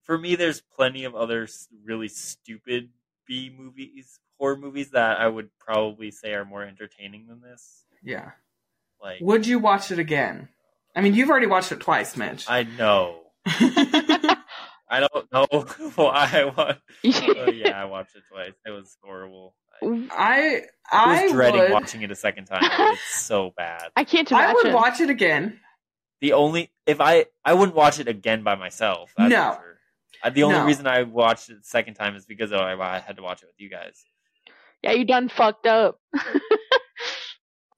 Speaker 1: For me, there's plenty of other s- really stupid B movies, horror movies that I would probably say are more entertaining than this.
Speaker 3: Yeah.
Speaker 1: Like,
Speaker 3: Would you watch it again? I mean, you've already watched it twice, Mitch.
Speaker 1: I know. I don't know why I watched. Oh, yeah, I watched it twice. It was horrible. I
Speaker 3: I
Speaker 1: I
Speaker 3: I
Speaker 1: was dreading
Speaker 3: would,
Speaker 1: watching it a second time. It's so bad.
Speaker 2: I can't imagine.
Speaker 3: I would watch it again.
Speaker 1: The only if I I wouldn't watch it again by myself. That's
Speaker 3: No.
Speaker 1: for sure. Uh, The only
Speaker 3: No.
Speaker 1: reason I watched it the second time is because oh, I, I had to watch it with you guys.
Speaker 2: Yeah, you done fucked up.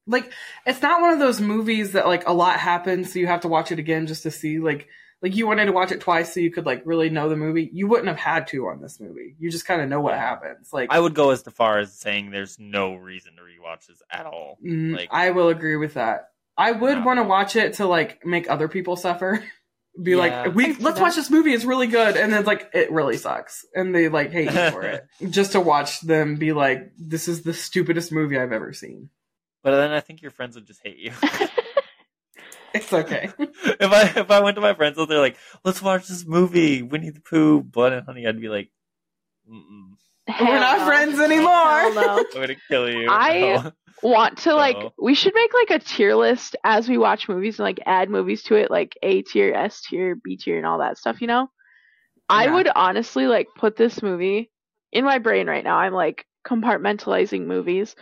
Speaker 3: Like it's not one of those movies that like a lot happens, so you have to watch it again just to see like like you wanted to watch it twice so you could like really know the movie. You wouldn't have had to on this movie. You just kind of know what happens. Like
Speaker 1: I would go as far as saying there's no reason to rewatch this at all.
Speaker 3: Mm,
Speaker 1: like-
Speaker 3: I will agree with that. I would
Speaker 1: No.
Speaker 3: want to watch it to like make other people suffer. Be
Speaker 1: Yeah.
Speaker 3: like,
Speaker 2: I
Speaker 3: we
Speaker 2: see
Speaker 3: let's
Speaker 2: that.
Speaker 3: watch this movie. It's really good, and then like it really sucks, and they like hate you for it. Just to watch them be like, this is the stupidest movie I've ever seen.
Speaker 1: But then I think your friends would just hate you.
Speaker 3: It's okay.
Speaker 1: if I if I went to my friends and they're like, "Let's watch this movie, Winnie the Pooh, Blood and Honey," I'd be like, Mm-mm.
Speaker 3: We're not
Speaker 2: Hell.
Speaker 3: friends
Speaker 2: Hell
Speaker 3: anymore.
Speaker 2: no.
Speaker 1: "I'm gonna kill you."
Speaker 2: I-
Speaker 1: No.
Speaker 2: Want to like?
Speaker 1: No.
Speaker 2: We should make like a tier list as we watch movies and like add movies to it, like A tier, S tier, B tier, and all that stuff. You know, I
Speaker 3: Yeah.
Speaker 2: would honestly like put this movie in my brain right now. I'm like compartmentalizing movies,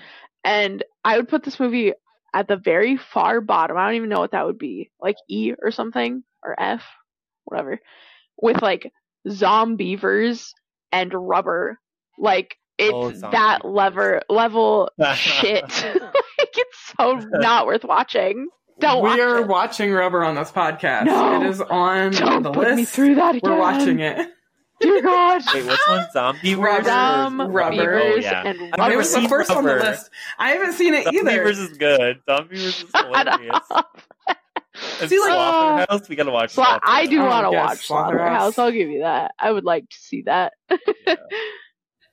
Speaker 2: and I would put this movie at the very far bottom. I don't even know what that would be, like E or something or F, whatever, with like zombievers and rubber. Like it's
Speaker 1: Oh,
Speaker 2: that
Speaker 1: Zombievers.
Speaker 2: lever level shit. like it's so not worth watching. Don't
Speaker 3: we
Speaker 2: watch
Speaker 3: are
Speaker 2: it.
Speaker 3: watching Rubber on this podcast.
Speaker 2: No.
Speaker 3: It is on
Speaker 2: Don't
Speaker 3: the
Speaker 2: put
Speaker 3: list.
Speaker 2: me through that again.
Speaker 3: We're watching it.
Speaker 2: Dear God.
Speaker 1: Wait, which one? Zombie
Speaker 3: Rubber.
Speaker 2: Dumb
Speaker 3: Rubber.
Speaker 1: Oh,
Speaker 2: beavers
Speaker 1: yeah.
Speaker 2: and
Speaker 1: I've
Speaker 2: rubber.
Speaker 3: It
Speaker 1: never
Speaker 3: was the
Speaker 1: seen
Speaker 3: first on the
Speaker 1: Rubber.
Speaker 3: list. I haven't seen it either.
Speaker 1: Zombievers is good. Zombievers is
Speaker 2: I don't
Speaker 1: hilarious. And
Speaker 3: See, like-
Speaker 1: Slaughterhouse, we gotta watch.
Speaker 2: Sla- Ah, I do
Speaker 3: Oh,
Speaker 2: want to
Speaker 3: yes,
Speaker 2: watch
Speaker 3: Slaughterhouse.
Speaker 2: Slaughterhouse. I'll give you that. I would like to see that.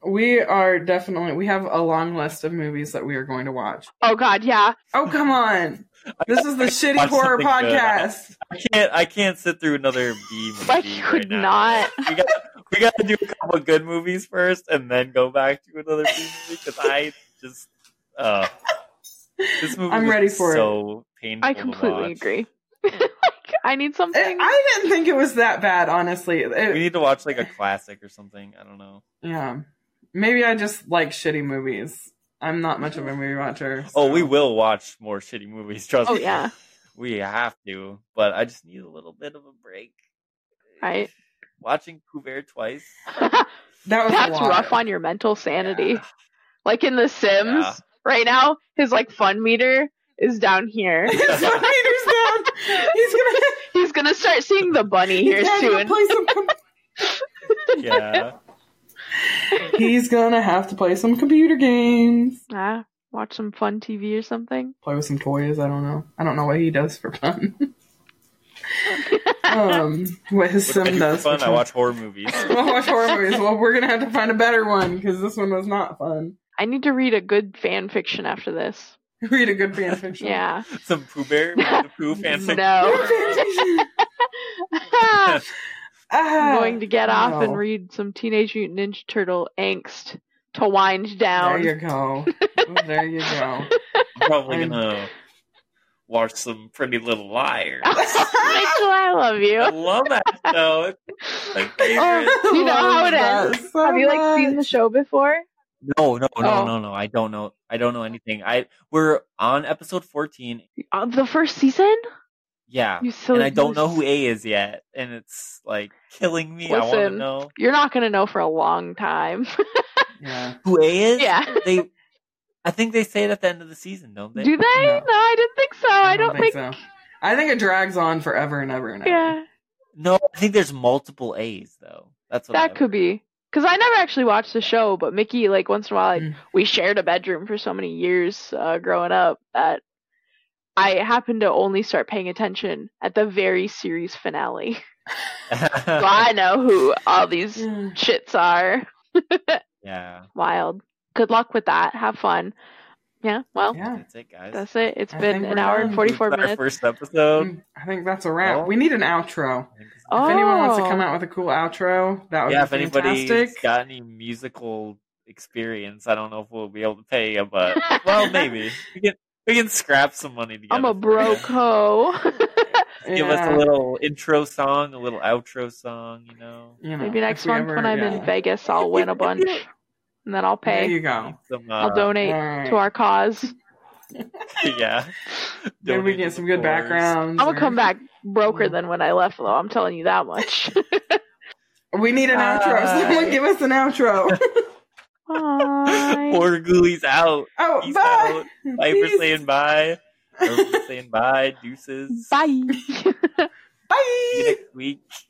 Speaker 3: We are definitely we have a long list of movies that we are going to watch.
Speaker 2: Oh God, yeah.
Speaker 3: Oh come on. This is the shitty
Speaker 1: Watch
Speaker 3: horror
Speaker 1: something good.
Speaker 3: podcast.
Speaker 1: I can't. I can't sit through another B movie.
Speaker 2: Like, you
Speaker 1: right
Speaker 2: could
Speaker 1: now.
Speaker 2: not.
Speaker 1: We got. We got to do a couple of good movies first, and then go back to another B movie because I just. Uh, this movie.
Speaker 3: I'm
Speaker 1: was
Speaker 3: ready for it.
Speaker 1: so painful.
Speaker 2: I
Speaker 1: to
Speaker 2: completely
Speaker 1: watch.
Speaker 2: agree. like, I need
Speaker 3: Eh, I-
Speaker 2: something.
Speaker 3: I didn't think it was that bad, honestly. It-
Speaker 1: We need to watch like a classic or something. I don't know.
Speaker 3: yeah. Maybe I just like shitty movies. I'm not much of a movie watcher.
Speaker 1: Oh, we will watch more shitty movies. Trust
Speaker 2: oh
Speaker 1: me.
Speaker 2: yeah,
Speaker 1: We have to, but I just need a little bit of a break.
Speaker 2: right.
Speaker 1: Watching Couvert twice.
Speaker 3: That was
Speaker 2: That's
Speaker 3: a lot.
Speaker 2: rough on your mental sanity.
Speaker 1: Yeah.
Speaker 2: Like in The Sims,
Speaker 1: Yeah.
Speaker 2: right now his like fun meter is down here.
Speaker 3: His meter's down. He's gonna,
Speaker 2: He's gonna start seeing the bunny here
Speaker 3: he's gonna
Speaker 2: soon.
Speaker 3: play some com-
Speaker 1: Yeah.
Speaker 3: He's gonna have to play some computer games.
Speaker 2: Ah, watch some fun TV or something.
Speaker 3: Play with some toys, I don't know. I don't know what he does for fun. um what his
Speaker 1: Which I do
Speaker 3: sim
Speaker 1: for
Speaker 3: does. for
Speaker 1: fun. I
Speaker 3: fun.
Speaker 1: watch horror movies.
Speaker 3: We'll watch horror movies. Well, we're gonna have to find a better one because this one was not fun.
Speaker 2: I need to read a good fan fiction after this.
Speaker 3: Read a good fan fiction.
Speaker 2: Yeah.
Speaker 1: Some Pooh Bear, Winnie the Pooh fanfic.
Speaker 2: No.
Speaker 3: I'm Ah,
Speaker 2: I'm going to get off
Speaker 3: No.
Speaker 2: and read some Teenage Mutant Ninja Turtle angst to wind
Speaker 3: There
Speaker 2: down.
Speaker 3: you go. There you go.
Speaker 1: I'm probably
Speaker 3: I'm-
Speaker 1: gonna watch some Pretty Little Liars.
Speaker 2: Mitchell, I love
Speaker 1: I
Speaker 2: you.
Speaker 1: love that show. It's my favorite.
Speaker 2: Oh, you know how it
Speaker 3: Love
Speaker 2: ends.
Speaker 3: that so
Speaker 2: Have you like seen the
Speaker 3: much.
Speaker 2: show before?
Speaker 1: No, no, no,
Speaker 2: Oh.
Speaker 1: no, no. I don't know. I don't know anything. I we're on episode fourteen.
Speaker 2: Uh, the first season?
Speaker 1: Yeah,
Speaker 2: You so
Speaker 1: and I don't
Speaker 2: you
Speaker 1: know who A is yet, and it's like killing me. I want to
Speaker 2: Listen.
Speaker 1: know
Speaker 2: You're not gonna know for a long time.
Speaker 3: Yeah.
Speaker 1: who A is.
Speaker 2: yeah.
Speaker 1: they. I think they say it at the end of the season, don't they?
Speaker 2: Do they?
Speaker 3: No.
Speaker 2: No. I didn't think so. I don't, think.
Speaker 3: so. I think it drags on forever and ever and ever.
Speaker 2: Yeah,
Speaker 1: No, I think there's multiple A's though. That's what
Speaker 2: that
Speaker 1: I've
Speaker 2: could be. Because I never actually watched the show, but Mickey, like once in a while, like
Speaker 3: Mm.
Speaker 2: we shared a bedroom for so many years uh, growing up that I happened to only start paying attention at the very series finale. so I know who all these chits are.
Speaker 1: yeah.
Speaker 2: Wild. Good luck with that. Have fun. Yeah, well,
Speaker 3: Yeah. Mm.
Speaker 1: That's it, guys.
Speaker 2: Oh. that's it. It's
Speaker 3: I
Speaker 2: been
Speaker 3: think
Speaker 2: an
Speaker 3: we're
Speaker 2: hour
Speaker 3: done.
Speaker 2: and 44
Speaker 1: That's our
Speaker 2: minutes.
Speaker 1: first episode. Oh.
Speaker 3: Mm, I think that's a wrap.
Speaker 1: Well-
Speaker 3: we need an outro.
Speaker 2: Oh.
Speaker 3: If anyone wants to come out with a cool outro, that would
Speaker 1: yeah, if
Speaker 3: be
Speaker 1: anybody's
Speaker 3: fantastic.
Speaker 1: got any musical experience, I don't know if we'll be able to pay you, but well, maybe we can we can scrap some money together.
Speaker 2: I'm a
Speaker 1: for you.
Speaker 2: broke hoe.
Speaker 1: Give us a little intro song, a little outro song. You know,
Speaker 3: You know,
Speaker 2: Maybe next
Speaker 3: if we
Speaker 2: month
Speaker 3: ever-
Speaker 2: when I'm
Speaker 3: yeah.
Speaker 2: in Vegas, I'll win a bunch and then I'll
Speaker 3: There
Speaker 2: pay.
Speaker 3: you go.
Speaker 1: some. Uh,
Speaker 2: I'll donate
Speaker 3: Alright.
Speaker 2: to our cause.
Speaker 1: yeah.
Speaker 3: Maybe we
Speaker 1: Donate
Speaker 3: get
Speaker 1: to
Speaker 3: some
Speaker 1: the
Speaker 3: good
Speaker 1: cause.
Speaker 3: backgrounds.
Speaker 2: I'm gonna
Speaker 3: or-
Speaker 2: come back broker
Speaker 3: Mm.
Speaker 2: than when I left, though. I'm telling you that much.
Speaker 3: We need an outro.
Speaker 1: Uh,
Speaker 3: Someone give us an outro.
Speaker 2: Bye.
Speaker 1: Or Ghoulies out.
Speaker 3: Oh,
Speaker 1: Peace
Speaker 3: bye.
Speaker 1: out. Viper
Speaker 3: Peace.
Speaker 1: saying bye. Herbie saying bye. Deuces.
Speaker 2: Bye.
Speaker 1: See you
Speaker 3: Bye.
Speaker 1: next week.